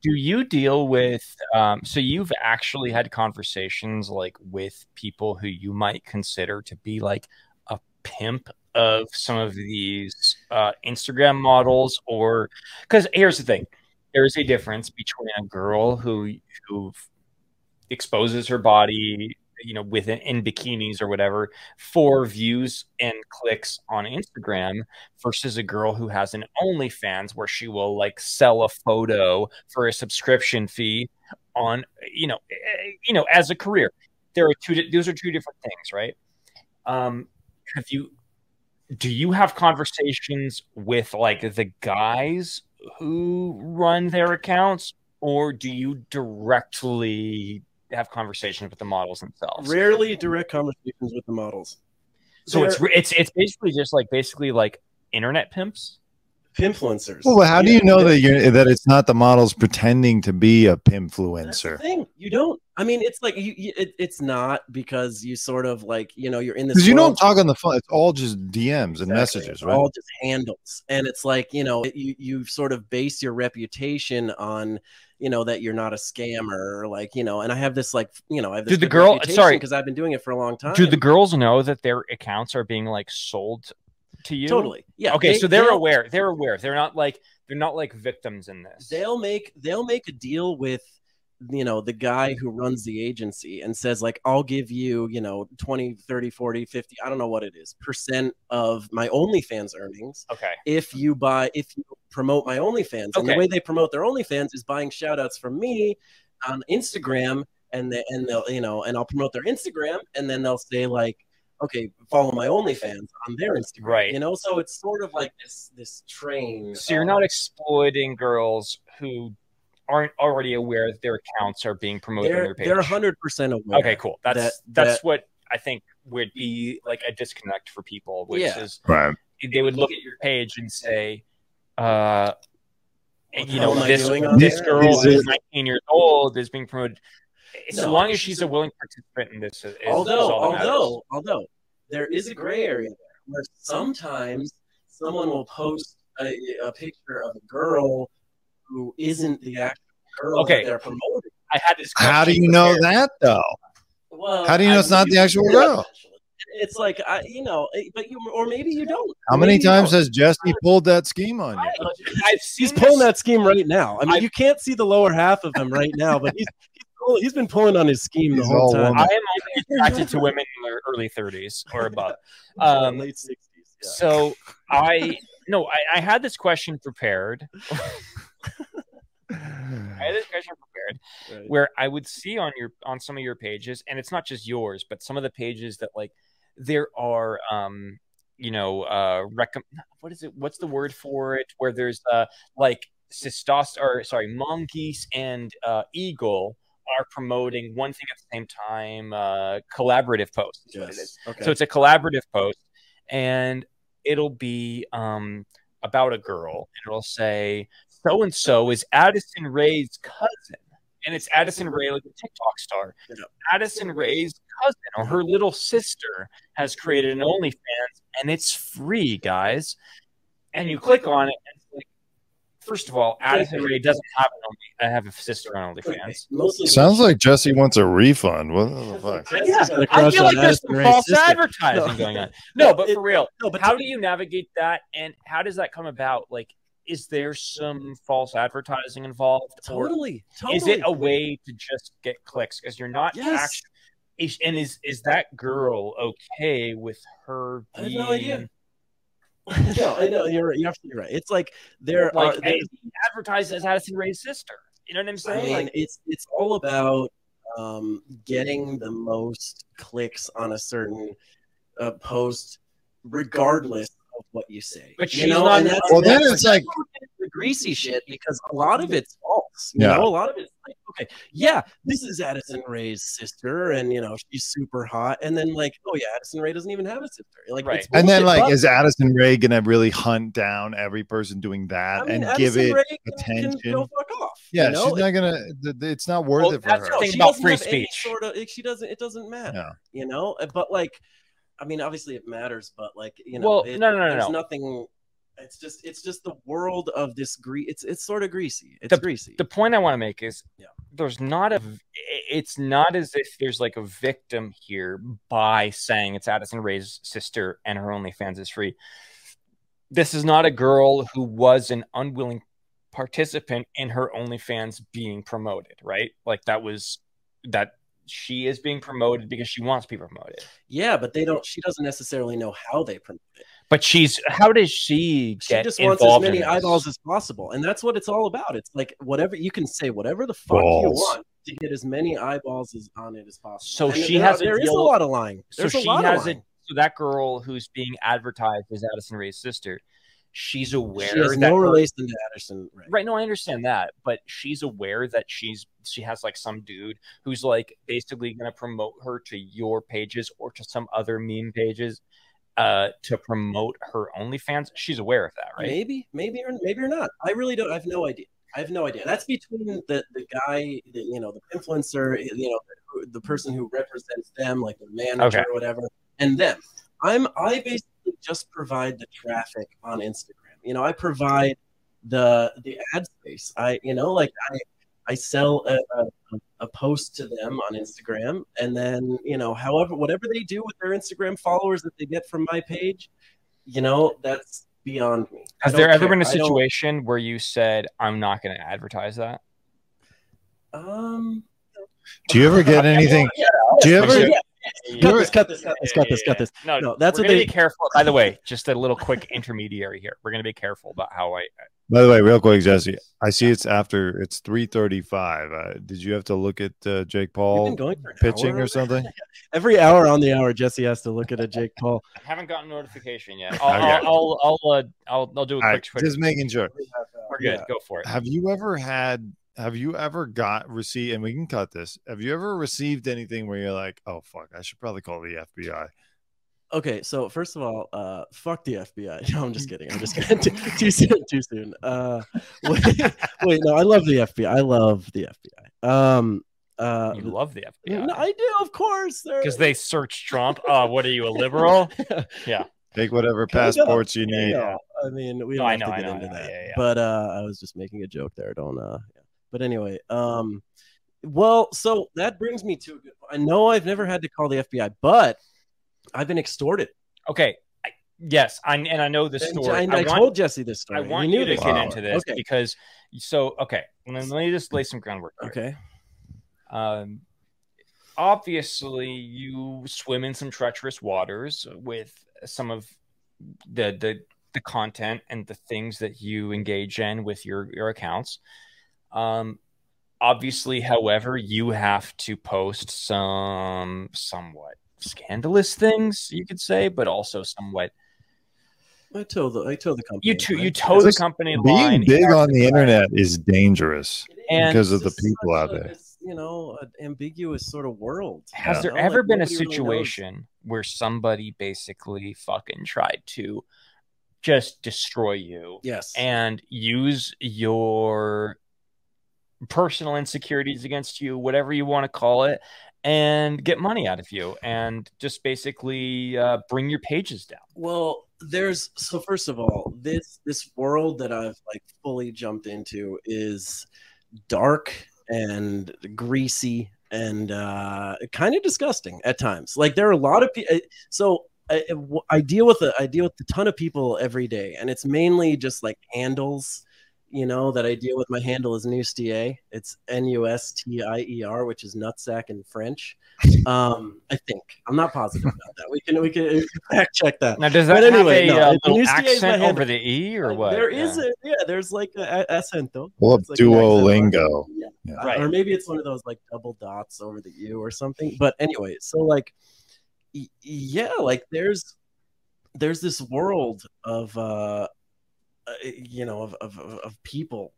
do you deal with um so you've actually had conversations like with people who you might consider to be like a pimp of some of these uh Instagram models or cuz here's the thing there's a difference between a girl who who exposes her body you know within in bikinis or whatever for views and clicks on Instagram versus a girl who has an OnlyFans where she will like sell a photo for a subscription fee on you know eh, you know as a career. There are two. di- Those are two different things, right? Um, have you? Do you have conversations with like the guys who run their accounts, or do you directly have conversations with the models themselves? rarely direct conversations with the models. So it's They're re- it's it's basically just like basically like internet pimps. pimpfluencers. well, how do Yeah, you know they're- that you're that it's not the models pretending to be a That's the pinfluencer? thing. You don't. I mean, it's like you. you it, it's not because you sort of like you know you're in this. Because you don't world- talk on the phone; it's all just DMs and Exactly. messages, It's right? All just handles, and it's like you know you you sort of base your reputation on you know that you're not a scammer, or like you know. And I have this like you know I have this Dude, the girl- sorry. because I've been doing it for a long time. Do the girls know that their accounts are being like sold to you? totally yeah Okay, they- so they're they'll- aware. They're aware. They're not like they're not like victims in this. they'll make they'll make a deal with you know the guy who runs the agency and says like i'll give you you know 20 30 40 50 i don't know what it is percent of my onlyfans earnings okay. if you buy if you promote my onlyfans and the Okay. way they promote their onlyfans is buying shout outs from me on instagram and they and they'll you know and i'll promote their instagram and then they'll say like okay follow my onlyfans on their instagram Right. you know so it's sort of like this this train So you're of- not exploiting girls who aren't already aware that their accounts are being promoted on they're their page. they're 100% aware okay, cool. That's that- that's that- what I think would be like a disconnect for people, which Yeah. is Right. they would look at your page and say, uh What the you hell know, am I this, doing on this there? girl Is is, it- 19 years old is being promoted. So No. long as she's a willing participant in this, is, is although all that matters. although although there is a gray area there where sometimes someone will post a, a picture of a girl who isn't the actual girl Okay. that they're promoting. I had this. How do question you know prepared. that though? Well, How do you know it's not the actual girl? it's like I, you know, it- but you or maybe you don't. How many Maybe you times don't. has Jesse pulled that scheme on you? I've He's seen pulling this- that scheme right now. I mean, I- you can't see the lower half of him right now, but he's he's, pull, he's been pulling on his scheme the He's whole all time. I am only attracted to women in their early 30s or above. Um, late sixties. So I no, I, I had this question prepared. I had this question prepared where I would see on your on some of your pages, and it's not just yours, but some of the pages that like there are um you know uh recom- what is it what's the word for it where there's uh like cystos or sorry mongoose and uh eagle are promoting one thing at the same time uh collaborative posts is what it is. Yes. Okay. So it's a collaborative post, and it'll be um, about a girl, and it'll say so and so is Addison Ray's cousin, and it's Addison Ray, like a TikTok star. Yeah. Addison Ray's cousin or her little sister has created an OnlyFans, and it's free, guys. And you click on it, and it's like, first of all, Addison Ray doesn't have an Only. I have a sister on OnlyFans. Mostly Sounds like Jesse wants a refund. What the fuck? Jesse's Yeah, got a I crush feel on like there's Addison some Rae's false sister. advertising No. going on. No, but It- for real, No, but how do you navigate that and how does that come about like is there some false advertising involved or totally, totally. is it a way to just get clicks because you're not Yes. actually is- and is is that girl okay with her I have being, no idea. no, I know you're, you're absolutely right. It's like there like are. hey, advertised as Addison Ray's sister you know what I'm I saying mean, like it's it's all about um, getting the most clicks on a certain uh, post, regardless of what you say. But you she's know, not- and that's, Well, that's then it's like- the greasy shit because a lot of it's false. You Yeah. know, a lot of it's like, okay, yeah, this is Addison Ray's sister, and you know she's super hot, and then like, oh yeah, Addison Ray doesn't even have a sister. Like, Right. it's And then, bullshit, like, but- is Addison Ray gonna really hunt down every person doing that I mean, and Addison give it? Rae can- Can attention. go fuck off. Yeah, you know? she's not gonna. th- th- It's not worth Well, it for that's her. the thing she about doesn't free have any speech. Sort of, she doesn't. It doesn't matter. No. You know, but like, I mean, obviously it matters, but like, you know, Well, it, no, no, no, there's no. nothing. It's just, it's just the world of this. Gre- it's, it's sort of greasy. It's The- greasy. the point I want to make is Yeah. there's not a it's not as if there's like a victim here by saying it's Addison Ray's sister and her OnlyFans is free. This is not a girl who was an unwilling participant in her OnlyFans being promoted, right? Like that was that she is being promoted because she wants to be promoted. yeah, but they don't. She doesn't necessarily know how they promote it. But she's how does she She get just wants as involved many in this? eyeballs as possible, and that's what it's all about. It's like whatever you can say, whatever the fuck you Balls. want to get as many eyeballs as, on it as possible. So And she there- has a there is a deal- lot of lying. so There's a she lot of has lying. it. So that girl who's being advertised as Addison Ray's sister, she's aware She has that no her- relation to Addison. Rae. right. No, I understand that, but she's aware that she's she has like some dude who's like basically going to promote her to your pages or to some other meme pages uh, to promote her OnlyFans. She's aware of that, right? Maybe, maybe or maybe or not. I really don't. I have no idea. I have no idea. That's between the the guy, the, you know, the influencer, you know, the, the person who represents them, like the manager Okay. or whatever, and them. I'm I basically just provide the traffic on Instagram. You know, I provide the the ad space. I you know like I I sell a, a, a post to them on Instagram, and then you know however whatever they do with their Instagram followers that they get from my page, you know that's beyond me. I Has don't there ever care. been a I don't- situation where you said, "I'm not going to advertise that"? Um, Do you ever get anything? Yeah, Do you ever? yeah, cut this, cut this, cut this, cut this, cut this. No, No, that's we're what gonna they- be careful. By the way, just a little quick intermediary here. We're gonna be careful about how I. By the way, real quick, Jesse, I see it's after it's three thirty-five. Uh, did you have to look at uh, Jake You've been Paul going for an pitching hour? or something? Every hour on the hour, Jesse has to look at a Jake Paul. I haven't gotten notification yet. I'll Oh, Okay. I'll I'll, I'll, uh, I'll I'll do a All quick right, Twitter. just making sure. We're good. Yeah. Go for it. Have you ever had? Have you ever got received? And we can cut this. Have you ever received anything where you're like, "Oh fuck, I should probably call the FBI"? Okay, so first of all, uh, fuck the FBI. No, Mm. I'm just kidding. I'm just kidding. too, too soon. Too soon. Uh, wait, wait, no, I love the FBI. I love the FBI. Um, uh, You love the no, FBI I do, of course. they're- because they search Trump. Uh, what are you a liberal? Take whatever Can we go? passports you need. No, I mean, we No, don't I have know, I to get know, I into know. that. Yeah, yeah. But uh, I was just making a joke there. Don't. Uh, yeah. But anyway, um, well, so that brings me to. a good- I know I've never had to call the FBI, but I've been extorted. Okay. I, yes, I, and I know the story. And I, want- told Jesse this story. I He want knew you to this. get Wow. into this Okay. because so okay. Let me, let me just lay some groundwork. here. Okay. Um, obviously, you swim in some treacherous waters with some of the the the content and the things that you engage in with your your accounts. Um, obviously, however, you have to post some somewhat scandalous things, you could say, but also somewhat I told the I told the company. you to you right? toe the Just company line Being big you have on to the try. internet is dangerous. And- Because of It's the just people such out a- there. it's, you know, an ambiguous sort of world. Has Yeah. there No, ever like, been a nobody really knows. situation where somebody basically fucking tried to just destroy you Yes. and use your personal insecurities against you, whatever you want to call it, and get money out of you and just basically uh, bring your pages down? well, there's so first of all, this this world that I've like fully jumped into is dark and greasy and uh, kind of disgusting at times. Like there are a lot of people. So I, eh, I deal with a, I deal with a ton of people every day, and it's mainly just like handles. You know that I deal with. My handle is Nustier. It's N U S T I E R, which is nutsack in French. Um, I think I'm not positive about that. We can we can we can fact check that. Now, does But that anyway, have a no, uh, it little used to be my accent hand- over the E or Like, what? There Yeah. is a yeah. There's like a, a acento. Pull up It's like an accent. Duolingo. Yeah. Yeah. Right. Or maybe it's one of those like double dots over the U or something. But anyway, so like, y- yeah, like there's there's this world of uh, uh, you know of of of of people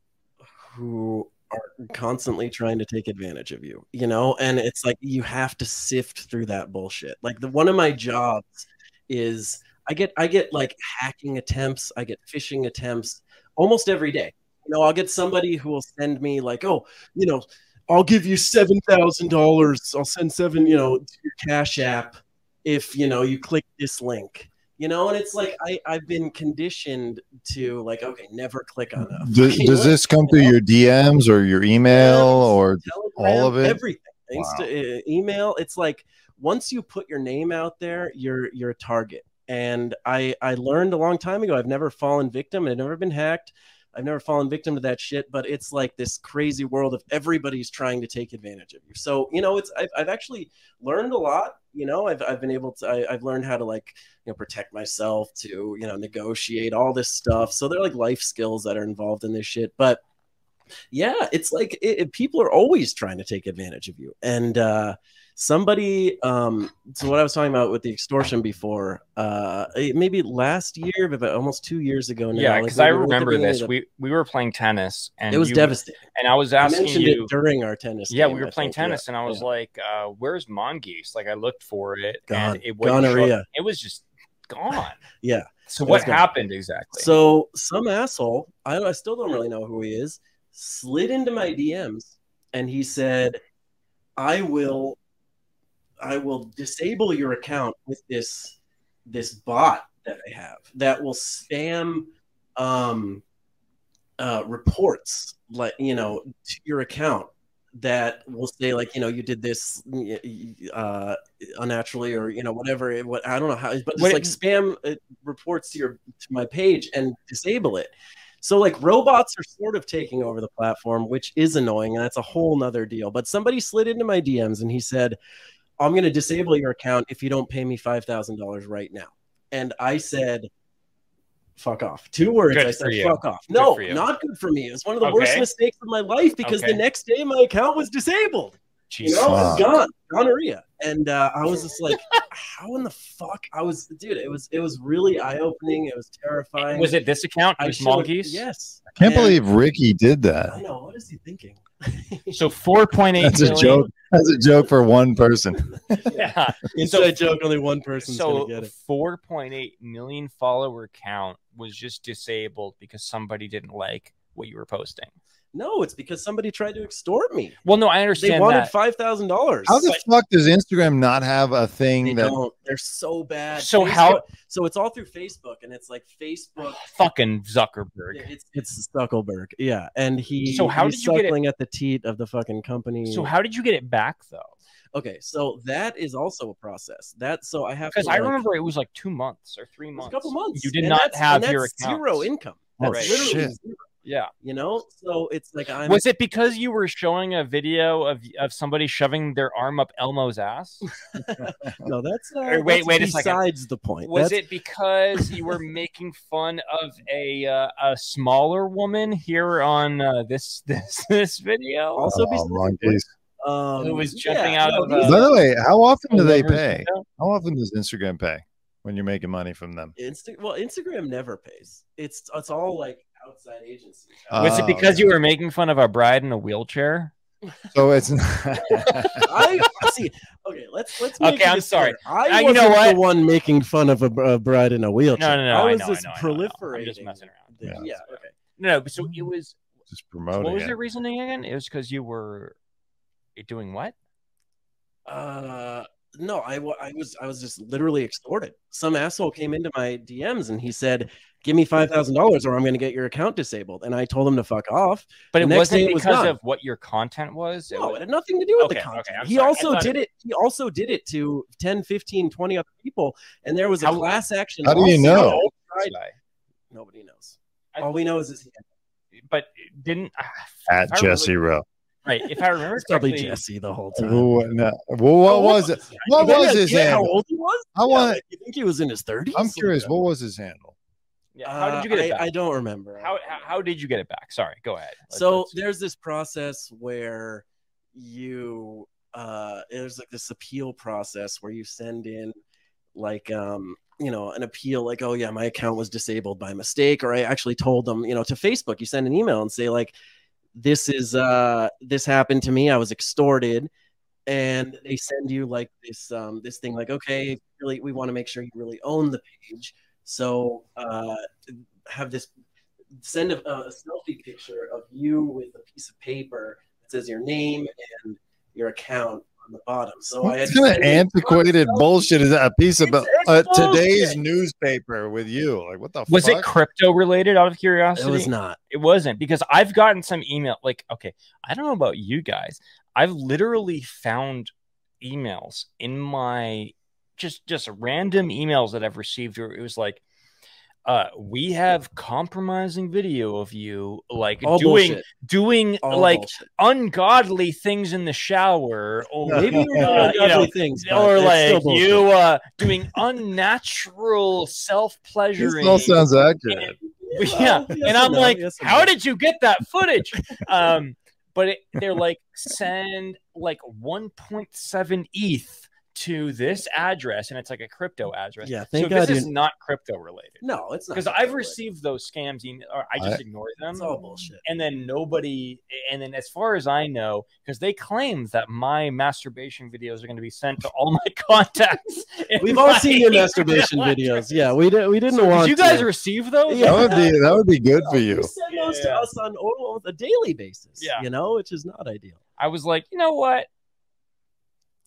who are constantly trying to take advantage of you, you know, and it's like you have to sift through that bullshit. Like the one of my jobs is I get I get like hacking attempts, I get phishing attempts almost every day. You know, I'll get somebody who will send me like, oh, you know, I'll give you seven thousand dollars. I'll send seven, you know, to your Cash App if you know you click this link. You know, and it's like I I've been conditioned to like, okay, never click on a. Does, fucking does link. this come through your DMs or your email or Telegram, all of it? everything thanks to uh, email it's like once you put your name out there you're you're a target and i i learned a long time ago i've never fallen victim i've never been hacked i've never fallen victim to that shit but it's like this crazy world of everybody's trying to take advantage of you so you know it's i've, I've actually learned a lot you know i've, I've been able to I, i've learned how to like you know protect myself to you know negotiate all this stuff so they're like life skills that are involved in this shit but yeah it's like it, it- people are always trying to take advantage of you and uh somebody um so what i was talking about with the extortion before uh eh, maybe last year but about almost two years ago now Yeah, like, because we I were at the remember beginning this. of the- We we were playing tennis, and E it was you- devastating And I was i asking mentioned you, it during our tennis Yeah, game, we were I playing think, yeah. tennis, and I was yeah. like, uh, "Where's Mongoose?" Like I looked for it, Gone. and it wouldn't show up. Gonorrhea. It was just gone. Yeah. So It what was gone. happened exactly? So some asshole, I, don't- I still don't really know who he is, slid into my DMs and he said, "I will, I will disable your account with this this bot that I have that will spam um, uh, reports, like you know, to your account." That will say like you know you did this y- y- uh, unnaturally or you know whatever it- what I don't know how but just What- like spam uh, reports to your to my page and disable it. So like robots are sort of taking over the platform, which is annoying, and that's a whole nother deal. But somebody slid into my DMs and he said, I'm gonna disable your account if you don't pay me five thousand dollars right now. And I said, Fuck off. Two words. Good I for said, you. fuck off. No, for you. not good for me. It was one of the worst Okay. mistakes of my life because Okay. the next day my account was disabled. You Jesus. know, Fuck. it's gone, gonorrhea, and uh, I was just like, "How in the fuck?" I was, dude. It was, it was really eye opening. It was terrifying. was it this account? It I was should've- Mongoose. Yes, I can't And- believe Ricky did I that. know. What is he thinking? So four point eight. That's a joke. That's a joke for one person. Yeah. Inside joke. Only one person's gonna so get it. four point eight million follower count was just disabled because somebody didn't like what you were posting. No, it's because somebody tried to extort me. Well, no, I They understand wanted that. five thousand dollars. How the fuck does Instagram not have a They thing that don't. They're so bad. So how- Facebook- So it's all through Facebook, and it's like Facebook. Fucking Zuckerberg. It's it's Zuckerberg, yeah, and he. So how he's did you get it- suckling at the teat of the fucking company? So how did you get it back though? Okay, so that is also a process. That so I have Because to, I like- remember it was like two months or three it was months. a couple months. You did and not that's- have and your that's zero accounts. income. Oh, That's literally shit. zero, Yeah. you know. So it's like I'm was it because you were showing a video of of somebody shoving their arm up Elmo's ass? Oh no. That's uh, Or wait- that's wait a second. besides the point. Was That's- it because you were making fun of a uh, a smaller woman here on uh, this this this video? also Oh, besides monkeys. um, Who was yeah, jumping out no, of uh, these- a- By the way, how often do they Whoever's- pay? How often does Instagram pay when you're making money from them? Insta- well, Instagram never pays. It's it's all like outside agencies. Was Oh, it because you were making fun of a bride in a wheelchair? So it's not. I see. Okay, let's let's. Make Okay, it I'm this sorry. clear. I Uh, wasn't you know what? the one making fun of a, a bride in a No, wheelchair. no, no. I was know, just know, I know, I know. proliferating. I'm just messing around. the- Yeah. yeah. Okay. No, but so it was. just What Oh, promoting was it. their reasoning again? It was because you were doing what? Uh, no, I, wa- I was I was just literally extorted. Some asshole came into my DMs and he said, "Give me five thousand dollars, or I'm going to get your account disabled." And I told him to fuck off. But The it next day wasn't it was because gone. of what your content was. It No, was- it had nothing to do with Okay, the okay, content. I'm he sorry. I also thought did it. He also did it to 10, 15, 20 other people, and there was a How- class action. How do you lawsuit. know? Right. Nobody knows. I- All we know is this. but it didn't ah, At if I remember- Jesse Rowe. right? If I remember It's probably correctly, Jesse the whole time. Who, no, well, Oh, what was it? What Yeah, was his yeah, How handle? old he was? I Yeah, want. like, you think he was in his thirties? I'm curious. What was his handle? yeah, how did you get it back? Uh, I, I don't remember. I how, don't how remember. how did you get it back? Sorry, go ahead. Let's- so let's- there's this process where you uh there's like this appeal process where you send in like um you know an appeal like oh yeah my account was disabled by mistake or i actually told them you know to facebook you send an email and say like this is uh this happened to me i was extorted and they send you like this um this thing like okay really we want to make sure you really own the page so uh have this send a, a selfie picture of you with a piece of paper that says your name and your account on the bottom so Oh, i What had to kind send of in- antiquated bullshit is that? A piece of It's- it's uh, today's bullshit. newspaper with you? Like what the was fuck? it crypto related? Out of it curiosity, was not It wasn't because I've gotten some email. Like, okay, I don't know about you guys. I've literally found emails in my just just random emails that I've received where it was like, uh, we have compromising video of you like All doing bullshit. doing All like bullshit. ungodly things in the shower or No. maybe we're uh, not you know, ugly things, but or it's still like bullshit. you uh doing unnatural This self-pleasuring all sounds accurate. yeah Well, yes and i'm no, like yes and how no. did you get that footage um but it, they're like send like 1.7 eth E to this address and it's like a crypto address Yeah, so thank this God is you- not crypto related No, it's not because i've received those scams email or i just ignore them It's all bullshit. and then nobody and then as far as i know because they claim that my masturbation videos are going to be sent to all my contacts in We've all my seen your masturbation email videos. address. Yeah, we did. We didn't So want did you guys to. receive those Yeah. That would be that would be good for you. You send those to Yeah. us on almost a daily basis. Yeah. you know, which is not ideal. i was like you know what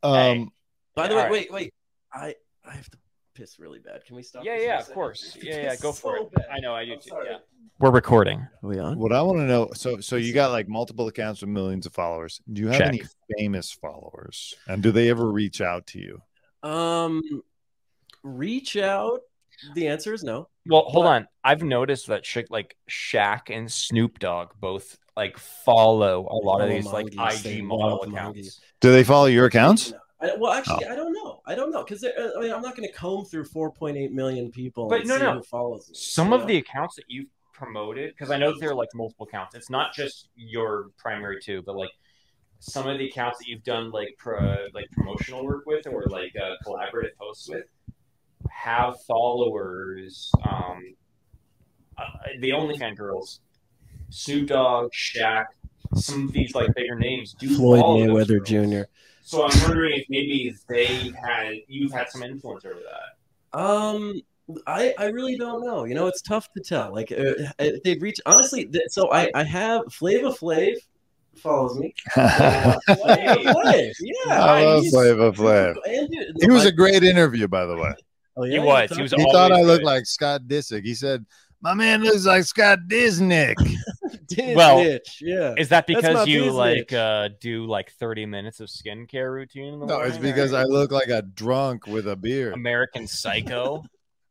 Um, By the Yeah, way, all wait, wait. I I have to piss really bad. Can we stop? yeah yeah of this for a second? course This yeah yeah is go for so it bad. i know i do I'm too sorry. yeah we're recording Are we on? What I want to know, so so you got like multiple accounts with millions of followers. Do you have Check. any famous followers, and do they ever reach out to you? Um, reach out. The answer is no. well hold But- on i've noticed that shit like Shaq and snoop dogg both like follow a lot of Follow these like Mongoose, they ig model love accounts Do they follow your accounts? No. I, well, actually, I don't know. I don't know because I mean, I'm not going to comb through 4.8 million people. But and no, see no. who follows me, some you of know? the accounts that you've promoted because i know there are like multiple accounts it's not just your primary two but like some of the accounts that you've done like pro, like promotional work with or like uh, collaborative posts with have followers um uh, the only fan girls snoop dogg Shaq, some of these like bigger names do Floyd follow those Mayweather girls. Jr. so i'm wondering if maybe they had you've had some influence over that Um, I I really don't know. You know, it's tough to tell. Like uh, they reach honestly. Th- so I I have Flava Flav follows me. Flava Flav, yeah, I love Uh, he's- Flavor Flav. And dude, He was a great interview, by the way. oh, He was, he thought- was He thought I Always looked good. like Scott Disick. He said My man looks like Scott Disnick. Did Well, niche, yeah. Is that my because you business. like uh, do like 30 minutes of skincare routine? In the No, Oh, it's morning, because or I look like a drunk with a beer. American Psycho.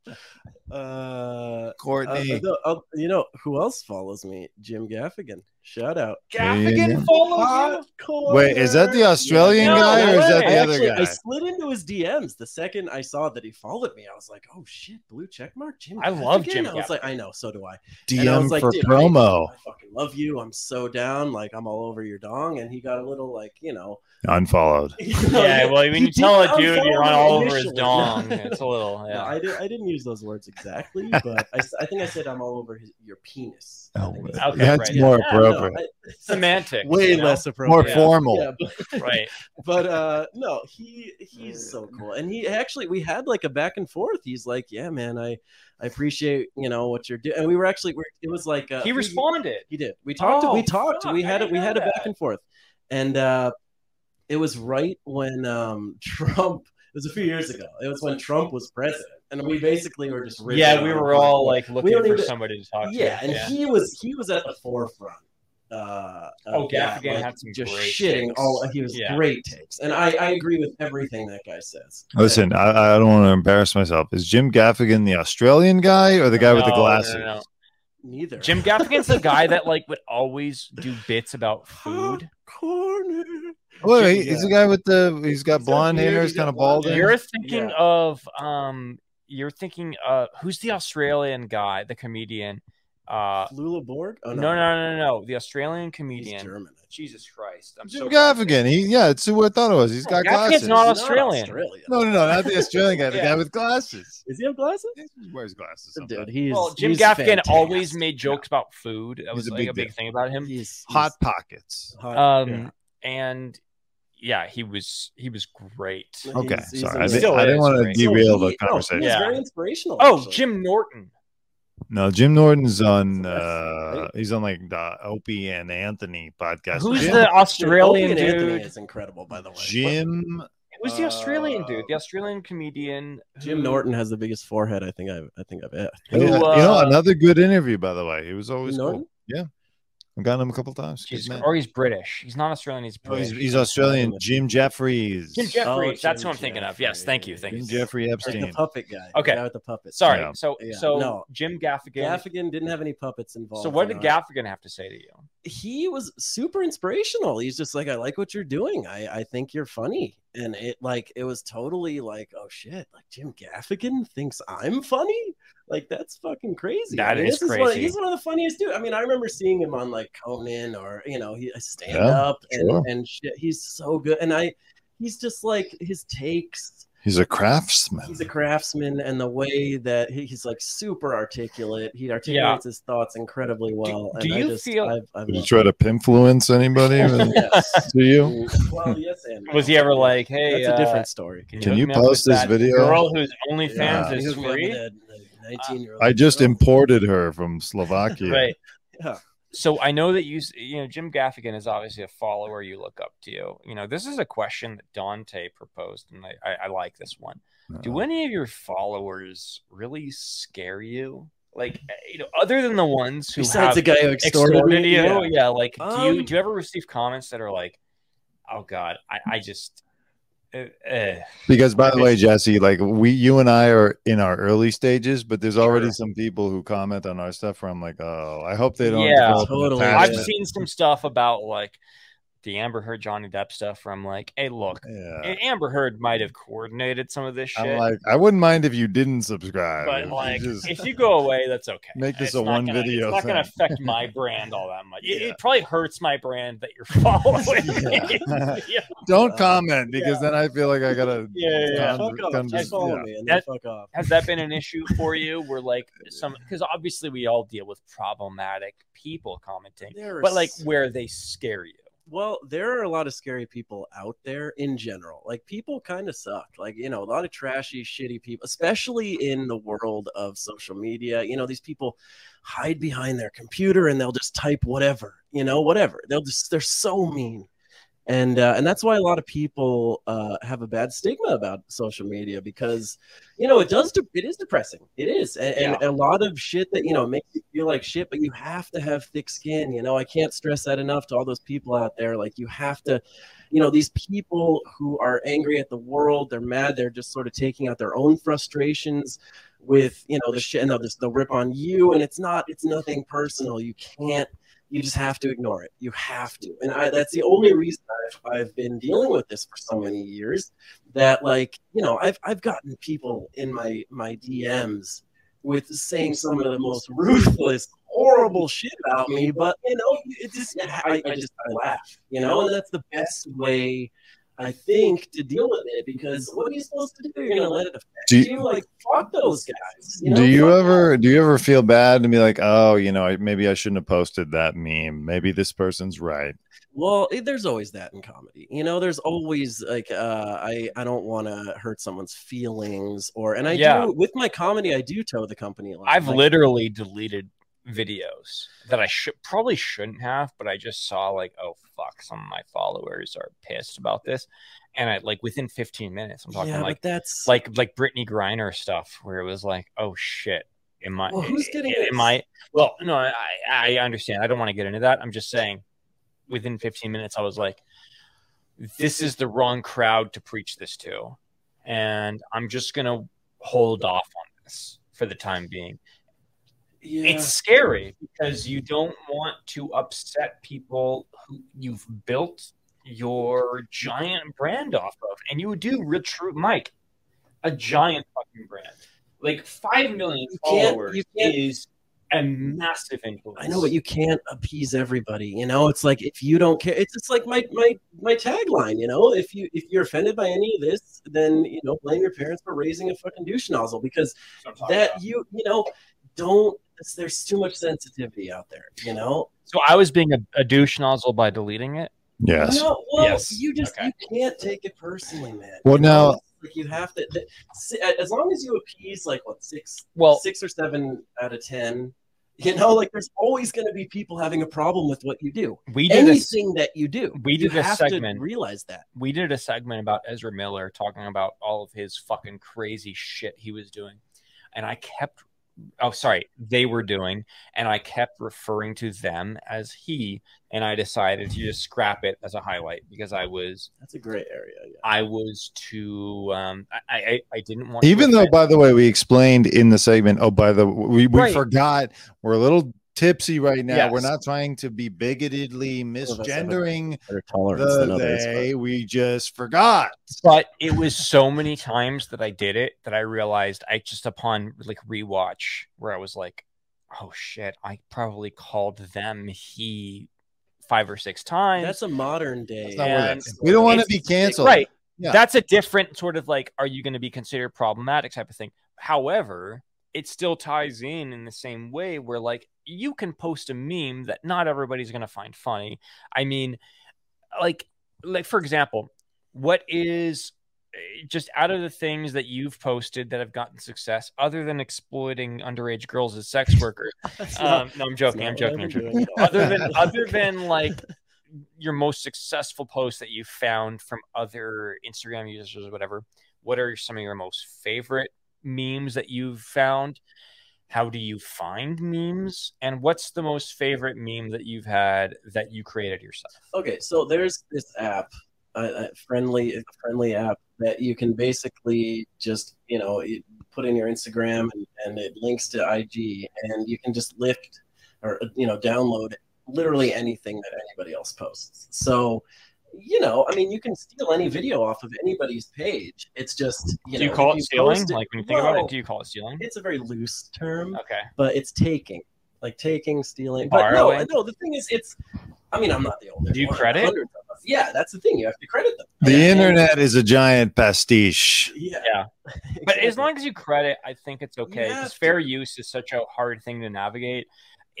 Uh, uh, Courtney. no, uh, you know who else follows me? Jim Gaffigan. Shout out. Yeah. Gaffigan follows Hardcore. Wait, is that the Australian No guy or is that way. the I other actually, guy? I slid into his DMs the second I saw that he followed me. I was like, oh shit, blue check mark, Jim. I love Jim I was Gaffigan. like, I know, so do I. And I DM was like, for dude, I- promo. I fucking love you. I'm so down. Like I'm all over your dong. And he got a little like, you know. Unfollowed. Yeah, well, when He you tell did a dude you're on unfollow all me over his initially. dong, it's a little. No, Yeah. I, did, I didn't use those words exactly, but I, s- I think I said I'm all over his, your penis. I Oh, okay, think it's- Okay, That's right. more Yeah, no, appropriate. I- Semantics. way you know? less More appropriate. Yeah. formal. Yeah, but, Right. but uh no he he's so cool and he actually we had like a back and forth he's like yeah man i i appreciate you know what you're doing and we were actually we're, it was like uh, He we- responded. he did we talked Oh, we talked fuck, we I had it didn't we know had a that. back and forth and uh it was right when um trump it was a few years ago it was when trump was president and we basically were just ripping Yeah, on we him were all hardcore like looking don't for even- somebody to talk yeah, to. and he was he was at the forefront. Uh, Oh, of that, Gaffigan had some just great shitting. takes. all he was Yeah. great takes, and I, I agree with everything that guy says. Listen, I, I don't want to embarrass myself. Is Jim Gaffigan the Australian guy or the guy with the No, no, no, glasses? no. neither Jim Gaffigan's the guy that like would always do bits about food. Wait, corner. Jim- wait, he's yeah. the guy with the he's got He's got blonde beard, hair, he's he's got kind of blonde bald. hair. hair. You're thinking Yeah. of um you're thinking uh who's the Australian guy, the comedian? Uh Lula Borg. Oh, no no no, no no, no. the Australian he's comedian. German. Jesus Christ. I'm Jim so Gaffigan. He yeah, it's who I thought it was. He's got Gaffigan's glasses. not He's Australian. Australian. no, no, no, not the Australian guy, the Yeah. guy with glasses. Is he have glasses? He wears glasses. Dude, sometimes. he is. well, Jim he's Gaffigan fantastic. always made jokes about food. That He's was a like big a big dick. thing about him. He's, Hot pockets. he's hot, Um yeah. and yeah, he was he was great. No, Okay, he's- he's sorry. I, amazing. did, I didn't Still want is to great. derail No, the he- no, conversation. He was Yeah. very inspirational. Oh, actually. Jim Norton. No, Jim Norton's on. That's- uh He's on like the Opie and Anthony podcast. Who's Jim, the Dude, Australian Opie and Anthony dude? is incredible, by the way. Jim? Who's the Australian Uh, dude? The Australian comedian Jim who- Norton has the biggest forehead I think I've I think I've had. Who, Yeah, you know, uh, another good interview by the way. He was always Norton? cool. Yeah, I've gotten him a couple times. Good Jesus man. Christ. or he's British. He's not Australian. He's Oh, he's, British. he's Australian. Jim Jeffries. Jim Jeffries. Oh, that's Jim who I'm thinking of. Yes, thank you, thank you. Jim Jeffrey Like the Epstein. puppet guy. Okay. The guy with the puppet. Sorry. Yeah. So Yeah. so No. Jim Gaffigan. Gaffigan didn't have any puppets involved. So what did Uh, Gaffigan have to say to you? He was super inspirational. He's just like, I like what you're doing. I I think you're funny, and it like it was totally like, oh shit, like Jim Gaffigan thinks I'm funny. Like that's fucking crazy. That I mean, is this one- crazy. he's one of the funniest dude. I mean, I remember seeing him on like Conan or you know he stand Yeah, up and, sure. and shit. He's so good, and I he's just like his takes He's a craftsman. he's a craftsman and the way that he- he's like super articulate he articulates his thoughts incredibly well do and I you just- feel- I've, I've Did you loved try to influence anybody with- it. yes. to you? well, yes and no. Was he ever like, "Hey, that's a different story uh, Can hook you me up post with this that video? Girl whose OnlyFans Yeah. is He hooked me up with free. that, like, 19-year-old I just girl. imported her from Slovakia. Right. Yeah. So I know that you, s- you know, Jim Gaffigan is obviously a follower you look up to. You know, this is a question that Dante proposed, and I, I, I like this one. Uh, Uh-huh. Do any of your followers really scare you? Like, eh, you know, other than the ones who besides have the guy who extorted, extorted, me, you, yeah. oh, yeah. like, do you Um, do you ever receive comments that are like, "Oh God, I, I just," uh, uh, Because by the way, Jesse, like we, you and I are in our early stages, but there's already Sure. some people who comment on our stuff where I'm like, oh, I hope they don't. Yeah. develop an Totally. attachment. I've seen some stuff about like the Amber Heard Johnny Depp stuff where I'm like, "Hey, look." Yeah. And Amber Heard might have coordinated some of this shit, I'm like, I wouldn't mind if you didn't subscribe. but If you like, just- if you go away, that's okay. Make this It's a not one gonna- video It's not going to thing. affect my brand all that much. It, Yeah. it probably hurts my brand that you're following. Yeah. me. Yeah. don't Uh, comment because then I feel like I gotta. Yeah, yeah, yeah. con- fuck off con- just follow yeah. me and then That- fuck off Has that been an issue for you? Where like some because obviously we all deal with problematic people commenting, There are but like s- where they scare you. Well, there are a lot of scary people out there in general. Like people kind of suck. Like, you know, a lot of trashy, shitty people, especially in the world of social media. You know, these people hide behind their computer and they'll just type whatever, you know, whatever. They'll just they're so mean. and uh, and that's why a lot of people uh, have a bad stigma about social media because you know it does de- it is depressing it is and, and a lot of shit that you know makes you feel like shit but you have to have thick skin you know i can't stress that enough to all those people out there like you have to you know these people who are angry at the world they're mad they're just sort of taking out their own frustrations with you know the shit and they'll just they'll rip on you and it's not it's nothing personal you can't you just have to ignore it. You have to. And I, that's the only reason I've, I've been dealing with this for so many years that like, you know, I've, I've gotten people in my, my DMs with saying some of the most ruthless, horrible shit about me, but you know, it just, I, I just, I laugh, you know, and that's the best way I think to deal with it because what are you supposed to do? You're going to let it affect Do you, you, like fuck those guys. You know? do you Fuck ever do you ever feel bad and be like, oh, you know, I- maybe I shouldn't have posted that meme. Maybe this person's right. Well, it, there's always that in comedy. You know, Mm. there's always like uh, I I don't want to hurt someone's feelings or and I Yeah. do with my comedy I do toe the company line. I've Like, literally deleted videos that I should probably shouldn't have, but I just saw like, oh fuck, some of my followers are pissed about this, and I like within 15 minutes, I'm talking yeah, like but that's like like like Brittany Griner stuff, where it was like, oh shit, am I? Well, who's getting am this? I? Well, no, I I understand. I don't want to get into that. I'm just saying, within 15 minutes, I was like, this is the wrong crowd to preach this to, and I'm just gonna hold off on this for the time being yeah. it's scary because you don't want to upset people who you've built your giant brand off of, and you do, real true, Mike, a giant fucking brand. Like five million You can't- followers you can't- is a massive influence. I know, but you can't appease everybody. You know, it's like if you don't care, it's it's like my my my tagline. You know, if you if you're offended by any of this, then you know blame your parents for raising a fucking douche nozzle because That's what I'm talking that about. you you know don't. There's too much sensitivity out there. You know, So I was being a, a douche nozzle by deleting it. Yes. No, well, Yes. you just Okay. you can't take it personally, man. Well, You now- know, it's like you have to. th- si- As long as you appease, like what six, Well, six or seven out of ten, you know, like there's always going to be people having a problem with what you do. we did a, Anything that you do, we you did a have segment. To realize that. we did a segment about Ezra Miller talking about all of his fucking crazy shit he was doing. And I kept, oh, sorry, they were doing. And I kept referring to them as he. And I decided to just scrap it as a highlight because I was, That's a great area. Yeah. I was too, um, I, I, I didn't want to Even though, offend- by the way, we explained in the segment. Oh, by the we, we Right. forgot. We're a little tipsy right now. We're Yes. not trying to be bigotedly us have a misgendering Better tolerance than the others. but- they. We just forgot. but it was so many times that I did it that I realized I just upon like rewatch where I was like, oh shit, I probably called them he five or six times. That's a modern day. That's not Yeah. where And- that's- we don't want to It's- be canceled. right. Yeah. That's a different sort of like, are you going to be considered problematic type of thing. However, it still ties in in the same way where like you can post a meme that not everybody's going to find funny. I mean, like, like for example, what is eh, just out of the things that you've posted that have gotten success, other than exploiting underage girls as sex workers? That's not- um, no, I'm that's joking. not I'm what joking. I've I'm been joking doing at all. other than other than like your most successful posts that you found from other Instagram users or whatever, what are some of your most favorite memes that you've found? How do you find memes? And what's the most favorite meme that you've had that you created yourself? Okay, so there's this app, a, a friendly a friendly app that you can basically just you know it- put in your Instagram and, and it links to IG, and you can just lift or you know download literally anything that anybody else posts. So. You know, I mean, you can steal any video off of anybody's page. It's just you do you know, call if it stealing? post like when you think about well, it, do you call it stealing? it's a very loose term Okay. but it's taking, like taking, stealing. But no, Borrowing? no, the thing is, it's. I mean, I'm not the only. Do you one. credit? Hundreds of us. Yeah, that's the thing. You have to credit them. The Yeah. internet is a giant pastiche. Yeah. Yeah. But as exactly. long as you credit, I think it's okay. have Because fair use is such a hard thing to navigate.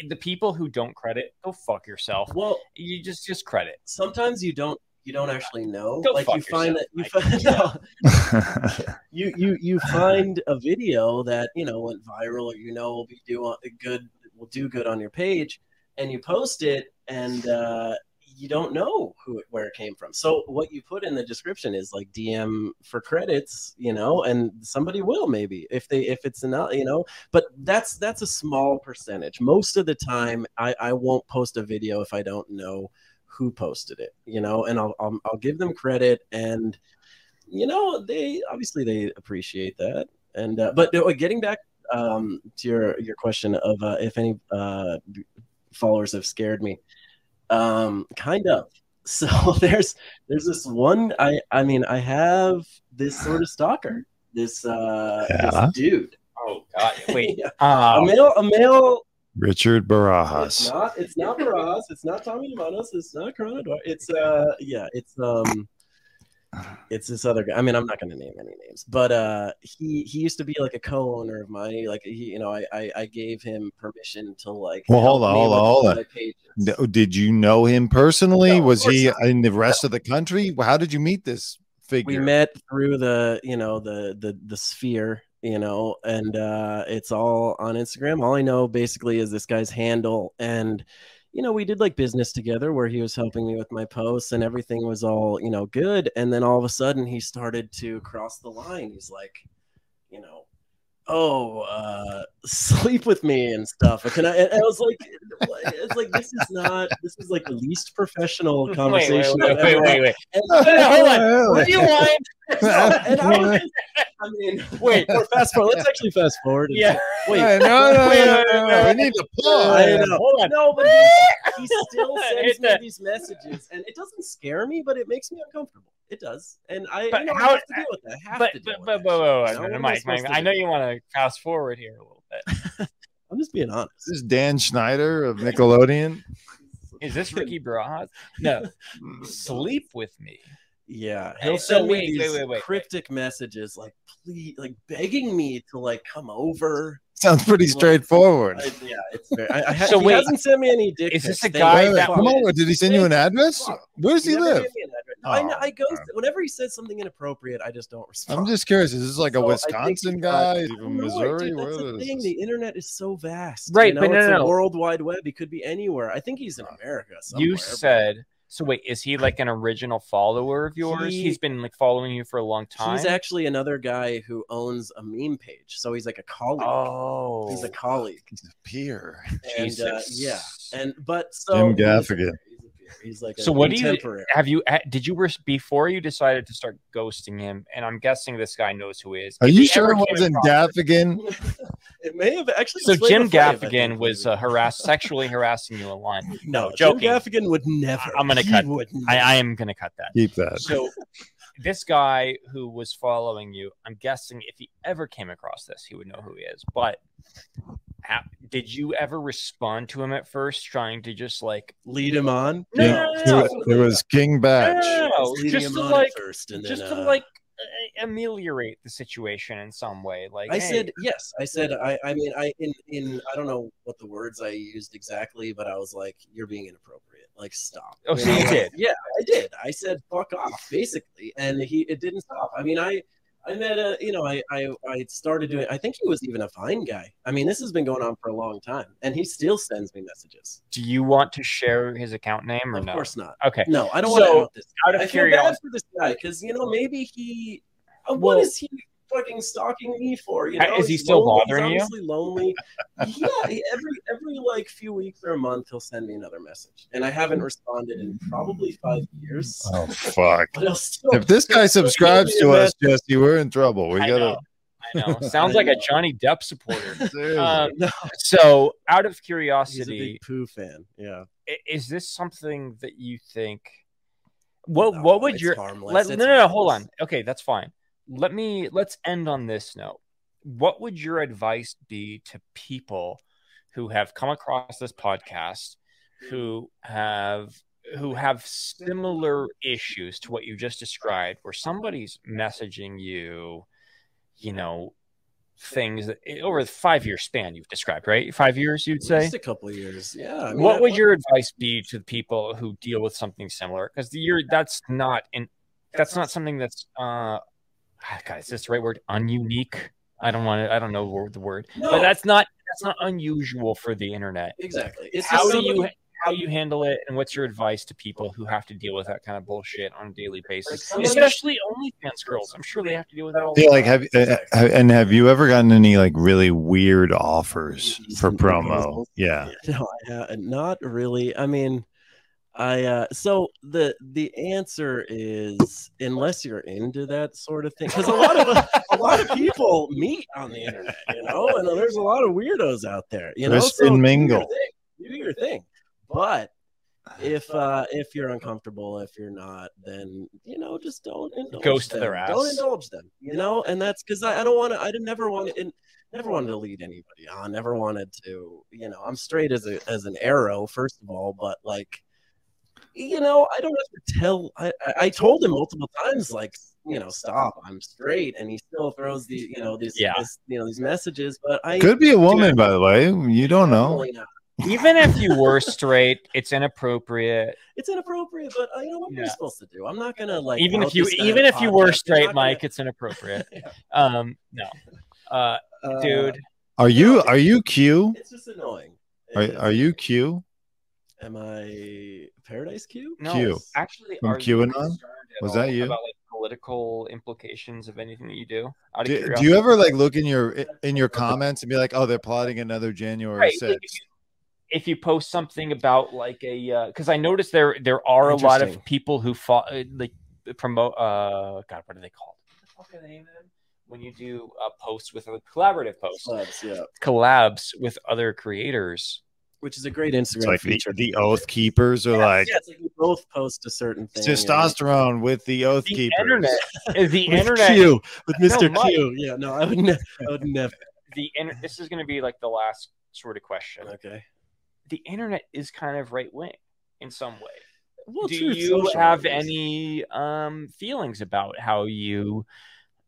The people who don't credit, go fuck yourself. well, You just just credit. sometimes you don't. You don't actually know. Go like fuck you find yourself, that you Mike. find no, yeah, you you you find a video that you know went viral or you know will be do good will do good on your page, and you post it, and uh, you don't know who it, where it came from. So what you put in the description is like DM for credits, you know, and somebody will maybe if they if it's not, you know. But that's that's a small percentage. Most of the time, I I won't post a video if I don't know who posted it, you know, and I'll I'll, I'll give them credit and you know they obviously they appreciate that. And uh, but uh, getting back um, to your your question of uh, if any uh, followers have scared me, um, kind of. So there's there's this one. I I mean I have this sort of stalker. This uh Yeah. this dude. Oh God! Wait. Yeah. Um, Oh. a male a male. Richard It's Barajas. not it's not Baraz. It's not Tommy Demanos. It's not Corona. Dwyer, It's uh yeah. It's um. It's this other guy. I mean, I'm not going to name any names, but uh, he he used to be like a co-owner of mine. Like he, you know, I I, I gave him permission to like. Well, hold help on, me hold with on, hold on. my pages. No, did you know him personally? No, of was he course in the rest of the country? How did you meet this we figure? met through the you know the the the sphere you know and uh it's all on instagram all i know basically is this guy's handle and you know we did like business together where he was helping me with my posts and everything was all you know good and then all of a sudden he started to cross the line he's like you know oh uh sleep with me and stuff can i and i was like it's like this is not this is like the least professional wait, wait, conversation wait, I've ever wait, wait, wait. had. No, no, hold on. Rewind. and I was- I mean, wait, or fast forward. Let's actually fast forward. and- Yeah. Wait. Hey, no, no, Wait, wait, no, no, wait, no, wait. We need to I pause. know. Hold on. No, but he, he still Hit sends me that. these messages, and it doesn't scare me, but it makes me uncomfortable. It does, and I, But you know, I how- have to deal with that. I have But to but deal but, with but, that but, shit, you know? What am I Mike, Mike, supposed to I know do? you want to fast forward here a little bit. I'm just being honest. This is Dan Schneider of Nickelodeon. Is this Ricky Barajas? No. Sleep with me. Yeah, Hey, he'll no, send me wait, these wait, wait, wait. cryptic messages, like please, like begging me to like come over. Sounds pretty Well, straightforward. I, yeah, it's very. I, I, ha- So he wait, hasn't sent me any dick. is this pics, the thank guy Wait, I- wait, that- come over. Did he send you an address? Fuck. Where does he never live? gave me an address. I, know- Oh, I go God. whenever he says something inappropriate, I just don't respond. I'm just curious. Is this like a So I think Wisconsin he guy? got- Is he I from don't know, Missouri? dude, that's Where the is thing. this? The internet is so vast, you Right, but know? no, it's no, a no. World Wide Web. It could be anywhere. I think he's in America. Somewhere. You said so. Wait, is he like an original follower of yours? He- He, has been like following you for a long time. he's actually another guy who owns a meme page, so he's like a colleague. oh, He's a colleague, He's a peer. and uh, Jesus. yeah, and but so Jim he's a Gaffigan. peer, He's, a peer, he's like a So what do you- contemporary. have you ha- did you res- before you decided to start ghosting him? And I'm guessing this guy knows who he is. Are if you he sure ever it came wasn't across- Gaffigan? It may have actually. So it was Jim Flavor Flav, I Gaffigan think, was maybe. uh, harass sexually harassing you online. no, joking. Jim Gaffigan would never. I'm gonna He cut. Would I, never. I am gonna cut that. Keep that. So this guy who was following you, I'm guessing if he ever came across this, he would know who he is. But ha- did you ever respond to him at first, trying to just like lead him on. No, Yeah. no, no, It no. was- It was King Batch. No, Just no, leading just him to, on at like- first and just then, to uh, like a- ameliorate the situation in some way? Like I hey, said yes. I said I. I mean, I in in I don't know what the words I used exactly, but I was like, "You're being inappropriate. Like, stop." Oh, so you know? did. Yeah, I did. I said, "Fuck off," basically, and he it didn't stop. I mean, I I met a you know I I I started doing. I think he was even a Vine guy. I mean, this has been going on for a long time, and he still sends me messages. Do you want to share his account name or Of no? course not. Okay. No, I don't So, want to out this. Out I of feel bad curiosity, for this guy because you know maybe he. uh, Well- what is he fucking stalking me for? You Ha- know, is he He's still lonely. bothering you? he's obviously Lonely. yeah, he- every every like few weeks or a month, he'll send me another message, and I haven't responded in probably five years. Oh fuck! But I'll still. If this guy subscribes to us, Jesse, we're in trouble. We I gotta. know. I know. Sounds I like a know. Johnny Depp supporter. Seriously. Um, No. So, out of he's a curiosity, big poo fan. Yeah. i- is this something that you think? What No, What would it's your harmless. let, It's no no no hold harmless. on. Okay, that's fine. Let me let's end on this note. What would your advice be to people who have come across this podcast who have who have similar issues to what you just described where somebody's messaging you, you know, things that over the five year span you've described, right? Five years you'd say? Just a couple of years. Yeah. I mean, what I- would your advice be to the people who deal with something similar? Because you're that's not an that's not something that's uh ah, God, is this the right word? Ununique. I don't want to. I don't know wor- the word, No, but that's not that's not unusual for the internet. exactly. It's how just do you somebody- how you handle it and what's your advice to people who have to deal with that kind of bullshit on a daily basis, Like, especially OnlyFans girls. I'm sure they have to deal with that all the Yeah, like time. have uh, uh, and have you ever gotten any like really weird offers for promo? Yeah. No, I, uh, not really. I mean, I uh, so the the answer is unless you're into that sort of thing, because a lot of a lot of people meet on the internet, you know, and there's a lot of weirdos out there, you know. Twist so and do your mingle. thing, do your thing, but if uh if you're uncomfortable if you're not then you know just don't indulge Ghost them. their ass. don't indulge them you know and that's because I, I don't want to i didn't never want to never wanted to lead anybody on never wanted to you know i'm straight as a as an arrow first of all but like you know i don't have to tell i I- i told him multiple times like you know stop i'm straight and he still throws these you know these Yeah. this, you know these messages but i Could be a woman, by the way. You don't know. definitely not. Even if you were straight, it's inappropriate. it's inappropriate but i you know what am i Yeah. supposed to do i'm not gonna like even out if you this guy even on if you were podcast. I'm straight, not gonna- Mike, it's inappropriate. Um, no. Uh, Uh, dude, Are you are you Q? it's just annoying It Are, is are you annoying. Q? am i paradise q no. Q. Actually, From are you QAnon? concerned at Was all that you? About like political implications of anything that you do. Out of Do, do curiosity? you ever like look in your in your comments and be like, oh, they're plotting another January Right, like, sixth? if you- if you post something about like a because I noticed there there are a lot of Interesting. people who fo- uh, like promote uh God what are they called? What the fuck are they named? When you do uh, posts with other collaborative posts, Clubs, yeah collabs with other creators. which is a great Instagram It's like the, feature. the Oath Keepers are like yeah, it's like we both post a certain thing. testosterone with the Oath The Keepers. internet, the and- internet Q with No, Mr. Mike. Q. Yeah, no, I would, ne- I would never. the inter- this is going to be like the last sort of question. Okay. The internet is kind of right wing in some way. Well, Do true, you social have media is- any um, feelings about how you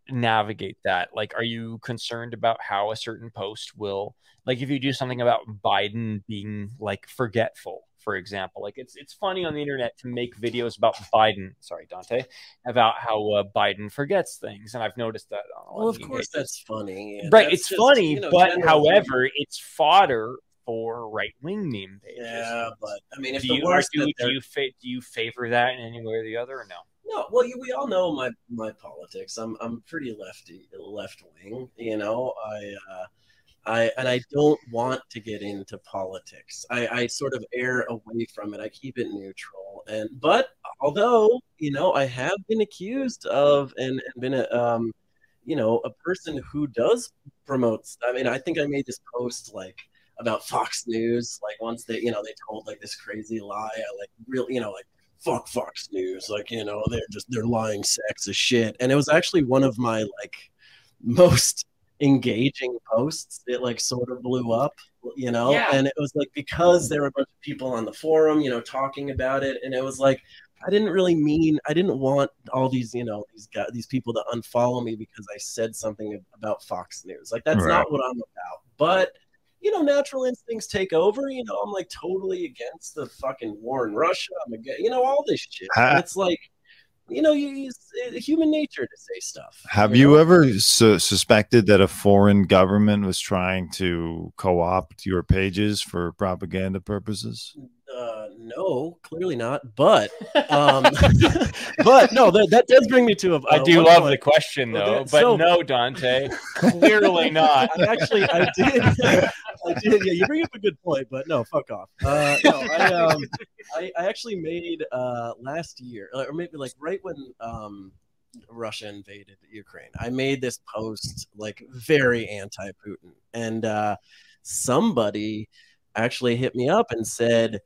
navigate that? Like, are you concerned about how a certain post will, like, if you do something about Biden being like forgetful, for example? Like, it's it's funny on the internet to make videos about Biden. Sorry, Dante, about how uh, Biden forgets things, and I've noticed that. On a lot Well, of media course, pages. that's funny. and right that's it's just, funny you know, but general- however it's fodder for right wing meme pages Yeah, but I mean, if do the you worst argue, that do they're- you fa- do you favor that in any way or the other or no No, well, you, we all know my my politics. I'm I'm pretty lefty, left wing. You know, I uh, I and I don't want to get into politics. I, I sort of err away from it. I keep it neutral. And but although you know, I have been accused of and, and been a um, you know, a person who does promotes. I mean, I think I made this post like about Fox News. Like once they, you know, they told like this crazy lie. I like really, you know, like fuck Fox News. Like you know, they're just they're lying sacks of shit. And it was actually one of my like most engaging posts. It like sort of blew up, you know. Yeah. And it was like because there were a bunch of people on the forum, you know, talking about it, and it was like. I didn't really mean. I didn't want all these, you know, these guys, these people to unfollow me because I said something about Fox News. Like that's Right. not what I'm about. But you know, natural instincts take over. You know, I'm like totally against the fucking war in Russia. I'm against, you know, all this shit. Ha- And it's like, you know, you, you, it's human nature to say stuff. Have you know? ever su- suspected that a foreign government was trying to co-opt your pages for propaganda purposes? Uh, no, clearly not. But, um, but no, that, that does bring me to a. i uh, do one love point. the question Well, though that- but so- no dante clearly not I actually, I did. I did. Yeah, you bring up a good point, but no, fuck off. Uh, no, I, um, I, I actually made uh, last year, or maybe like right when um, Russia invaded Ukraine, I made this post like very anti-Putin, and uh, somebody actually hit me up and said,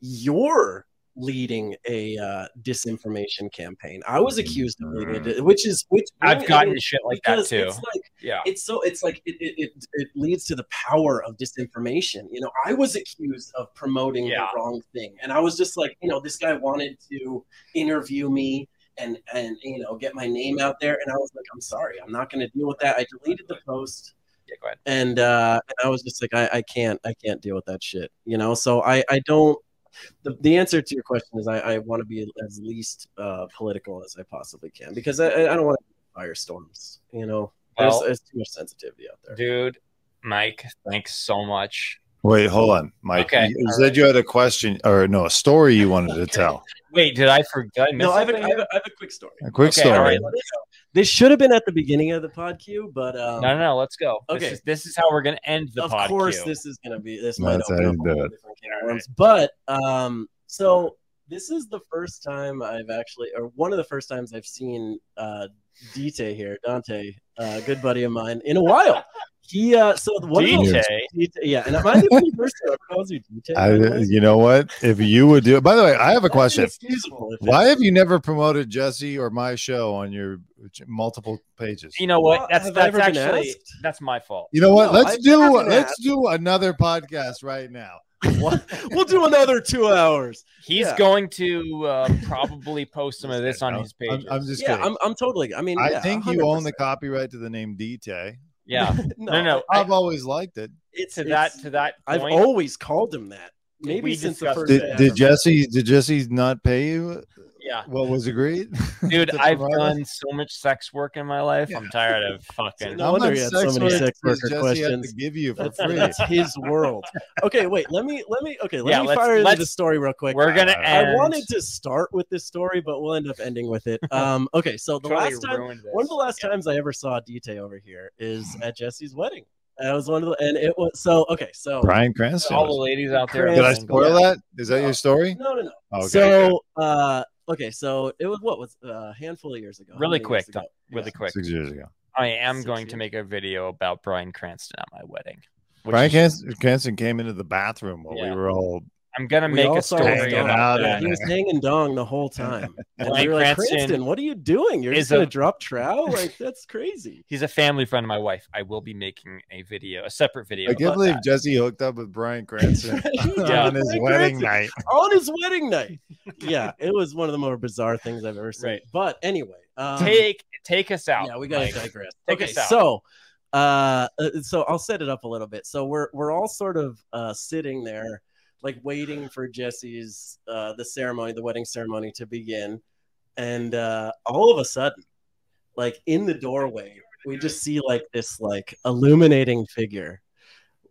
"You're." leading a uh, disinformation campaign i was accused of leading it which is which Mm-hmm. i've gotten I mean, shit like that because too it's like yeah it's so it's like it, it, it, it leads to the power of disinformation you know i was accused of promoting Yeah. the wrong thing and i was just like you know this guy wanted to interview me and and you know get my name out there and i was like i'm sorry i'm not going to deal with that i deleted the post yeah go ahead and uh and i was just like i i can't i can't deal with that shit you know so i i don't the, the answer to your question is i i want to be as least uh political as i possibly can because i i I don't want to fire storms you know there's, Well- there's too much sensitivity out there dude mike thanks so much Wait, hold on, Mike. Okay. You said you had a question or no, a story you wanted to tell. Wait, did I forget? I No, miss I have, a, something I, have a, I have a quick story. A quick Okay, story. all right. This, this should have been at the beginning of the pod queue, but um, No, no, no. Let's go. Okay. This is, this is how we're going to end the of podcast. course this is going to be this might That's how open up you a do whole it. different can of worms. but um so this is the first time i've actually or one of the first times i've seen uh dite here dante uh good buddy of mine in a while he uh so one of DJ. the- Dite- yeah and am i the only person that calls you dite I, uh, you know what? If you would do by the way, I have a question. Why have you never promoted Jesse or my show on your multiple pages? You know what? Well, That's have I that's ever been actually asked? that's my fault. You know what? No, let's I do haven't let's asked. do another podcast right now. we'll do another two hours He's Yeah. going to uh, probably post some of this on his page. I'm, I'm just yeah kidding. I'm, I'm totally i mean I yeah, think you own the 100%. copyright to the name DT. Yeah. No, no. I, I've always liked it. it's to it's- that to that I've point. always called him that. Maybe We since the discussed first. it. Did, day. did Jesse did Jesse not pay you yeah. what was agreed? Dude, To I've provide done so much sex work in my life. I'm tired of fucking. No wonder much he had so many work sex does worker Jesse Have questions. to give you for That's, free. that's his world. Okay, wait. Let me let me. Okay, let Yeah, me let's- fire into let's- the story real quick. We're gonna I end. I wanted to start with this story, but we'll end up ending with it. Um, okay, so the Totally last time, ruined this. Mm-hmm. one of the last times I ever saw Dite over here is at Jesse's wedding. That was one of the, and it was so okay. So Brian To Cranston. all the ladies out there. Did I Yeah. spoil that? Is that No. your story? no, no, no. Okay. good. so uh, okay, so it was what was uh, a handful of years ago. How Really many years quick, ago? Really quick. six years ago. I am Six going to years. make a video about Brian Cranston at my wedding. which Brian is- Cranston, Cranston came into the bathroom while Yeah. we were all I'm gonna We make all a saw him story dunk. about Yeah, that. he was hanging dong the whole time. And Blake we were like, Cranston Cranston, what are you doing? You're is just gonna a- drop trow? Like that's crazy. He's a family friend of my wife. I will be making a video, a separate video. I can't about believe that. Jesse hooked up with Brian Cranston Yeah. on his Blake wedding Cranston night. on his wedding night. Yeah, it was one of the more bizarre things I've ever seen. Right. But anyway, um, Take take us out. yeah, we gotta Mike. digress. Take okay, us out. so uh, uh, so I'll set it up a little bit. So we're we're all sort of uh, sitting there, like waiting for Jesse's uh, the ceremony, the wedding ceremony to begin, and uh, all of a sudden, like in the doorway, we just see like this like illuminating figure,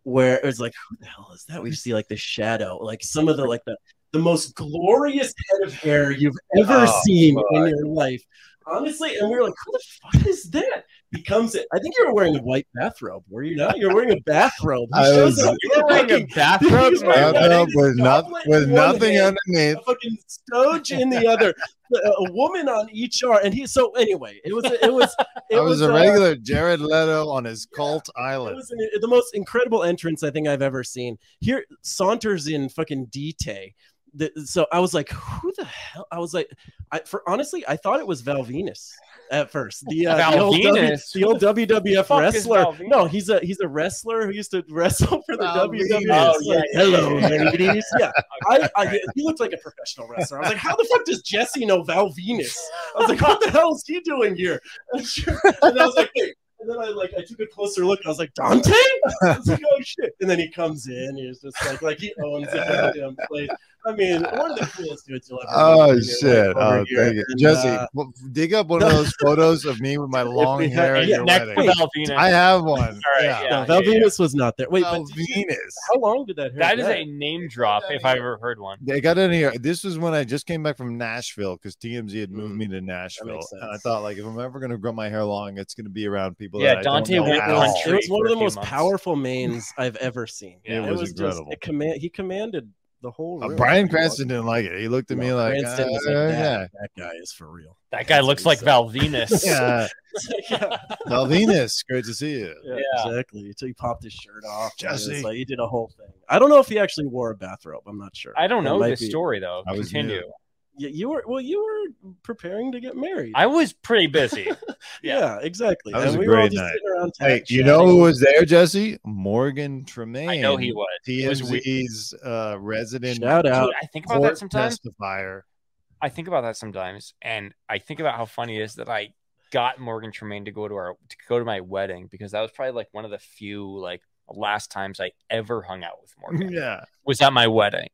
where it's like who the hell is that? We see like the shadow, like some of the like the the most glorious head of hair you've ever Oh, seen in fuck. your life. Honestly, and we were like, who the fuck is that? Becomes it. I think you were wearing a white bathrobe, were you not? You're wearing a bathrobe. He I shows was- up You were wearing a fucking- bathrobe. He's Mike? wearing Wrapped up wedding with, not, goblet with in one nothing hand. underneath. a fucking stoge in the other, a a woman on each arm, and he. So anyway, it was it was it I was a uh, regular Jared Leto on his yeah, cult It island. was an- the most incredible entrance I think I've ever seen. Here, Saunders in fucking Dite. The, so I was like, who the hell? I was like, I, for honestly, I thought it was Val Venus at first. The, uh, the old, Val W- Venus? the old WWF fuck is wrestler. Val Venus? No, he's a he's a wrestler who used to wrestle for the Val WWF. Venus. It's like, Oh, yeah, Hello, yeah, yeah, ladies. Yeah, I, I, he looked like a professional wrestler. I was like, how the fuck does Jesse know Val Venus? I was like, what the hell is he doing here? And I was like, wait. And then I like I took a closer look. I was like, Dante? I was like, oh shit. And then he comes in. He's just like like he owns the whole damn place. I mean, one of the coolest dudes you'll ever Oh meet in your life shit! over Oh, here. thank you, And, Jesse. uh, well, dig up one of those photos of me with my long we had- hair at yeah, your Next wedding. to Val Venus. I have one. All right, yeah. yeah. no, Val Venus was not there. Wait, Val but did you- Venus. how long did that hair that is grow? a name drop if I ever heard one. They got in here. This was when I just came back from Nashville because TMZ had moved Mm, me to Nashville. And I sense. thought, like, if I'm ever gonna grow my hair long, it's gonna be around people. Yeah, that Dante I don't know went at it was, all. country it was one for of a the few most months. powerful mains I've ever seen. Yeah, it it was was incredible. just it command. He commanded the whole. Uh, room. Brian Cranston didn't like it. He looked at me No, like, Cranston was uh, like, that, yeah, that guy is for real. That guy That's looks what like he Val Venus. yeah. yeah. Val Venus, great to see you. Yeah, Yeah. exactly. Until he popped his shirt off. and it was Jesse. like he did a whole thing. I don't know if he actually wore a bathrobe. I'm not sure. I don't That know might this be- story though. I was Continue. You, you were well. You were preparing to get married. I was pretty busy. yeah. yeah. exactly. That was and a we were all great just night. sitting around. Hey, chatting. you know who was there, Jesse? Morgan Tremaine. I know he was. It was weird. TMZ's uh, resident Shout Dude, out. I think about court that sometimes. testifier. I think about that sometimes, and I think about how funny it is that I got Morgan Tremaine to go to our to go to my wedding because that was probably like one of the few like last times I ever hung out with Morgan Yeah, was at my wedding,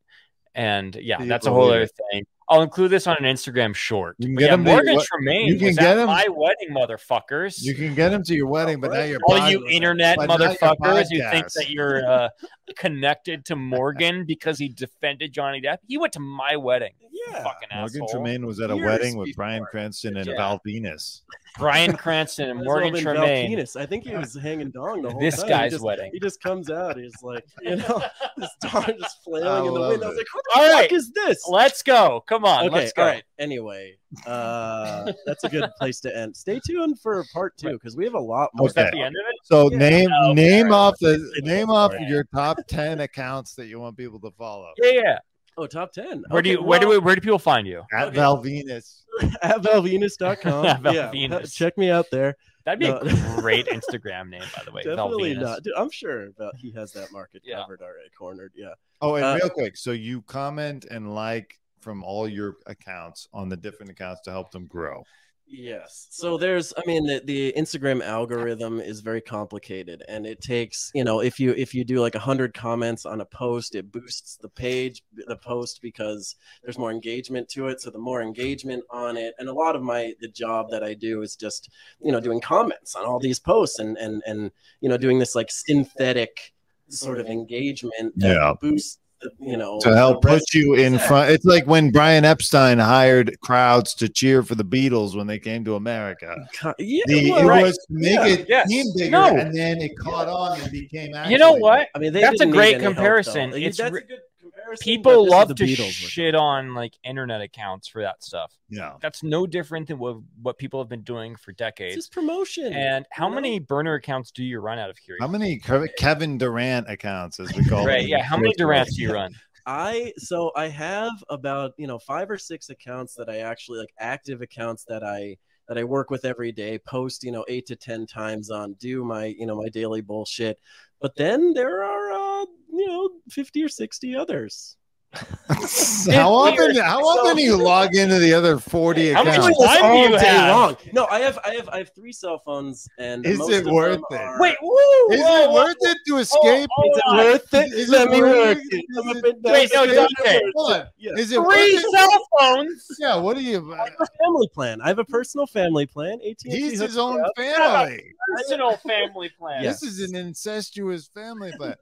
and yeah, Can you that's a whole believe other thing. I'll include this on an Instagram short. oh, You can But get yeah, him to- Morgan what- Tremaine you can was get at him- my wedding, motherfuckers. you can get him to your wedding, but now you're all you internet but not your motherfuckers who think podcast. that you're uh, connected to Morgan because he defended Johnny Depp. He went to my wedding. Yeah. Fucking Morgan asshole. Tremaine was at a Years wedding with before. Brian Cranston and Yeah. Val Venus. Brian Cranston and Might as well Morgan have been Tremaine. Valpinis. I think he was hanging dong the whole This time. guy's he just, wedding. He just comes out. He's like, you know, this dog just flailing I in the love wind. I it. was like, what the All fuck right. is this? Let's go. Come on. okay, let's go. all right. Anyway, uh, that's a good place to end. Stay tuned for part two because we have a lot more. Was that Okay. the end of it? So Yeah. name Oh, name okay. off the name off Right. your top ten accounts that you want people to follow. Yeah, yeah. Oh, top ten. Where do Okay, you where do well, we, where do people find you? At Okay. Val Venus. at valvenus.com. At yeah, Valvenus. check me out there. That'd be No. a great Instagram name, by the way. Definitely Valvinus. not. Dude, I'm sure about he has that market Yeah. covered already, cornered. Yeah. Oh, and Uh, real quick, so you comment and like from all your accounts on the different accounts to help them grow. Yes. So there's I mean the, the Instagram algorithm is very complicated and it takes, you know, if you if you do like 100 comments on a post, it boosts the page the post because there's more engagement to it, so the more engagement on it and a lot of my the job that I do is just, you know, doing comments on all these posts and and and you know, doing this like synthetic sort of engagement that Yeah. boosts the, you know, to help the put rest- you in Yeah. front. It's like when Brian Epstein hired crowds to cheer for the Beatles when they came to America. yeah, The, well, it right. was to make Yeah. it Yes. seem bigger, No. and then it caught on and became. Actually, You know what? I mean, they That's a didn't need great any help, though. comparison. Like, It's that's re- a good comparison. but People this love is to the Beatles with shit on like internet accounts for that stuff. Yeah, That's no different than what what people have been doing for it. It's decades. just promotion. And how you many burner accounts do you run out of here? how many Kev- Kevin Durant accounts, as we call them? Right? Yeah. How many Durants do you run? I so I have about you know five or six accounts that I actually like active accounts that I that I work with every day. Post you know eight to ten times on. Do my you know my daily bullshit. But then there are uh, you know fifty or sixty others. how often? How often do you log into the other forty How much accounts? Actually, time do you all day have? long. No, I have I have I have three cell phones and Is most it of them worth it? are- Wait, woo! Is whoa, it whoa, worth it to escape? hold Is it on. worth it? Is it Let me worth work it? it. I'm Is up it- and down Wait, no, the Dante. street. Hold on. Yeah. Is it Three worth it? cell phones. Yeah, what are you? I have a family plan. I have a personal family plan. AT&T He's hooked his me own up. family. Personal family plan. This is an incestuous family plan.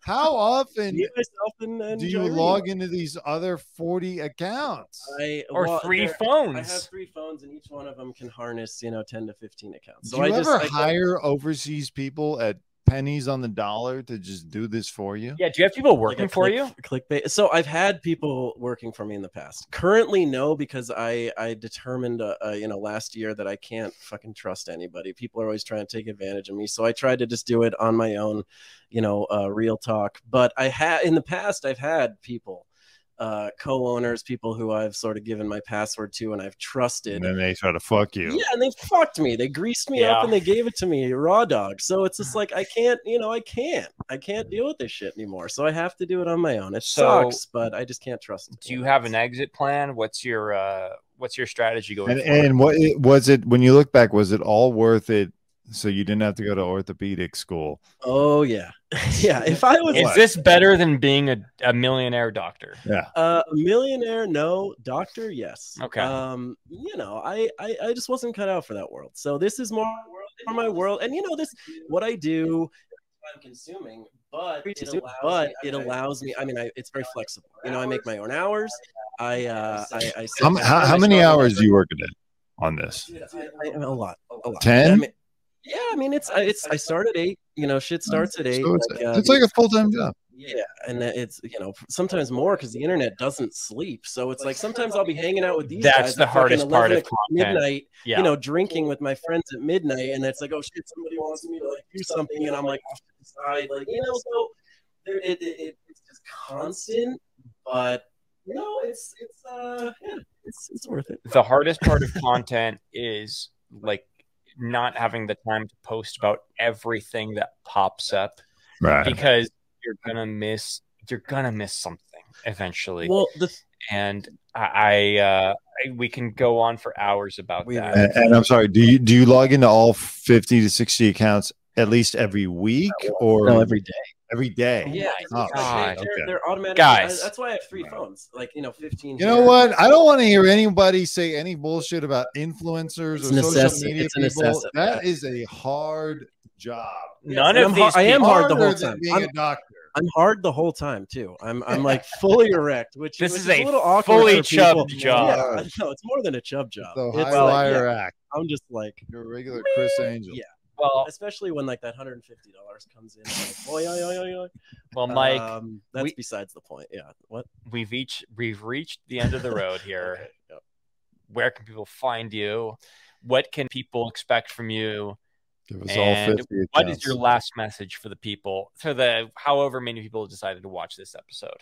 How often Me, myself, and, and do you Irene. log into these other 40 accounts? I, Or well, three there- phones. I have three phones, and each one of them can harness, you know, ten to fifteen accounts. So do you I ever just I, hire overseas people at pennies on the dollar to just do this for you? yeah. Do you have people like a working for click- you? Clickbait. So I've had people working for me in the past. Currently, no, because I I determined, uh, uh, you know, last year that I can't fucking trust anybody. People are always trying to take advantage of me, so I tried to just do it on my own, you know, uh, real talk. But I had in the past, I've had people. Uh, co-owners, people who I've sort of given my password to and I've trusted, And then they try to fuck you. Yeah, and they fucked me. They greased me Yeah. up and they gave it to me raw dog. So it's just like I can't, you know, I can't, I can't deal with this shit anymore. So I have to do it on my own. It So- sucks, but I just can't trust. Do you have an exit plan? What's your uh, What's your strategy going? And, forward? and what it, was it when you look back? Was it all worth it? So you didn't have to go to orthopedic school. Oh yeah, yeah. If I was is what? this better than being a, a millionaire doctor? Uh, a millionaire, no. Doctor, yes. Okay. Um, you know, I, I I just wasn't cut out for that world. So this is more for my world, and you know, this what I do. I'm consuming, but it allows but me, it allows me. I mean, I, it's very flexible. You know, I make my own hours. I uh, I, I set How, my- m- how, how I many start my hours do you work a day on this? I, I, a lot, a lot. 10? I mean, yeah, I mean, it's I- it's I start at eight. You know, shit starts at eight. So it's, uh, it's like a full time job. yeah, and that it's you know sometimes more because the internet doesn't sleep. So it's like sometimes I'll be hanging out with these. That's guys the at fucking hardest part 11 of o'clock content. midnight. Yeah. You know, drinking with my friends at midnight, and it's like, oh shit, somebody wants me to like do something, and I'm like off to the side, like you know. So there, it, it, it it's just constant, but you know, it's it's uh yeah, it's it's worth it. the hardest part of content is like not having the time to post about everything that pops up Right. because you're gonna miss you're gonna miss something eventually Well, the and i I, uh I, we can go on for hours about We that And, and I'm sorry. Do you do you log into all 50 to 60 accounts at least every week or day. every day? Yeah, Oh, God. they're, they're, they're automatic. Guys. I- that's why I have three phones, like you know, fifteen. You know here. what? I don't want to hear anybody say any bullshit about influencers It's or a social necessi- media it's a people. necessity. That is a hard job. none And of I'm these har- I am people- hard the whole Harder than time. Being I'm- a doctor. I'm hard the whole time too. I'm I'm like fully erect, which This which is is, a a little awkward. fully for chubbed people. job. Yeah, no, it's more than a chub job. The It's high like, wire yeah, act. I'm just like, You're a regular Chris Angel. Yeah. Well, especially when like that 150 dollars comes in. I'm Like, oy, oy, oy, oy, oy. well, Mike, um, that's we- besides the point. Yeah, what? we've each we've reached the end of the road here. Okay, yep. Where can people find you? What can people expect from you? Give us all And 50. What accounts. is your last message for the people, for the however many people decided to watch this episode?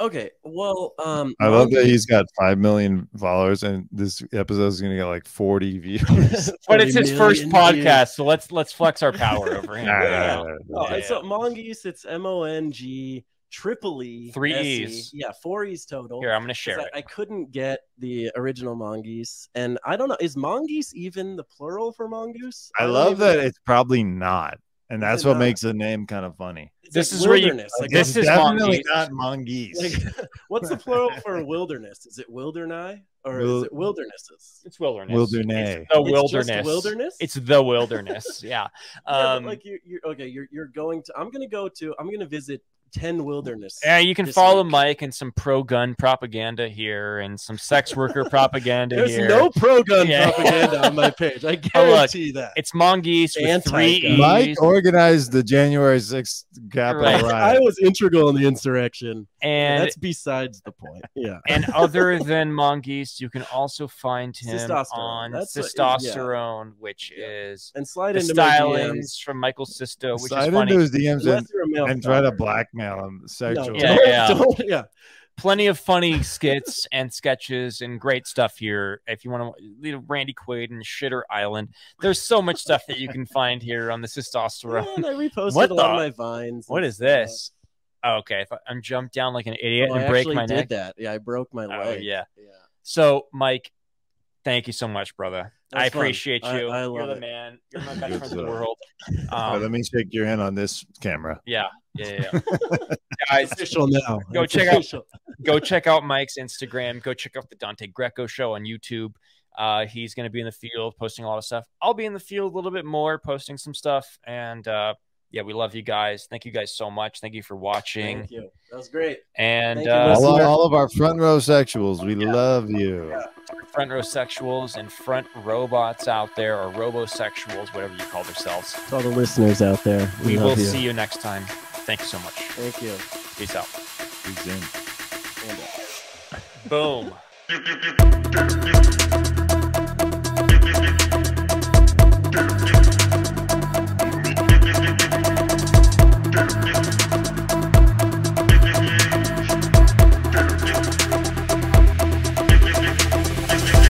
Okay, well, um, I love mine- that he's got 5 million followers and this episode is going to get like 40 views. But it's his 30 first million views. podcast, so let's let's flex our power over him. right now. Oh, Yeah, it's yeah. a mongoose. It's M O N G triple E. Three S E. E's. Yeah, four E's total. Here, I'm gonna share 'Cause it. I, I couldn't get the original mongoose, and I don't know. Is mongoose even the plural for mongoose? I don't love even that know. it's probably not. And Is that's it what not? makes the name kind of funny. It's this like is where you- wilderness. Like, This It's is definitely mongoose. not mongoose. like, what's the plural for wilderness? Is it wilderni or Wil- is it wildernesses? It's wilderness. Wilderness. It's the It's just wilderness. wilderness. It's the wilderness. yeah. Yeah, Um, but like you, you're okay. You're you're going to. I'm gonna go to. I'm gonna visit ten wilderness. Yeah, you can this follow week. Mike and some pro gun propaganda here and some sex worker propaganda There's here. no pro gun Yeah. propaganda on my page. Oh, I look, guarantee that. It's mongoose with three Anti-gun. E's. Mike organized the January 6th Capitol Right. riot. I was integral in the insurrection. and That's besides the point. Yeah. and other than mongoose, you can also find him Testosterone. on That's what- yeah. testosterone, which Yeah. is And slide the into my DMs. stylings from Michael Sisto, which Slide is into funny. his DMs and, Unless you're a male and try to stalker. blackmail him No, sexually. Yeah, don't- yeah. don't- yeah. Plenty of funny skits and sketches and great stuff here. If you want to, you know, Randy Quaid and Shitter Island. There's so much stuff that you can find here on the testosterone. And I reposted What a lot the- of my vines. What and is stuff. this? Oh, okay, I thought I'm jumped down like an idiot Oh, I and break actually my did neck. that. Yeah, I broke my Oh leg. yeah. Yeah. So, Mike, thank you so much, brother. That's I fun. appreciate I- you. I You're love the it. man. You're my Good best friend in the stuff. world. All right, let Um, me shake your hand on this camera. yeah, yeah, yeah. yeah. Guys, Official now. Go It's check out- official. go check out Mike's Instagram. Go check out the Dante Greco show on YouTube. Uh, he's going to be in the field posting a lot of stuff. I'll be in the field a little bit more, posting some stuff. And uh, yeah, we love you guys. Thank you guys so much. Thank you for watching. Thank you. That was great. And Thank you, uh, All, Listener- all of our front row sexuals, we love you. front row sexuals and front robots out there, or robosexuals, whatever you call yourselves. To all the listeners out there, We, will love you. see you next time. Thank you so much. Thank you. Peace out. He's in. And, uh, Boom. Thank you.